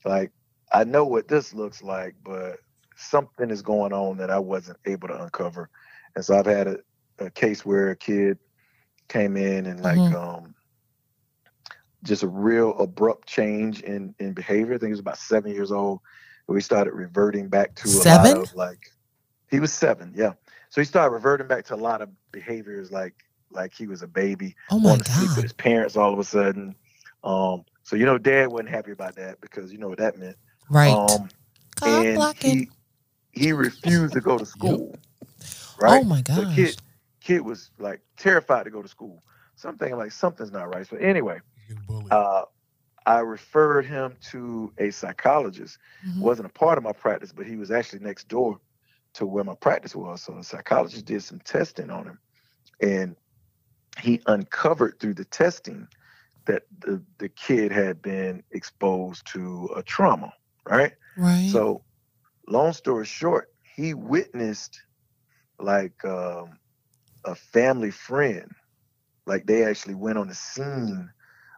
Speaker 4: like I know what this looks like, but something is going on that I wasn't able to uncover. And so I've had a, a case where a kid came in and like
Speaker 1: Mhm.
Speaker 4: um just a real abrupt change in in behavior. I think he was about seven years old. And we started reverting back to a
Speaker 1: Seven?
Speaker 4: lot of like he was seven, yeah. So he started reverting back to a lot of behaviors like like he was a baby,
Speaker 1: Oh my
Speaker 4: wanted to sleep with
Speaker 1: God.
Speaker 4: his parents all of a sudden. Um, so you know, Dad wasn't happy about that because you know what that meant.
Speaker 1: Right.
Speaker 4: Um,
Speaker 1: Cock
Speaker 4: and
Speaker 1: blocking.
Speaker 4: he, he refused to go to school. Right.
Speaker 1: Oh my
Speaker 4: So
Speaker 1: gosh.
Speaker 4: kid, kid was like terrified to go to school. So I'm thinking like something's not right. So anyway,
Speaker 3: Getting
Speaker 1: Mm.
Speaker 3: bullied.
Speaker 4: uh, I referred him to a psychologist.
Speaker 1: Mhm.
Speaker 4: wasn't a part of my practice, but he was actually next door to where my practice was. So the psychologist did some testing on him, and he uncovered through the testing that the, the kid had been exposed to a trauma, right?
Speaker 1: Right.
Speaker 4: So, long story short, he witnessed like um, a family friend, like they actually went on the scene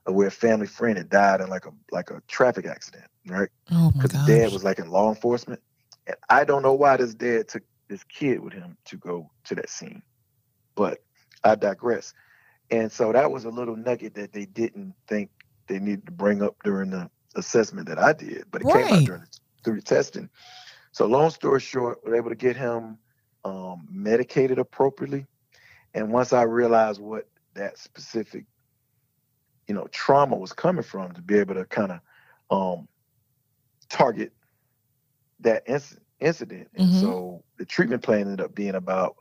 Speaker 4: of where a family friend had died in like a like a traffic accident, right?
Speaker 1: oh my
Speaker 4: because
Speaker 1: gosh.
Speaker 4: his dad was like in law enforcement. And I don't know why this dad took this kid with him to go to that scene, but I digress. And so that was a little nugget that they didn't think they needed to bring up during the assessment that I did, but it came
Speaker 1: Right.
Speaker 4: out during the, through the testing. So long story short, we were able to get him um, medicated appropriately. And once I realized what that specific, you know, trauma was coming from, to be able to kind of um, target that inc- incident. And
Speaker 1: Mhm.
Speaker 4: so the treatment plan ended up being about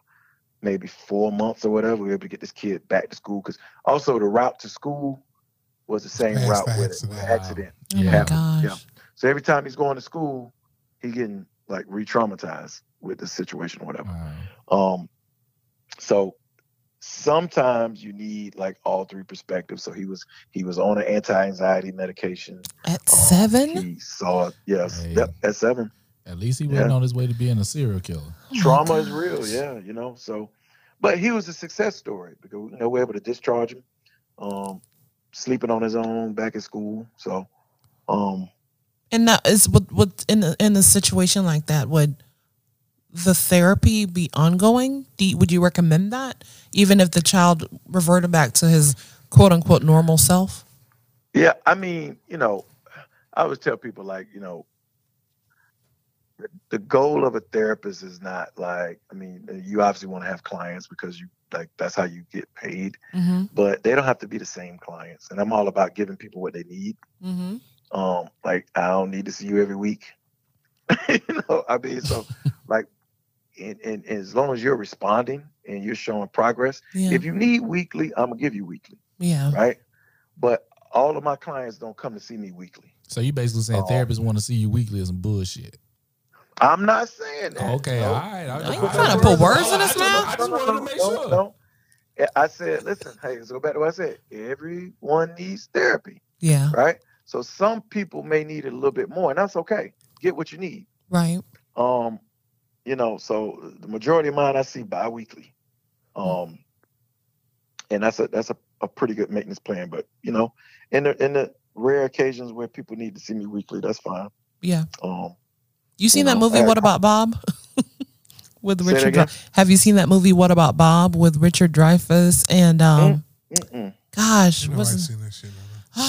Speaker 4: maybe four months or whatever. We were able to get this kid back to school because also the route to school was the same
Speaker 3: Past
Speaker 4: route
Speaker 3: the
Speaker 4: with it- with the
Speaker 2: accident.
Speaker 4: accident.
Speaker 1: oh my
Speaker 2: Yeah.
Speaker 1: gosh.
Speaker 4: Yeah. So every time he's going to school, he getting like re-traumatized with the situation or whatever.
Speaker 2: Wow.
Speaker 4: Um, so sometimes you need like all three perspectives. So he was he was on an anti-anxiety medication.
Speaker 1: At
Speaker 4: Um,
Speaker 1: seven?
Speaker 4: He saw yes
Speaker 2: Hey.
Speaker 4: yep, at seven.
Speaker 2: At least he wasn't
Speaker 4: Yeah.
Speaker 2: on his way to being a serial killer.
Speaker 1: Oh my
Speaker 4: Trauma is real,
Speaker 1: gosh.
Speaker 4: yeah, you know. So, but he was a success story because you know we were able to discharge him, um, sleeping on his own back at school. So, um,
Speaker 1: And now is what what in a, in a situation like that would the therapy be ongoing? Do you, would you recommend that even if the child reverted back to his quote unquote normal self?
Speaker 4: Yeah, I mean, you know, I always tell people like, you know, the- the goal of a therapist is not like, I mean, uh, you obviously want to have clients because you like that's how you get paid,
Speaker 1: Mm-hmm.
Speaker 4: but they don't have to be the same clients. And I'm all about giving people what they need.
Speaker 1: Mm-hmm.
Speaker 4: Um, like I don't need to see you every week. [LAUGHS] you know, I mean, so like, and, and, and as long as you're responding and you're showing progress,
Speaker 1: Yeah.
Speaker 4: if you need weekly, I'm gonna give you weekly,
Speaker 1: yeah.
Speaker 4: right? But all of my clients don't come to see me weekly.
Speaker 2: So you basically saying
Speaker 4: Oh.
Speaker 2: therapists want to see you weekly is some bullshit.
Speaker 4: I'm not saying that.
Speaker 2: Okay,
Speaker 4: no.
Speaker 2: all right. I,
Speaker 1: Ain't
Speaker 2: I-
Speaker 1: tryna
Speaker 2: I-
Speaker 1: put words in
Speaker 2: I-
Speaker 1: his
Speaker 2: I-
Speaker 1: mouth.
Speaker 2: I just wanted to make
Speaker 4: No,
Speaker 2: sure.
Speaker 4: no. Yeah, I said, listen, hey, let's go back to what I said. Everyone needs therapy,
Speaker 1: Yeah.
Speaker 4: right? So some people may need it a little bit more, and that's okay. Get what you need.
Speaker 1: Right.
Speaker 4: Um, you know, so the majority of mine I see bi-weekly.
Speaker 1: Hmm.
Speaker 4: Um, and that's a that's a, a pretty good maintenance plan. But you know, in the in the rare occasions where people need to see me weekly, that's fine.
Speaker 1: Yeah.
Speaker 4: Um,
Speaker 1: You seen
Speaker 4: You
Speaker 1: that
Speaker 4: know,
Speaker 1: movie
Speaker 4: uh,
Speaker 1: What About Bob? [LAUGHS] with
Speaker 4: say that
Speaker 1: Richard.
Speaker 4: again?
Speaker 1: Drey- Have you seen that movie What About Bob with Richard Dreyfuss and um
Speaker 4: mm-mm.
Speaker 1: gosh,
Speaker 3: You know, I ain't
Speaker 1: was
Speaker 3: seen that shit. man.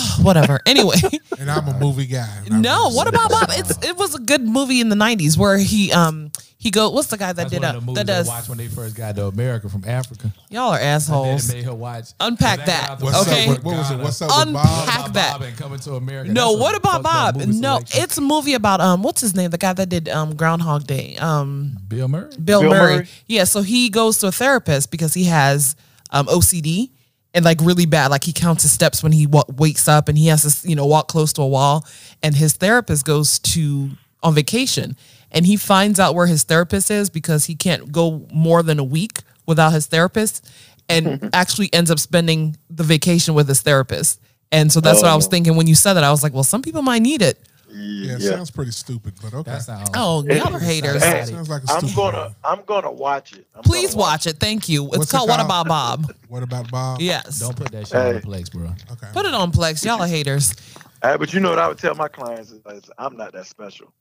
Speaker 1: [GASPS] whatever.
Speaker 2: [LAUGHS]
Speaker 1: Anyway,
Speaker 3: And I'm a movie guy. and
Speaker 1: [LAUGHS]
Speaker 3: I've
Speaker 1: No,
Speaker 3: never
Speaker 1: what
Speaker 3: seen
Speaker 1: about
Speaker 3: that
Speaker 1: Bob?
Speaker 3: shit.
Speaker 1: It's it was a good movie in the '90s where he um he go what's the guy that
Speaker 2: That's
Speaker 1: did
Speaker 2: one of
Speaker 1: a,
Speaker 2: the movies
Speaker 1: that
Speaker 2: I
Speaker 1: does
Speaker 2: watched when they first got to America from Africa. [LAUGHS]
Speaker 1: y'all are
Speaker 2: And then
Speaker 1: assholes.
Speaker 2: it made her watch.
Speaker 1: Unpack
Speaker 2: Cause
Speaker 1: that,
Speaker 2: got the
Speaker 3: What's
Speaker 2: fuck
Speaker 1: okay?
Speaker 3: up
Speaker 2: with
Speaker 3: with, what was it?
Speaker 2: Ghana,
Speaker 3: What's up with
Speaker 1: Unpack
Speaker 3: Bob?
Speaker 2: What about
Speaker 1: Pack that.
Speaker 2: Bob and coming to America.
Speaker 1: No,
Speaker 2: That's a
Speaker 1: what about
Speaker 2: fucked up
Speaker 1: Bob?
Speaker 2: movie
Speaker 1: No,
Speaker 2: selection.
Speaker 1: it's a movie about um what's his name? The guy that did um Groundhog Day. Um
Speaker 2: Bill Murray.
Speaker 1: Bill,
Speaker 4: Bill
Speaker 1: Murray.
Speaker 4: Murray?
Speaker 1: Yeah, so he goes to a therapist because he has um, OCD and like really bad. Like he counts his steps when he wa- wakes up and he has to, you know, walk close to a wall. And his therapist goes to on vacation and he finds out where his therapist is because he can't go more than a week without his therapist and
Speaker 4: [LAUGHS]
Speaker 1: actually ends up spending the vacation with his therapist. And so that's what I was
Speaker 4: Oh.
Speaker 1: thinking when you said that. I was like, well, some people might need it.
Speaker 3: Yeah, it sounds pretty stupid, but okay.
Speaker 2: That sounds.
Speaker 1: Oh, y'all are haters.
Speaker 4: Hey,
Speaker 3: sounds like a stupid
Speaker 4: I'm gonna
Speaker 3: movie.
Speaker 4: I'm gonna watch it. I'm
Speaker 1: Please
Speaker 4: gonna watch
Speaker 1: watch it. Thank you. It's
Speaker 3: What's it
Speaker 1: called What About
Speaker 3: called?
Speaker 1: Bob?
Speaker 3: What about Bob?
Speaker 1: Yes.
Speaker 2: Don't put that shit on
Speaker 4: Hey.
Speaker 2: the plates, bro.
Speaker 3: Okay.
Speaker 1: Put it on Plex. Y'all are haters.
Speaker 4: Uh, but you know what I would tell my clients is, is I'm not that special.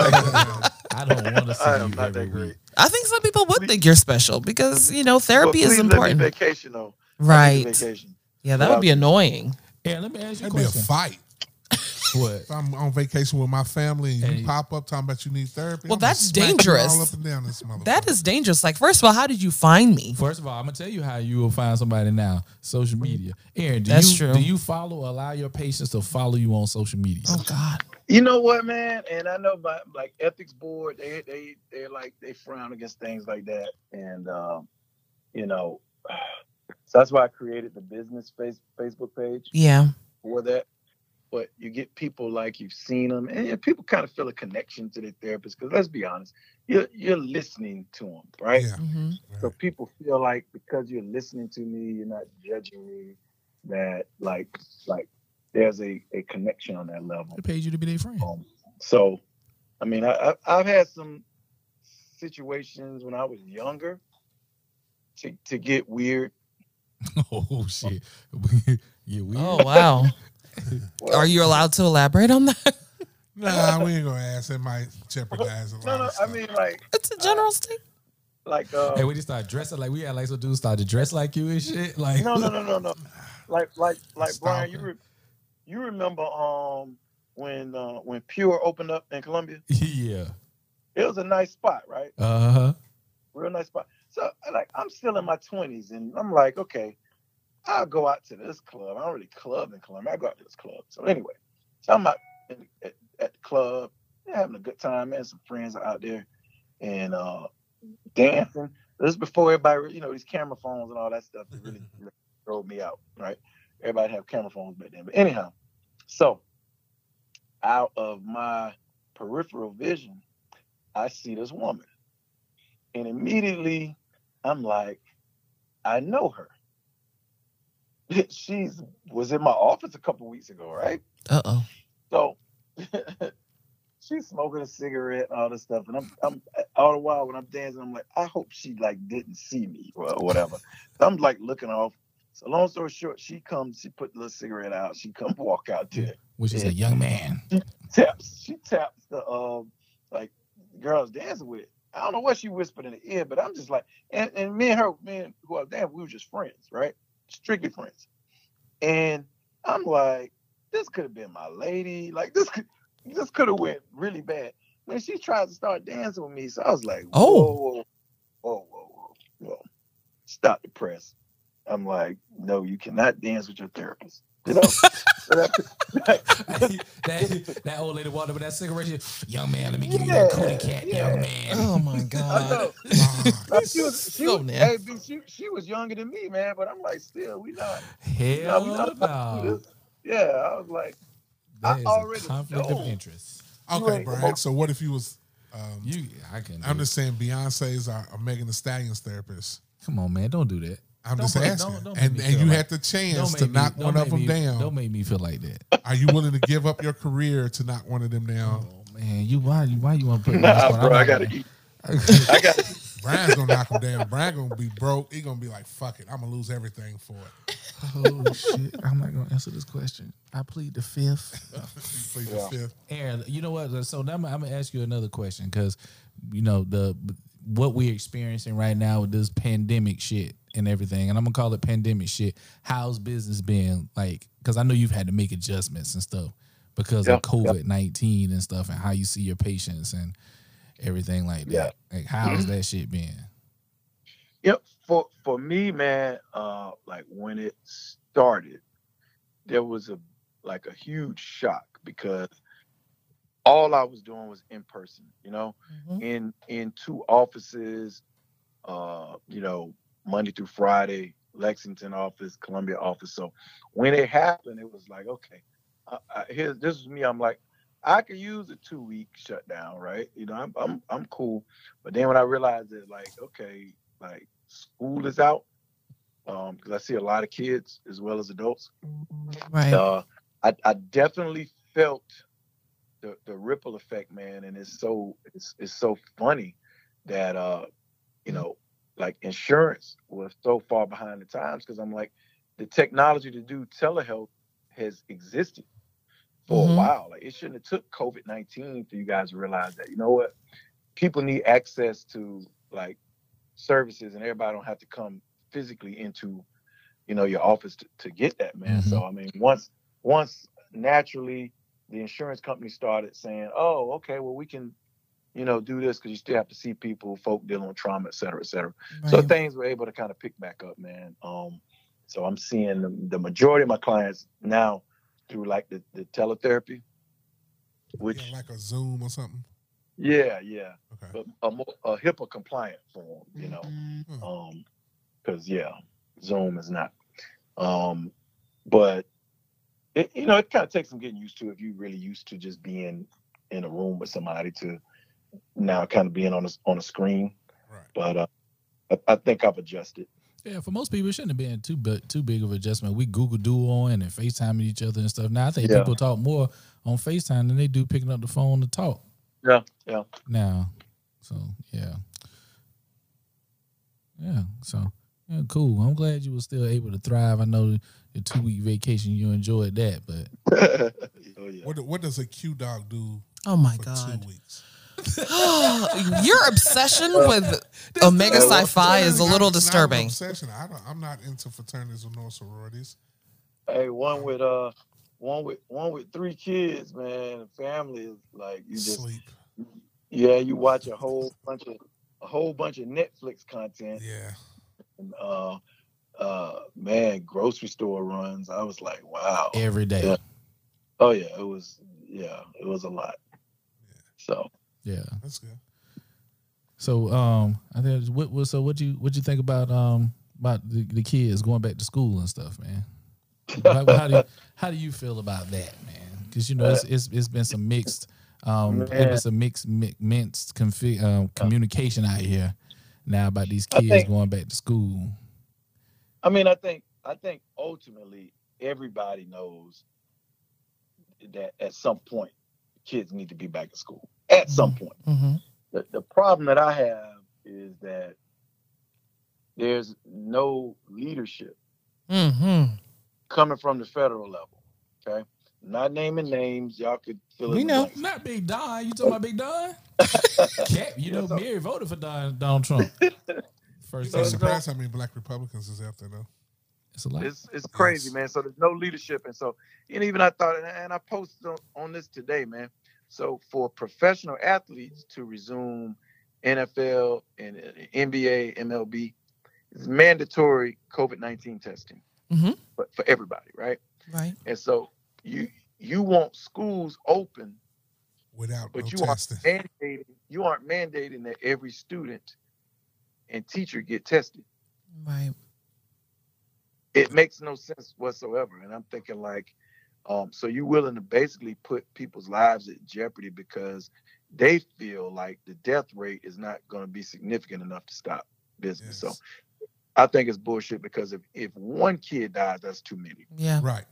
Speaker 2: I don't want to see
Speaker 4: [LAUGHS] I
Speaker 2: you
Speaker 4: am not
Speaker 2: every
Speaker 4: that
Speaker 2: week.
Speaker 4: great.
Speaker 1: I think some people would think you're special because, you know, therapy is
Speaker 4: But please Let
Speaker 1: important.
Speaker 4: me vacation though. Let me
Speaker 1: right.
Speaker 4: Vacation.
Speaker 1: Yeah, that would be annoying.
Speaker 2: Yeah, let me ask you a
Speaker 3: That'd be a
Speaker 2: question.
Speaker 3: fight.
Speaker 2: What?
Speaker 3: If I'm on vacation with my family and you
Speaker 2: Hey.
Speaker 3: pop up talking about you need therapy.
Speaker 1: Well,
Speaker 3: I'm gonna
Speaker 1: that's
Speaker 3: smack you
Speaker 1: dangerous.
Speaker 3: All up and down this motherfucker.
Speaker 1: That is dangerous. Like, first of all, how did you find me?
Speaker 2: First of all, I'm gonna tell you how you will find somebody now. Social media. Aaron, do
Speaker 1: That's
Speaker 2: you
Speaker 1: true.
Speaker 2: do you follow allow your patients to follow you on social media?
Speaker 1: Oh God.
Speaker 4: You know what, man? And I know my like ethics board, they they they like they frown against things like that, and um, you know, [SIGHS] so that's why I created the business face Facebook page
Speaker 1: Yeah.
Speaker 4: for that. But you get people like you've seen them, and yeah, people kind of feel a connection to their therapist because let's be honest, you're you're listening to them, right?
Speaker 3: Yeah.
Speaker 1: hmm
Speaker 4: So people feel like because you're listening to me, you're not judging me, that like like there's a a connection on that level.
Speaker 2: They paid you to be their friend.
Speaker 4: Um, so, I mean, I, I, I've had some situations when I was younger to, to get weird.
Speaker 2: [LAUGHS] Oh shit. [LAUGHS] yeah, we
Speaker 1: Oh wow. Are you allowed to elaborate on that? [LAUGHS]
Speaker 3: Nah, we ain't gonna ask. It might jeopardize a lot.
Speaker 4: No, no,
Speaker 3: of
Speaker 4: I
Speaker 3: stuff. [LAUGHS]
Speaker 4: mean, like,
Speaker 1: It's a general statement.
Speaker 4: like, uh,
Speaker 2: Hey, we just start dressing like we had like some dudes start to dress like you and shit. Like
Speaker 4: no, no, no, no, no. Like, like, like, Brian, you
Speaker 3: Stalker.
Speaker 4: re- you remember um when uh, when Pure opened up in Columbia?
Speaker 2: [LAUGHS] yeah.
Speaker 4: It was a nice spot, right?
Speaker 2: Uh huh.
Speaker 4: real nice spot. So like I'm still in my twenties and I'm like, okay, I'll go out to this club. I don't really club in Columbia. I go out to this club. So anyway, so I'm out in, at, at the club, yeah, having a good time, man. Some friends are out there and uh dancing. This is before everybody, you know, these camera phones and all that stuff that really really drove me out, right? Everybody have camera phones back then. But anyhow, so out of my peripheral vision, I see this woman. And immediately I'm like, I know her. [LAUGHS] She's was in my office a couple weeks ago, right?
Speaker 1: Uh oh.
Speaker 4: So [LAUGHS] she's smoking a cigarette, all this stuff, and I'm, I'm all the while when I'm dancing, I'm like, I hope she like didn't see me or whatever. So I'm like looking off. So long story short, she comes, she put the little cigarette out, she come [LAUGHS] walk out there
Speaker 2: Which is a young man. [LAUGHS]
Speaker 4: taps. She taps the um like girls dancing with. I don't know what she whispered in the ear, but I'm just like, and, and me and her, man, who I was dancing, we were just friends, right? Strictly friends. And I'm like, this could have been my lady. Like this could this could have went really bad. When she tried to start dancing with me, so I was like,
Speaker 1: Oh.
Speaker 4: whoa, whoa, whoa, whoa, whoa, whoa. Stop the press. I'm like, no, you cannot dance with your therapist. You know? So that-
Speaker 2: that, that old lady walked up with that cigarette. She, young man, let me give you that
Speaker 4: Yeah,
Speaker 2: cootie cat,
Speaker 4: yeah.
Speaker 2: young man.
Speaker 1: Oh my
Speaker 4: [LAUGHS] I know.
Speaker 1: God.
Speaker 3: Ah,
Speaker 4: Like, she was, she,
Speaker 1: So
Speaker 4: was,
Speaker 1: nasty.
Speaker 4: hey, dude, she, she was younger than me, man. But I'm like, still, we not. No,
Speaker 2: Hell
Speaker 4: we
Speaker 2: no.
Speaker 4: not about to do this. Yeah, I was like,
Speaker 2: That
Speaker 4: I
Speaker 2: is
Speaker 4: already
Speaker 2: a conflict
Speaker 4: know.
Speaker 2: of interest.
Speaker 3: okay,
Speaker 4: ain't-
Speaker 3: Brian. So what if you was? Um,
Speaker 2: You, I can.
Speaker 3: I'm just saying Beyonce's are, are Megan Thee Stallion's therapist.
Speaker 2: Come on, man, don't do that.
Speaker 3: I'm
Speaker 2: Don't
Speaker 3: just
Speaker 2: make-
Speaker 3: asking,
Speaker 2: don't- don't make
Speaker 3: and
Speaker 2: me
Speaker 3: and
Speaker 2: feel
Speaker 3: you
Speaker 2: like-
Speaker 3: had the
Speaker 2: Don't
Speaker 3: chance
Speaker 2: make
Speaker 3: to
Speaker 2: me-
Speaker 3: knock
Speaker 2: don't
Speaker 3: one
Speaker 2: make
Speaker 3: of them
Speaker 2: me-
Speaker 3: down.
Speaker 2: Don't make me feel like that.
Speaker 4: [LAUGHS]
Speaker 3: Are you willing to give up your career to knock one of them down?
Speaker 2: Oh man, you why you why you want to put? me on the
Speaker 4: [LAUGHS] nah,
Speaker 2: spot?
Speaker 4: bro,
Speaker 2: I'm
Speaker 4: I
Speaker 2: not
Speaker 4: gotta
Speaker 2: gonna-
Speaker 1: [LAUGHS]
Speaker 4: eat. I got.
Speaker 3: Brian's gonna knock him down. Brian gonna be broke. He gonna be like, "Fuck it, I'm gonna lose everything for it." [LAUGHS]
Speaker 2: Oh shit, I'm not gonna answer this question. I plead the fifth.
Speaker 3: Plead the
Speaker 4: Yeah.
Speaker 3: fifth.
Speaker 2: Aaron, you know what? So now I'm, I'm gonna ask you another question because you know the what we're experiencing right now with this pandemic shit and everything, and I'm gonna call it pandemic shit. How's business been like? Because I know you've had to make adjustments and stuff because
Speaker 4: Yeah,
Speaker 2: of COVID nineteen and stuff, and how you see your patients and everything like that. Like, how's that shit been?
Speaker 4: Yep. For for me, man, uh, like when it started, there was a like a huge shock because all I was doing was in person. You know, in in two offices uh you know monday through friday lexington office columbia office so when it happened it was like okay I, I, here this is me i'm like i could use a two week shutdown right you know I'm, I'm i'm cool but then when i realized that like okay like school is out um because i see a lot of kids as well as adults
Speaker 1: Right.
Speaker 4: uh, I, I definitely felt the, the ripple effect, man, and it's so it's, it's so funny that uh, you know, like insurance was so far behind the times because I'm like, the technology to do telehealth has existed for
Speaker 1: Mhm.
Speaker 4: a while. Like it shouldn't have took COVID nineteen for you guys to realize that. You know what? People need access to like services, and everybody don't have to come physically into you know your office to, to get that man so i mean once once naturally the insurance company started saying, "Oh, okay, well we can, you know, do this because you still have to see people, folk dealing with trauma, et cetera, et cetera." So
Speaker 1: Right.
Speaker 4: things were able to kind of pick back up, man. Um, so I'm seeing the, the majority of my clients now through like the, the teletherapy, which
Speaker 3: Yeah, like a Zoom or something.
Speaker 4: yeah, yeah,
Speaker 3: Okay.
Speaker 4: but a, mo- a HIPAA compliant form, you know,
Speaker 1: Mhm.
Speaker 4: um, because yeah, Zoom is not. Um, but it, you know, it kind of takes some getting used to if you're really used to just being in a room with somebody to now kind of being on a on a screen.
Speaker 3: Right.
Speaker 4: But uh, I, I think I've adjusted. [LAUGHS]
Speaker 2: Yeah, for most people, it shouldn't have been too big, too big of an adjustment. We Google Duo and then FaceTiming each other and stuff. Now I think
Speaker 4: Yeah.
Speaker 2: people talk more on FaceTime than they do picking up the phone to talk.
Speaker 4: Yeah, yeah.
Speaker 2: Now, so yeah, yeah. So yeah, cool. I'm glad you were still able to thrive. I know the two week vacation you enjoyed that, but
Speaker 4: oh yeah.
Speaker 3: What do- What does a Q dog do
Speaker 1: Oh my
Speaker 3: for
Speaker 1: god!
Speaker 3: two weeks?
Speaker 1: [GASPS] Your obsession with Omega
Speaker 4: Uh, well,
Speaker 1: Sci-Fi is a
Speaker 3: Not-
Speaker 1: little
Speaker 3: not an
Speaker 1: disturbing.
Speaker 3: obsession. I don't, I'm not into fraternities nor sororities.
Speaker 4: Hey, one with uh, one with one with three kids, man. Family is like you just
Speaker 3: Sleep.
Speaker 4: yeah, you watch a whole bunch of a whole bunch of Netflix content.
Speaker 3: Yeah.
Speaker 4: And, uh, uh, man, grocery store runs. I was like, wow.
Speaker 2: every day,
Speaker 4: Yeah. Oh yeah, it was yeah, it was a lot. So
Speaker 2: yeah.
Speaker 3: That's good.
Speaker 2: So um, I think it's- what, what so what you what you think about um about the, the kids going back to school and stuff, man? how, how
Speaker 4: [LAUGHS]
Speaker 2: do you, how do you feel about that, man? Because you know it's, it's it's been some mixed um it's been
Speaker 4: Man. Uh.
Speaker 2: some mixed mi- mixed confi- um, communication out here now about these
Speaker 4: I
Speaker 2: kids
Speaker 4: think-
Speaker 2: going back to school.
Speaker 4: I mean, I think I think ultimately everybody knows that at some point kids need to be back in school. At some point.
Speaker 1: Mhm.
Speaker 4: the, the problem that I have is that there's no leadership
Speaker 1: Mhm.
Speaker 4: coming from the federal level. Okay, not naming names, y'all could fill in
Speaker 1: We
Speaker 4: the
Speaker 1: know.
Speaker 4: blanks.
Speaker 2: Not Big Don. You talking about Big
Speaker 4: [LAUGHS]
Speaker 2: Don? Cap, you know, Mary voted for Don, Donald
Speaker 4: [LAUGHS]
Speaker 2: Trump. First
Speaker 3: You'd be
Speaker 4: it's
Speaker 2: time.
Speaker 4: a-
Speaker 3: surprised how many black Republicans is out there though.
Speaker 2: It's a lot.
Speaker 4: It's it's crazy, man. So there's no leadership, and so and even I thought, and- and I posted on, on this today, man. So for professional athletes to resume NFL and uh, NBA, MLB, it's mandatory COVID nineteen testing,
Speaker 1: Mhm.
Speaker 4: but for everybody, right?
Speaker 1: Right.
Speaker 4: And so you you want schools open,
Speaker 3: Without
Speaker 4: but
Speaker 3: no
Speaker 4: you aren't
Speaker 3: testing.
Speaker 4: mandating you aren't mandating that every student and teacher get tested.
Speaker 1: Right.
Speaker 4: It makes no sense whatsoever. And I'm thinking like, um, so you're willing to basically put people's lives at jeopardy because they feel like the death rate is not going to be significant enough to stop business. So
Speaker 3: Yes.
Speaker 4: I think it's bullshit because if, if one kid dies, that's too many.
Speaker 1: Yeah.
Speaker 3: Right.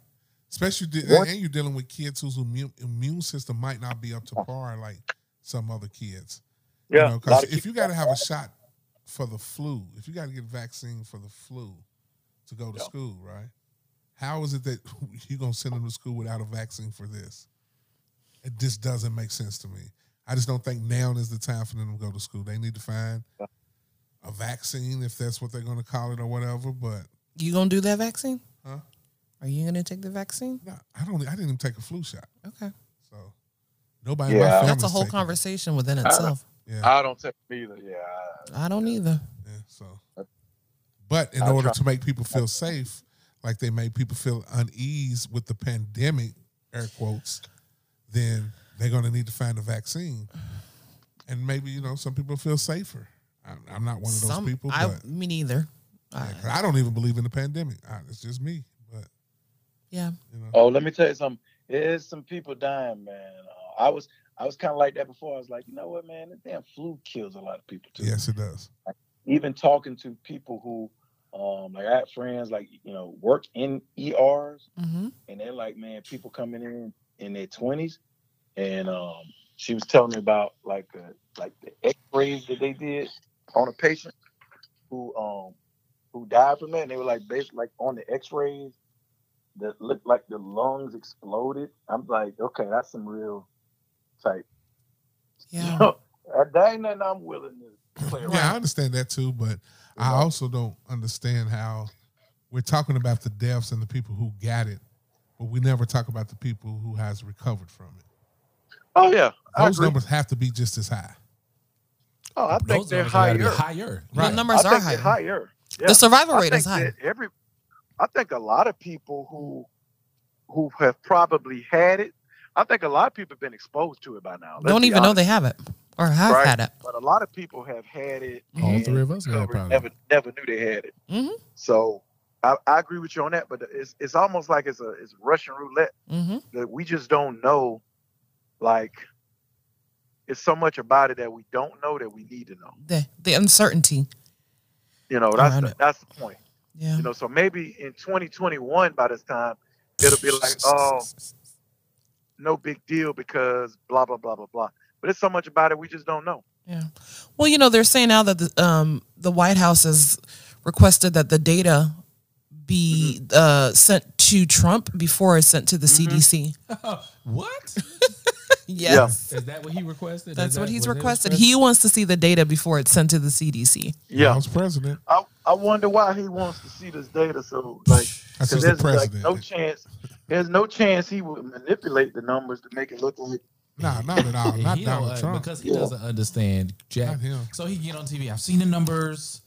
Speaker 3: Especially de-
Speaker 4: What?
Speaker 3: and you're dealing with kids whose immune, immune system might not be up to par like some other kids. You know, 'cause if you got to have a shot for the flu, if you got to get vaccine for the flu to go to
Speaker 4: Yeah.
Speaker 3: school, right? How is it that [LAUGHS] you're gonna send them to school without a vaccine for this? It just doesn't make sense to me. I just don't think now is the time for them to go to school. They need to find
Speaker 4: Yeah.
Speaker 3: a vaccine if that's what they're gonna call it or whatever. But
Speaker 1: You gonna do that vaccine?
Speaker 3: Huh?
Speaker 1: Are you gonna take the vaccine?
Speaker 3: no, I don't. I didn't even take a flu shot,
Speaker 1: Okay.
Speaker 3: so nobody. in
Speaker 4: Yeah.
Speaker 3: my
Speaker 4: That's
Speaker 1: That's a
Speaker 3: family's
Speaker 1: whole
Speaker 3: taking it.
Speaker 1: conversation within
Speaker 4: don't-
Speaker 1: itself.
Speaker 3: Yeah.
Speaker 4: I don't take it either. Yeah. I-
Speaker 1: I don't either.
Speaker 3: Yeah, so, but in
Speaker 4: I'll
Speaker 3: order
Speaker 4: try-
Speaker 3: to make people feel safe, like they made people feel unease with the pandemic, air quotes, then they're going to need to find a vaccine, and maybe you know some people feel safer. I'm, I'm not one of those
Speaker 1: Some
Speaker 3: people, but
Speaker 1: I me neither.
Speaker 3: yeah,
Speaker 1: I-
Speaker 3: 'cause I don't even believe in the pandemic. I, it's just me, but
Speaker 1: yeah.
Speaker 3: you know,
Speaker 4: Oh, let me tell you something. There's some people dying, man. Uh, I was I was kind of like that before. I was like, you know what, man? This damn flu kills a lot of people too.
Speaker 3: yes, it does.
Speaker 4: Even talking to people who, um, like I have friends like you know work in ERs,
Speaker 1: Mm-hmm.
Speaker 4: and they're like, man, people coming in in their twenties, and um, she was telling me about like uh, like the X-rays that they did on a patient who um who died from that, and they were like basically like on the X-rays that looked like the lungs exploded. I'm like, okay, that's some real type. [LAUGHS]
Speaker 1: Yeah.
Speaker 4: that ain't nothing I'm willing to play around.
Speaker 3: Yeah, I understand that too, but I
Speaker 4: know?
Speaker 3: also don't understand how we're talking about the deaths and the people who got it, but we never talk about the people who has recovered from it.
Speaker 4: Oh yeah, I
Speaker 3: Those
Speaker 4: agree.
Speaker 3: numbers have to be just as high.
Speaker 4: oh, I think
Speaker 2: Those
Speaker 4: they're
Speaker 2: numbers gotta
Speaker 4: higher.
Speaker 2: be higher.
Speaker 1: The
Speaker 3: Right.
Speaker 4: I
Speaker 1: numbers
Speaker 4: think
Speaker 1: are
Speaker 4: they're
Speaker 1: higher.
Speaker 4: higher. Yeah.
Speaker 1: The survival
Speaker 4: I
Speaker 1: rate is
Speaker 4: think
Speaker 1: high.
Speaker 4: that Every, I think a lot of people who who have probably had it. I think a lot of people have been exposed to it by now. Let's
Speaker 1: Don't
Speaker 4: be
Speaker 1: even know
Speaker 4: honest.
Speaker 1: they have it or have
Speaker 4: Right.
Speaker 1: had it.
Speaker 4: But a lot of people have had it.
Speaker 1: Mm-hmm.
Speaker 2: All
Speaker 4: and
Speaker 2: three of us got a
Speaker 4: never,
Speaker 2: problem.
Speaker 4: never never knew they had it.
Speaker 1: Mhm.
Speaker 4: So I, I agree with you on that. But it's it's almost like it's a it's Russian roulette
Speaker 1: Mm-hmm.
Speaker 4: that we just don't know. Like it's so much about it that we don't know that we need to know.
Speaker 1: The, the uncertainty.
Speaker 4: You know, that's
Speaker 1: Around
Speaker 4: the,
Speaker 1: it.
Speaker 4: that's the point.
Speaker 1: Yeah.
Speaker 4: You know, so maybe in 2021, by this time, it'll be like, oh, no big deal because blah blah blah blah blah. But it's so much about it we just don't know.
Speaker 1: Yeah. Well, you know, they're saying now that the, um, the White House has requested that the data be
Speaker 4: Mm-hmm.
Speaker 1: uh, sent to Trump before it's sent to the
Speaker 4: Mhm.
Speaker 1: CDC.
Speaker 3: Oh,
Speaker 2: what?
Speaker 1: Yes.
Speaker 2: Is that what he requested?
Speaker 1: That's
Speaker 2: Is
Speaker 1: what
Speaker 2: that
Speaker 1: he's
Speaker 2: was it
Speaker 1: requested.
Speaker 2: requested?
Speaker 1: He wants to see the data before it's sent to the CDC.
Speaker 3: I was president.
Speaker 4: I, I wonder why he wants to see this data. So like,
Speaker 3: That's
Speaker 4: cause
Speaker 3: just the
Speaker 4: there's like
Speaker 3: president.
Speaker 4: no chance. There's no chance he would manipulate the numbers to make it look like.
Speaker 3: nah, not at all. Not
Speaker 2: He don't,
Speaker 3: Donald
Speaker 2: uh,
Speaker 3: Trump.
Speaker 2: because he
Speaker 4: Yeah.
Speaker 2: doesn't understand Jack.
Speaker 3: Not him.
Speaker 2: So he get on TV. I've seen the numbers.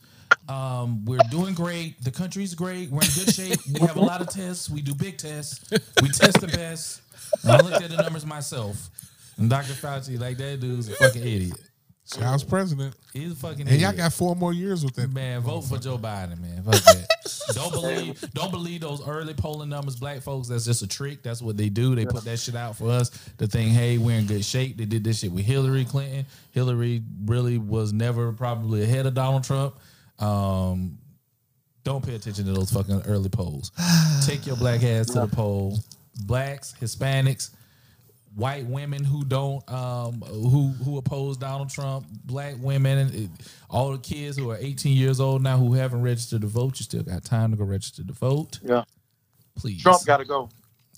Speaker 2: Um, we're doing great. The country's great. We're in good shape. We have a lot of tests. We do big tests. We test the best. And I looked at the numbers myself. And Dr. Fauci, like that dude's a fucking idiot.
Speaker 3: See, I was president.
Speaker 2: He's a fucking
Speaker 3: And
Speaker 2: idiot.
Speaker 3: y'all got four more years with that.
Speaker 2: Man, vote for Joe Biden, man. Fuck that.
Speaker 3: [LAUGHS]
Speaker 2: don't believe, don't believe those early polling numbers, black folks. That's just a trick. That's what they do. They put that shit out for us to think, hey, we're in good shape. They did this shit with Hillary Clinton. Hillary really was never probably ahead of Donald Trump. Um, don't pay attention to those fucking early polls. Take your black ass to the poll. Blacks, Hispanics, white women who don't um who who oppose Donald Trump, black women, and it- all the kids who are 18 years old now who haven't registered to vote. You still got time to go register to vote.
Speaker 4: Yeah.
Speaker 2: Please.
Speaker 4: Trump got to go.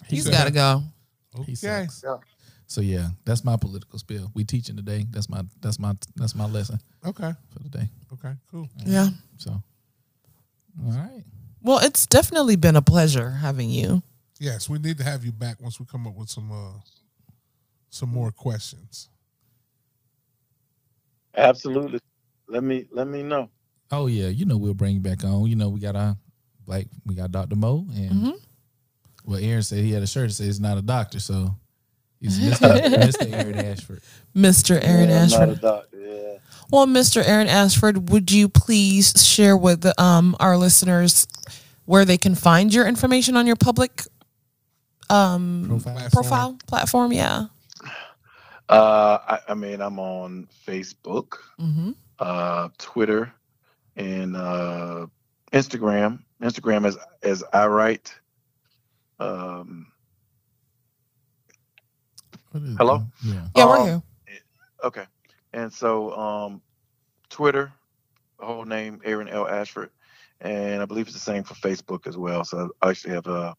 Speaker 1: He's
Speaker 2: said-
Speaker 1: got to go.
Speaker 2: He
Speaker 3: Okay.
Speaker 2: sucks.
Speaker 4: Yeah.
Speaker 2: So yeah, that's my political spiel. We teaching today. That's my that's my that's my lesson
Speaker 3: Okay.
Speaker 2: for today.
Speaker 3: Okay. Cool.
Speaker 1: Yeah.
Speaker 2: So all right.
Speaker 1: Well, it's definitely been a pleasure having you.
Speaker 3: Yes, we need to have you back once we come up with some uh some more questions.
Speaker 4: Absolutely. Let me let me know.
Speaker 2: Oh yeah, you know we'll bring you back on. You know we got our like we got Dr. Mo and
Speaker 1: Mhm.
Speaker 2: well Aaron said he had a shirt that says he's not a doctor, so he's Mr. Mr. Aaron Ashford.
Speaker 1: Mr. Aaron
Speaker 4: Yeah, I'm not a
Speaker 1: Ashford.
Speaker 4: doc- Yeah.
Speaker 1: Well, Mr. Aaron Ashford, would you please share with um, our listeners where they can find your information on your public um,
Speaker 3: Platform.
Speaker 1: profile platform? Yeah.
Speaker 4: Uh, I, I mean, I'm on Facebook,
Speaker 1: Mm-hmm.
Speaker 4: uh, Twitter, and uh, Instagram. Instagram as as I write. Um,
Speaker 2: What is
Speaker 4: Hello?
Speaker 2: that? Yeah.
Speaker 1: Yeah, we're
Speaker 4: Um,
Speaker 1: here.
Speaker 4: Okay. And so um Twitter, whole name Aaron L. Ashford. And I believe it's the same for Facebook as well. So I actually have uh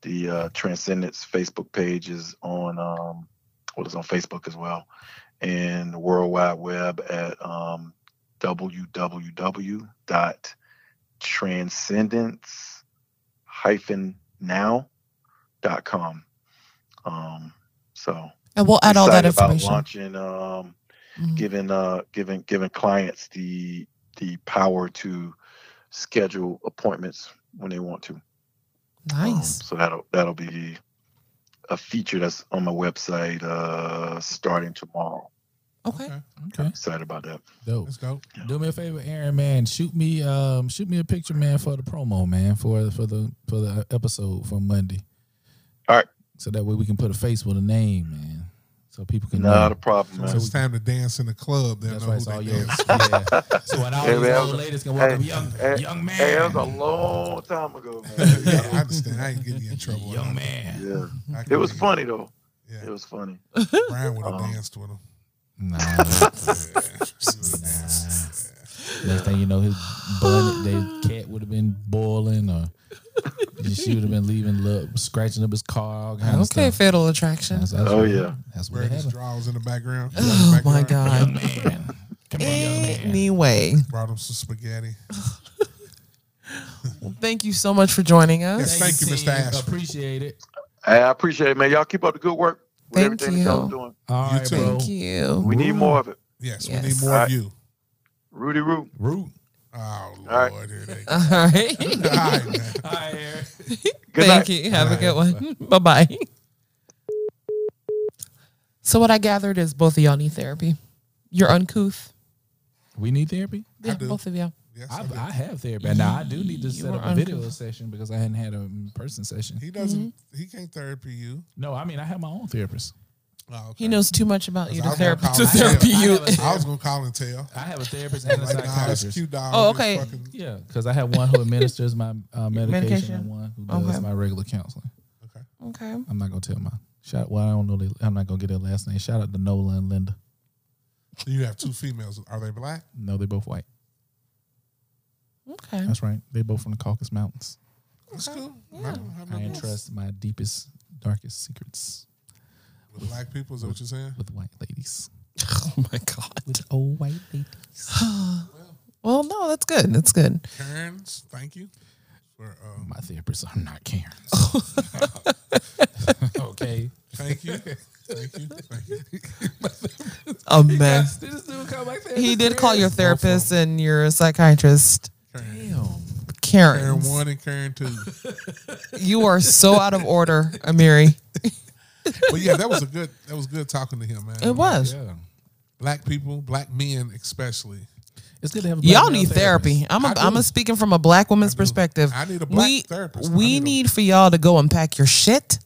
Speaker 4: the uh Transcendence Facebook page is on um well it's on Facebook as well. And the World Wide Web at um www.transcendence hyphen now dot com. Um so
Speaker 1: And we'll add all that
Speaker 4: excited
Speaker 1: information.
Speaker 4: About launching, um,
Speaker 1: Mhm.
Speaker 4: giving, uh, giving, giving clients the the power to schedule appointments when they want to. Um,
Speaker 1: Nice.
Speaker 4: so that'll that'll be a feature that's on my website uh, starting tomorrow.
Speaker 1: Okay.
Speaker 2: Okay.
Speaker 4: Excited about that.
Speaker 2: Dope.
Speaker 3: Let's go.
Speaker 2: Do me a favor, Aaron, man. Shoot me um shoot me a picture, man, for the promo, man, for for the for the episode for Monday.
Speaker 4: All right.
Speaker 2: So that way we can put a face with a name, man. So people can
Speaker 4: Not a
Speaker 2: know.
Speaker 4: problem,
Speaker 3: So
Speaker 4: man.
Speaker 3: when it's time to dance in the club, they'll
Speaker 2: That's
Speaker 3: know
Speaker 2: right,
Speaker 3: who
Speaker 2: it's all
Speaker 3: they
Speaker 2: yours.
Speaker 3: dance.
Speaker 2: Yeah.
Speaker 4: [LAUGHS]
Speaker 2: So when all
Speaker 4: Hey,
Speaker 2: these
Speaker 4: man,
Speaker 2: old ladies can walk
Speaker 4: hey,
Speaker 2: up, young
Speaker 4: hey,
Speaker 2: young man.
Speaker 4: Hey, that was a long time ago,
Speaker 1: [LAUGHS]
Speaker 4: [LAUGHS]
Speaker 3: Yeah, I
Speaker 4: man.
Speaker 3: understand. I ain't getting you in trouble.
Speaker 2: Young
Speaker 3: I-
Speaker 2: man.
Speaker 4: yeah,
Speaker 3: I
Speaker 4: it was
Speaker 3: couldn't.
Speaker 4: funny though. It
Speaker 3: Yeah,
Speaker 4: was funny.
Speaker 3: Brian would have
Speaker 4: Um,
Speaker 3: danced
Speaker 4: [LAUGHS]
Speaker 3: with him.
Speaker 2: Nah.
Speaker 3: Yeah, he would've danced.
Speaker 2: Next thing you know, his bun, the cat would have been boiling, or she would have been leaving, love, scratching up his car, all kind of
Speaker 1: Okay,
Speaker 2: stuff.
Speaker 1: fatal attraction.
Speaker 2: That's- that's
Speaker 4: Oh,
Speaker 2: what-
Speaker 4: yeah.
Speaker 2: that's what
Speaker 3: Wearing his
Speaker 2: happened.
Speaker 3: drawers in the background.
Speaker 1: Oh my
Speaker 3: Background.
Speaker 1: God.
Speaker 2: man. Come
Speaker 1: Anyway,
Speaker 3: Brought him some spaghetti.
Speaker 1: well, thank you so much for joining us.
Speaker 3: Yes. Thank you, Mr. Ashford.
Speaker 2: Appreciate it.
Speaker 4: Hey, I appreciate it, man. Y'all keep up the good work with
Speaker 1: Thank
Speaker 4: everything that y'all
Speaker 1: you.
Speaker 4: doing.
Speaker 2: All
Speaker 3: You
Speaker 2: right,
Speaker 3: too.
Speaker 2: bro.
Speaker 1: Thank you.
Speaker 4: We need
Speaker 2: Woo.
Speaker 4: more of it.
Speaker 3: Yes, we need
Speaker 1: Yes.
Speaker 3: more
Speaker 4: All
Speaker 3: of
Speaker 4: right.
Speaker 3: you.
Speaker 4: Rudy Root.
Speaker 2: Root.
Speaker 3: Oh Lord,
Speaker 4: right.
Speaker 3: here they
Speaker 1: [LAUGHS]
Speaker 3: go.
Speaker 1: All right.
Speaker 3: All right, man.
Speaker 2: All right, Eric.
Speaker 4: [LAUGHS] Good
Speaker 1: Thank
Speaker 4: night.
Speaker 1: you. Have a
Speaker 2: All
Speaker 1: good one. [LAUGHS] Bye bye. So what I gathered is both of y'all need therapy. You're uncouth.
Speaker 2: We need therapy.
Speaker 3: I
Speaker 1: Yeah,
Speaker 3: do.
Speaker 1: both of y'all.
Speaker 3: Yes, I
Speaker 2: I,
Speaker 3: do.
Speaker 2: I have therapy. Now I do need to
Speaker 1: You
Speaker 2: set
Speaker 1: were
Speaker 2: up a video
Speaker 1: uncouth.
Speaker 2: session because I hadn't had a person session.
Speaker 3: he doesn't.
Speaker 1: Mm-hmm.
Speaker 3: He can't therapy you.
Speaker 2: No, I mean I have my own therapist.
Speaker 3: Oh,
Speaker 1: He
Speaker 3: okay.
Speaker 1: knows too much about you
Speaker 3: I
Speaker 1: to
Speaker 3: was
Speaker 1: therapy
Speaker 3: gonna
Speaker 1: to
Speaker 3: call him.
Speaker 1: therapy
Speaker 2: I
Speaker 1: you.
Speaker 2: have a-
Speaker 3: I was gonna call
Speaker 2: [LAUGHS]
Speaker 3: and tell.
Speaker 2: I have a therapist and a
Speaker 3: Like, nah, this
Speaker 2: psychiatrist.
Speaker 3: cute dog.
Speaker 1: Oh,
Speaker 3: is
Speaker 1: okay.
Speaker 3: fucking-
Speaker 2: Yeah, because I have one who administers my
Speaker 1: [LAUGHS]
Speaker 2: uh, medication,
Speaker 1: Medication.
Speaker 2: and one who does
Speaker 1: Okay.
Speaker 2: my regular counseling.
Speaker 3: okay.
Speaker 1: Okay.
Speaker 2: I'm not gonna tell my shout. Well, I don't know. They, I'm not gonna get their last name. Shout out to Nola and Linda.
Speaker 3: So you have two females. Are they black?
Speaker 2: No, they both white.
Speaker 3: [LAUGHS]
Speaker 1: Okay.
Speaker 2: That's right. They both from the Caucasus Mountains.
Speaker 3: That's
Speaker 1: Okay.
Speaker 3: cool. I
Speaker 1: Yeah.
Speaker 3: don't have no
Speaker 2: I
Speaker 3: problem.
Speaker 2: entrust my deepest, darkest secrets
Speaker 3: With black people, is that what you're saying?
Speaker 2: with white ladies.
Speaker 1: Oh my god.
Speaker 2: With
Speaker 1: Oh,
Speaker 2: old white ladies.
Speaker 1: Well, no, that's good. That's good.
Speaker 3: Karens, thank you. For, um,
Speaker 2: my therapist. I'm not Karen.
Speaker 1: [LAUGHS]
Speaker 2: okay.
Speaker 3: thank you. Thank you. Thank you. [LAUGHS]
Speaker 1: A mess.
Speaker 2: This dude called my therapist.
Speaker 1: He did call your therapist and your psychiatrist
Speaker 3: Karen.
Speaker 1: Karen.
Speaker 3: Karen one and Karen two.
Speaker 1: You are so out of
Speaker 3: [LAUGHS]
Speaker 1: order, Amiri.
Speaker 3: But yeah, that was a good that was good talking to him, man.
Speaker 1: It was.
Speaker 2: Yeah.
Speaker 3: Black people, black men especially.
Speaker 2: It's good to have a black
Speaker 1: Y'all
Speaker 2: male
Speaker 1: need therapy.
Speaker 2: therapist.
Speaker 1: I'm a,
Speaker 3: I do.
Speaker 1: I'm a speaking from a black woman's
Speaker 3: do.
Speaker 1: perspective.
Speaker 3: I need a black
Speaker 1: we,
Speaker 3: therapist. I
Speaker 1: We
Speaker 3: need
Speaker 1: need,
Speaker 3: a-
Speaker 1: for y'all to go unpack your shit.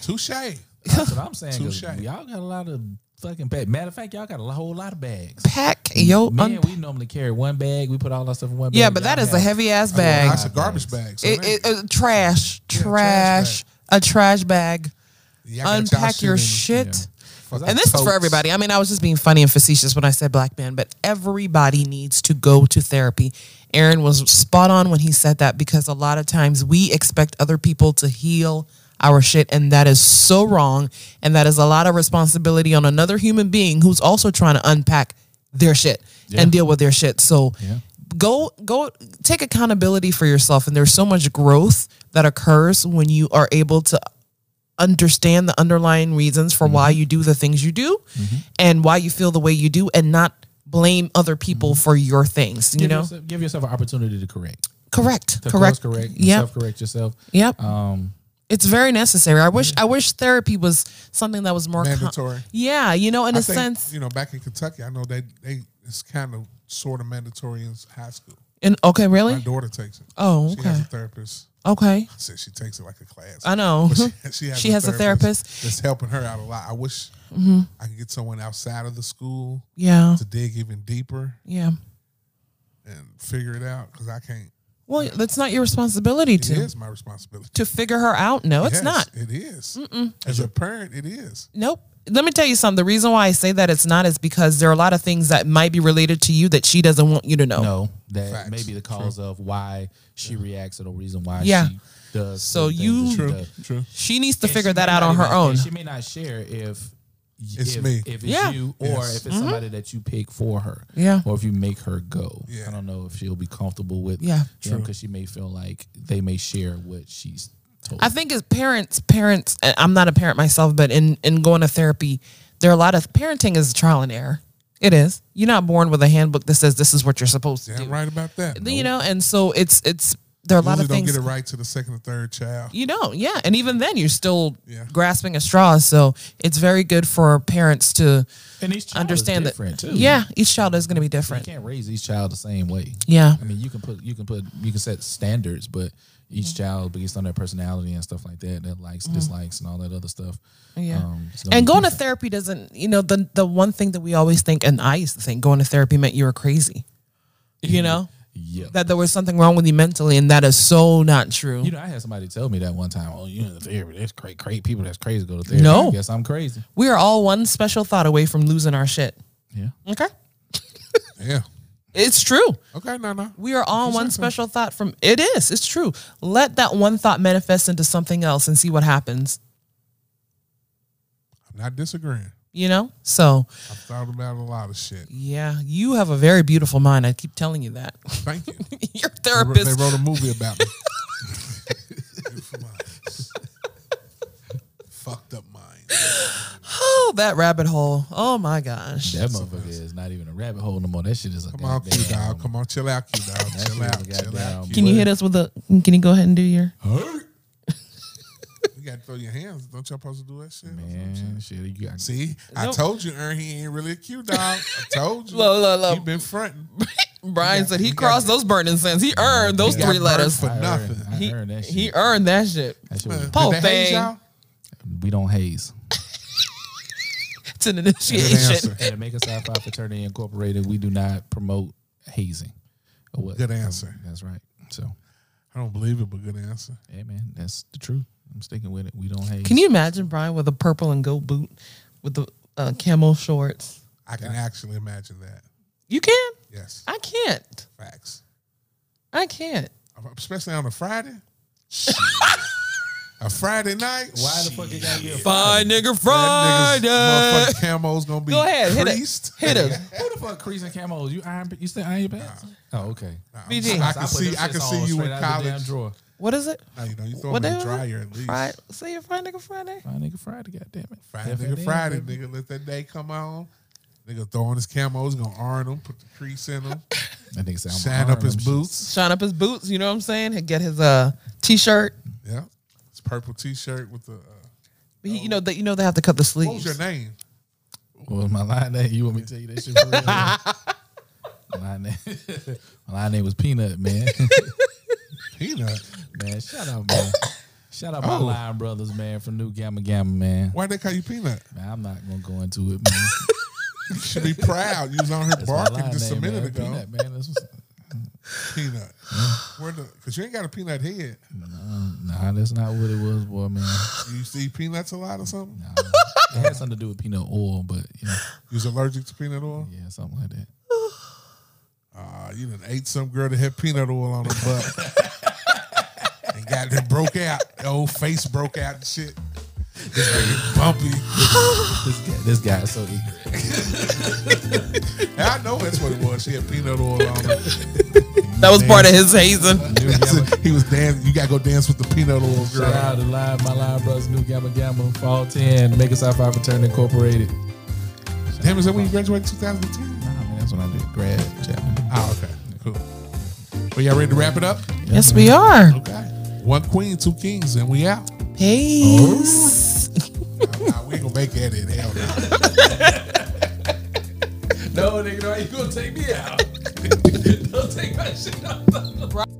Speaker 3: Touche.
Speaker 2: That's what I'm saying. 'cause
Speaker 3: Touche.
Speaker 2: Y'all got a lot of fucking bags. Matter of fact, y'all got a whole lot of bags.
Speaker 1: Pack yo.
Speaker 2: Man,
Speaker 1: unp-
Speaker 2: we normally carry one bag. We put all our stuff in one bag.
Speaker 1: yeah, but that
Speaker 2: Y'all
Speaker 1: is a
Speaker 2: have-
Speaker 1: heavy ass bag.
Speaker 3: That's a garbage bag. So
Speaker 1: It,
Speaker 3: there you
Speaker 1: it,
Speaker 3: go.
Speaker 1: uh, trash,
Speaker 3: trash
Speaker 1: trash, a trash bag.
Speaker 3: Y'all got y'all
Speaker 1: Unpack your
Speaker 3: in
Speaker 1: shit.
Speaker 3: fucking
Speaker 1: And this is for
Speaker 3: totes.
Speaker 1: everybody. I mean, I was just being funny and facetious when I said black man, but everybody needs to go to therapy. Aaron was spot on when he said that because a lot of times we expect other people to heal our shit, and that is so wrong. And that is a lot of responsibility on another human being who's also trying to unpack their shit and deal with their shit. So go go take accountability for yourself. And there's so much growth that occurs when you are able to understand the underlying reasons for
Speaker 3: Mm-hmm.
Speaker 1: why you do the things you do and why you feel the way you do and not blame other people
Speaker 3: Mm-hmm.
Speaker 1: for your things you
Speaker 2: Give,
Speaker 1: know
Speaker 2: yourself, give yourself an opportunity to correct.
Speaker 1: correct
Speaker 2: To
Speaker 1: correct
Speaker 2: Correct.
Speaker 1: yep
Speaker 2: Self correct yourself.
Speaker 1: yep
Speaker 2: Um,
Speaker 1: it's very necessary i wish i wish therapy was something that was more com-
Speaker 3: Mandatory.
Speaker 1: yeah you know in a
Speaker 3: I think,
Speaker 1: sense
Speaker 3: you know, back in Kentucky, I know they they it's kind of sort of mandatory in high school.
Speaker 1: in okay really
Speaker 3: My daughter takes it.
Speaker 1: oh
Speaker 3: She has
Speaker 1: okay
Speaker 3: a therapist.
Speaker 1: okay
Speaker 3: I said she takes it like a class.
Speaker 1: i
Speaker 3: [LAUGHS]
Speaker 1: know
Speaker 3: But she, she has,
Speaker 1: Mm-hmm. She has a therapist. Mm-hmm.
Speaker 3: that's helping her out a lot. I wish I could get someone outside of the school
Speaker 1: [LAUGHS] yeah
Speaker 3: to dig even deeper
Speaker 1: yeah
Speaker 3: and figure it out because I can't.
Speaker 1: well it's not your responsibility
Speaker 3: It
Speaker 1: to
Speaker 3: is my responsibility.
Speaker 1: to figure her out no it's
Speaker 3: Yes,
Speaker 1: not
Speaker 3: It is. As a parent, it is.
Speaker 1: Nope. Let me tell you something. The reason why I say that it's not is because there are a lot of things that might be related to you that she doesn't want you to know.
Speaker 2: no, that
Speaker 3: Facts.
Speaker 2: may be the cause of why she reacts or the reason why
Speaker 1: Yeah.
Speaker 2: she does.
Speaker 1: So
Speaker 2: the things
Speaker 1: you-
Speaker 2: that she
Speaker 1: True.
Speaker 2: does.
Speaker 3: True.
Speaker 1: She needs to
Speaker 2: And
Speaker 1: figure
Speaker 2: she
Speaker 1: that
Speaker 2: may
Speaker 1: out
Speaker 2: not
Speaker 1: on her
Speaker 2: even-
Speaker 1: own.
Speaker 2: and She may not share if
Speaker 3: It's
Speaker 2: if,
Speaker 3: me.
Speaker 2: if it's
Speaker 1: Yeah. Mm-hmm.
Speaker 2: you or
Speaker 3: Yes.
Speaker 2: if it's somebody that you pick for her.
Speaker 1: Yeah.
Speaker 2: Or if you make her go.
Speaker 3: Yeah.
Speaker 2: I don't know if she'll be comfortable with
Speaker 1: Yeah.
Speaker 2: because she may feel like they may share what she's told.
Speaker 1: I think as parents, parents, and I'm not a parent myself, but in, in going to therapy, there are a lot of parenting is trial and error. It is. You're not born with a handbook that says this is what you're supposed to
Speaker 3: Damn
Speaker 1: do.
Speaker 3: right about that. Usually
Speaker 1: You know, and so it's it's there are a lot of
Speaker 3: don't
Speaker 1: things
Speaker 3: get it right to the second or third child.
Speaker 1: you don't yeah and even then you're still
Speaker 3: Yeah.
Speaker 1: grasping at straws so it's very good for parents to
Speaker 2: and each child
Speaker 1: understand
Speaker 2: is
Speaker 1: that
Speaker 2: different too.
Speaker 1: yeah each child is going to be
Speaker 2: You
Speaker 1: different
Speaker 2: can't raise each child the same way.
Speaker 1: yeah
Speaker 2: I mean, you can put you can put you can set standards, but
Speaker 1: Mm-hmm.
Speaker 2: each child based on their personality and stuff like that, their likes, dislikes, and all that other stuff. Um,
Speaker 1: Yeah.
Speaker 2: it's gonna
Speaker 1: and
Speaker 2: be
Speaker 1: going to
Speaker 2: different.
Speaker 1: therapy doesn't you know the the one thing that we always think and i used to think going to therapy meant you were crazy you know
Speaker 2: yeah.
Speaker 1: that there was something wrong with you mentally and that is so not true
Speaker 2: You know, I had somebody tell me that one time. Oh, you in the therapy? That's crazy. Crazy people. That's crazy. Go to therapy.
Speaker 1: No.
Speaker 2: I guess I'm crazy.
Speaker 1: we are all one special thought away from losing our shit
Speaker 2: Yeah.
Speaker 1: okay
Speaker 3: Yeah.
Speaker 1: it's true
Speaker 3: Okay, no, no.
Speaker 1: we are all one special thought from it is it's true let that one thought manifest into something else and see what happens
Speaker 3: I'm not disagreeing.
Speaker 1: you know so
Speaker 3: I've thought about a lot of shit.
Speaker 1: yeah you have a very beautiful mind i keep telling you that [LAUGHS]
Speaker 3: Thank you. They
Speaker 1: your
Speaker 3: wrote,
Speaker 1: [LAUGHS]
Speaker 3: they [LAUGHS]
Speaker 1: therapist
Speaker 3: wrote a movie about me. Beautiful mind.
Speaker 1: Oh, that rabbit hole. Oh my gosh.
Speaker 2: That motherfucker is not even a rabbit hole no more. That shit is a
Speaker 3: Come on,
Speaker 2: goddamn-
Speaker 3: Q dog. Come on, chill out, Q dog.
Speaker 2: That
Speaker 3: Chill
Speaker 2: shit
Speaker 3: out,
Speaker 2: is a
Speaker 3: chill out.
Speaker 2: goddamn-
Speaker 3: Q.
Speaker 1: Can you hit us with a? Can you go ahead and do your?
Speaker 3: Hurt. you got to throw your hands. Don't y'all supposed to do that shit?
Speaker 2: Man, shit, you got
Speaker 3: See, I
Speaker 1: No.
Speaker 3: told you, Ern, he ain't really a
Speaker 1: [LAUGHS]
Speaker 3: Q dog. I told you.
Speaker 1: Look, look, look.
Speaker 3: He been fronting.
Speaker 1: Brian
Speaker 3: Yeah,
Speaker 1: said he
Speaker 3: you got
Speaker 1: crossed
Speaker 3: that.
Speaker 1: those burning sins. He earned those
Speaker 3: got
Speaker 1: three
Speaker 3: burned
Speaker 1: letters.
Speaker 3: for
Speaker 2: I
Speaker 3: nothing.
Speaker 2: Earned, I
Speaker 1: He,
Speaker 2: earned that shit.
Speaker 1: he earned that shit. [LAUGHS]
Speaker 2: that shit was-
Speaker 3: [LAUGHS] Did
Speaker 1: Poor
Speaker 3: they haze
Speaker 1: thing.
Speaker 3: y'all?
Speaker 2: we don't haze.
Speaker 1: It's an
Speaker 3: Good
Speaker 1: initiation.
Speaker 3: answer.
Speaker 2: At Make a Sci-Fi Fraternity Incorporated, we do not promote hazing. Or what-
Speaker 3: Good answer.
Speaker 2: That's right. So,
Speaker 3: I don't believe it, but good answer.
Speaker 2: hey man, that's the truth. I'm sticking with it. We don't haze.
Speaker 1: Can you imagine Brian with a purple and gold boot with the uh, camo shorts?
Speaker 3: I can actually imagine that.
Speaker 1: You can.
Speaker 3: Yes,
Speaker 1: I can't.
Speaker 3: facts.
Speaker 1: I can't.
Speaker 3: Especially on
Speaker 1: [LAUGHS]
Speaker 3: a Friday. a Friday night.
Speaker 2: Why the fuck it gotta be a
Speaker 1: Fine nigga
Speaker 3: That
Speaker 1: Friday.
Speaker 3: nigga's motherfucking camo's gonna be
Speaker 1: Go ahead, hit it.
Speaker 3: creased.
Speaker 1: Hit us.
Speaker 2: Who the fuck creasing camos? You iron? You still iron your pants? Oh, okay.
Speaker 3: Nah, I'm
Speaker 1: BG.
Speaker 3: sorry. I can
Speaker 2: put
Speaker 3: see.
Speaker 2: them
Speaker 3: I can
Speaker 2: shits
Speaker 3: see
Speaker 2: on
Speaker 3: you
Speaker 2: straight
Speaker 3: in
Speaker 2: out the damn
Speaker 3: college.
Speaker 2: drawer.
Speaker 1: What is it?
Speaker 3: No, you know, you throw
Speaker 1: What
Speaker 3: them in
Speaker 1: day
Speaker 3: the
Speaker 1: was it?
Speaker 3: dryer at least.
Speaker 1: Friday. Say your Friday nigga Friday.
Speaker 2: Fine nigga Friday, goddamn it.
Speaker 3: Friday, nigga, Friday, nigga. Let that day come on. Nigga throwing his camos, gonna iron them, put the crease in them,
Speaker 2: That nigga said I'm
Speaker 3: shine up
Speaker 2: ironing
Speaker 3: his
Speaker 2: them shits.
Speaker 3: boots.
Speaker 1: Shine up his boots. You know what I'm saying? He'd get his uh t-shirt.
Speaker 3: Yeah, his purple t-shirt with the. Uh,
Speaker 1: He, you know that you know they have to cut the
Speaker 3: what was
Speaker 1: sleeves.
Speaker 3: your name?
Speaker 2: What was my line name? You want me to tell you that shit for real? my line name, [LAUGHS] my line name was Peanut, man.
Speaker 3: Peanut.
Speaker 2: man, shout out, man. Shout out my
Speaker 3: Oh.
Speaker 2: line brothers, man, from New Gamma Gamma, man.
Speaker 3: Why they call you Peanut?
Speaker 2: man. I'm not gonna go into it, man.
Speaker 3: You should be proud. You was on here
Speaker 2: That's my
Speaker 3: barking
Speaker 2: line
Speaker 3: just a
Speaker 2: name,
Speaker 3: minute
Speaker 2: man.
Speaker 3: ago.
Speaker 2: Peanut, man. That's what's,
Speaker 3: Peanut. Where the? Cause you ain't got a peanut head.
Speaker 2: nah, that's not what it was, boy, man.
Speaker 3: You used to eat peanuts a lot or something.
Speaker 2: Nah, it had something to do with peanut oil, but you know,
Speaker 3: You was allergic to peanut oil.
Speaker 2: yeah, something like that.
Speaker 3: Ah, you done ate some girl that had peanut oil on her butt. [LAUGHS] and got them broke out. The old face broke out and shit. This nigga bumpy.
Speaker 2: This guy, this guy is so ignorant.
Speaker 3: And I know that's what it was. She had peanut oil on her.
Speaker 1: That was part of his hazing.
Speaker 2: New Gamma,
Speaker 3: he was dancing. You gotta go dance with the peanut oil
Speaker 2: shout
Speaker 3: girl.
Speaker 2: out to live, my live brothers, New Gamma Gamma, Fall 10, Make a Sci-Fi Fraternity Incorporated.
Speaker 3: Damn, is that when you graduated 2010?
Speaker 2: Nah, man, that's when I did grad Chapman.
Speaker 3: Oh, okay. Cool. Well, y'all ready to wrap it up?
Speaker 1: Yes, we are.
Speaker 3: Okay. One queen, two kings, and we out.
Speaker 1: Peace.
Speaker 3: Nah, we ain't gonna make that in. Hell no.
Speaker 2: [LAUGHS] No, nigga, no, you gonna take me out. Don't take my shit out.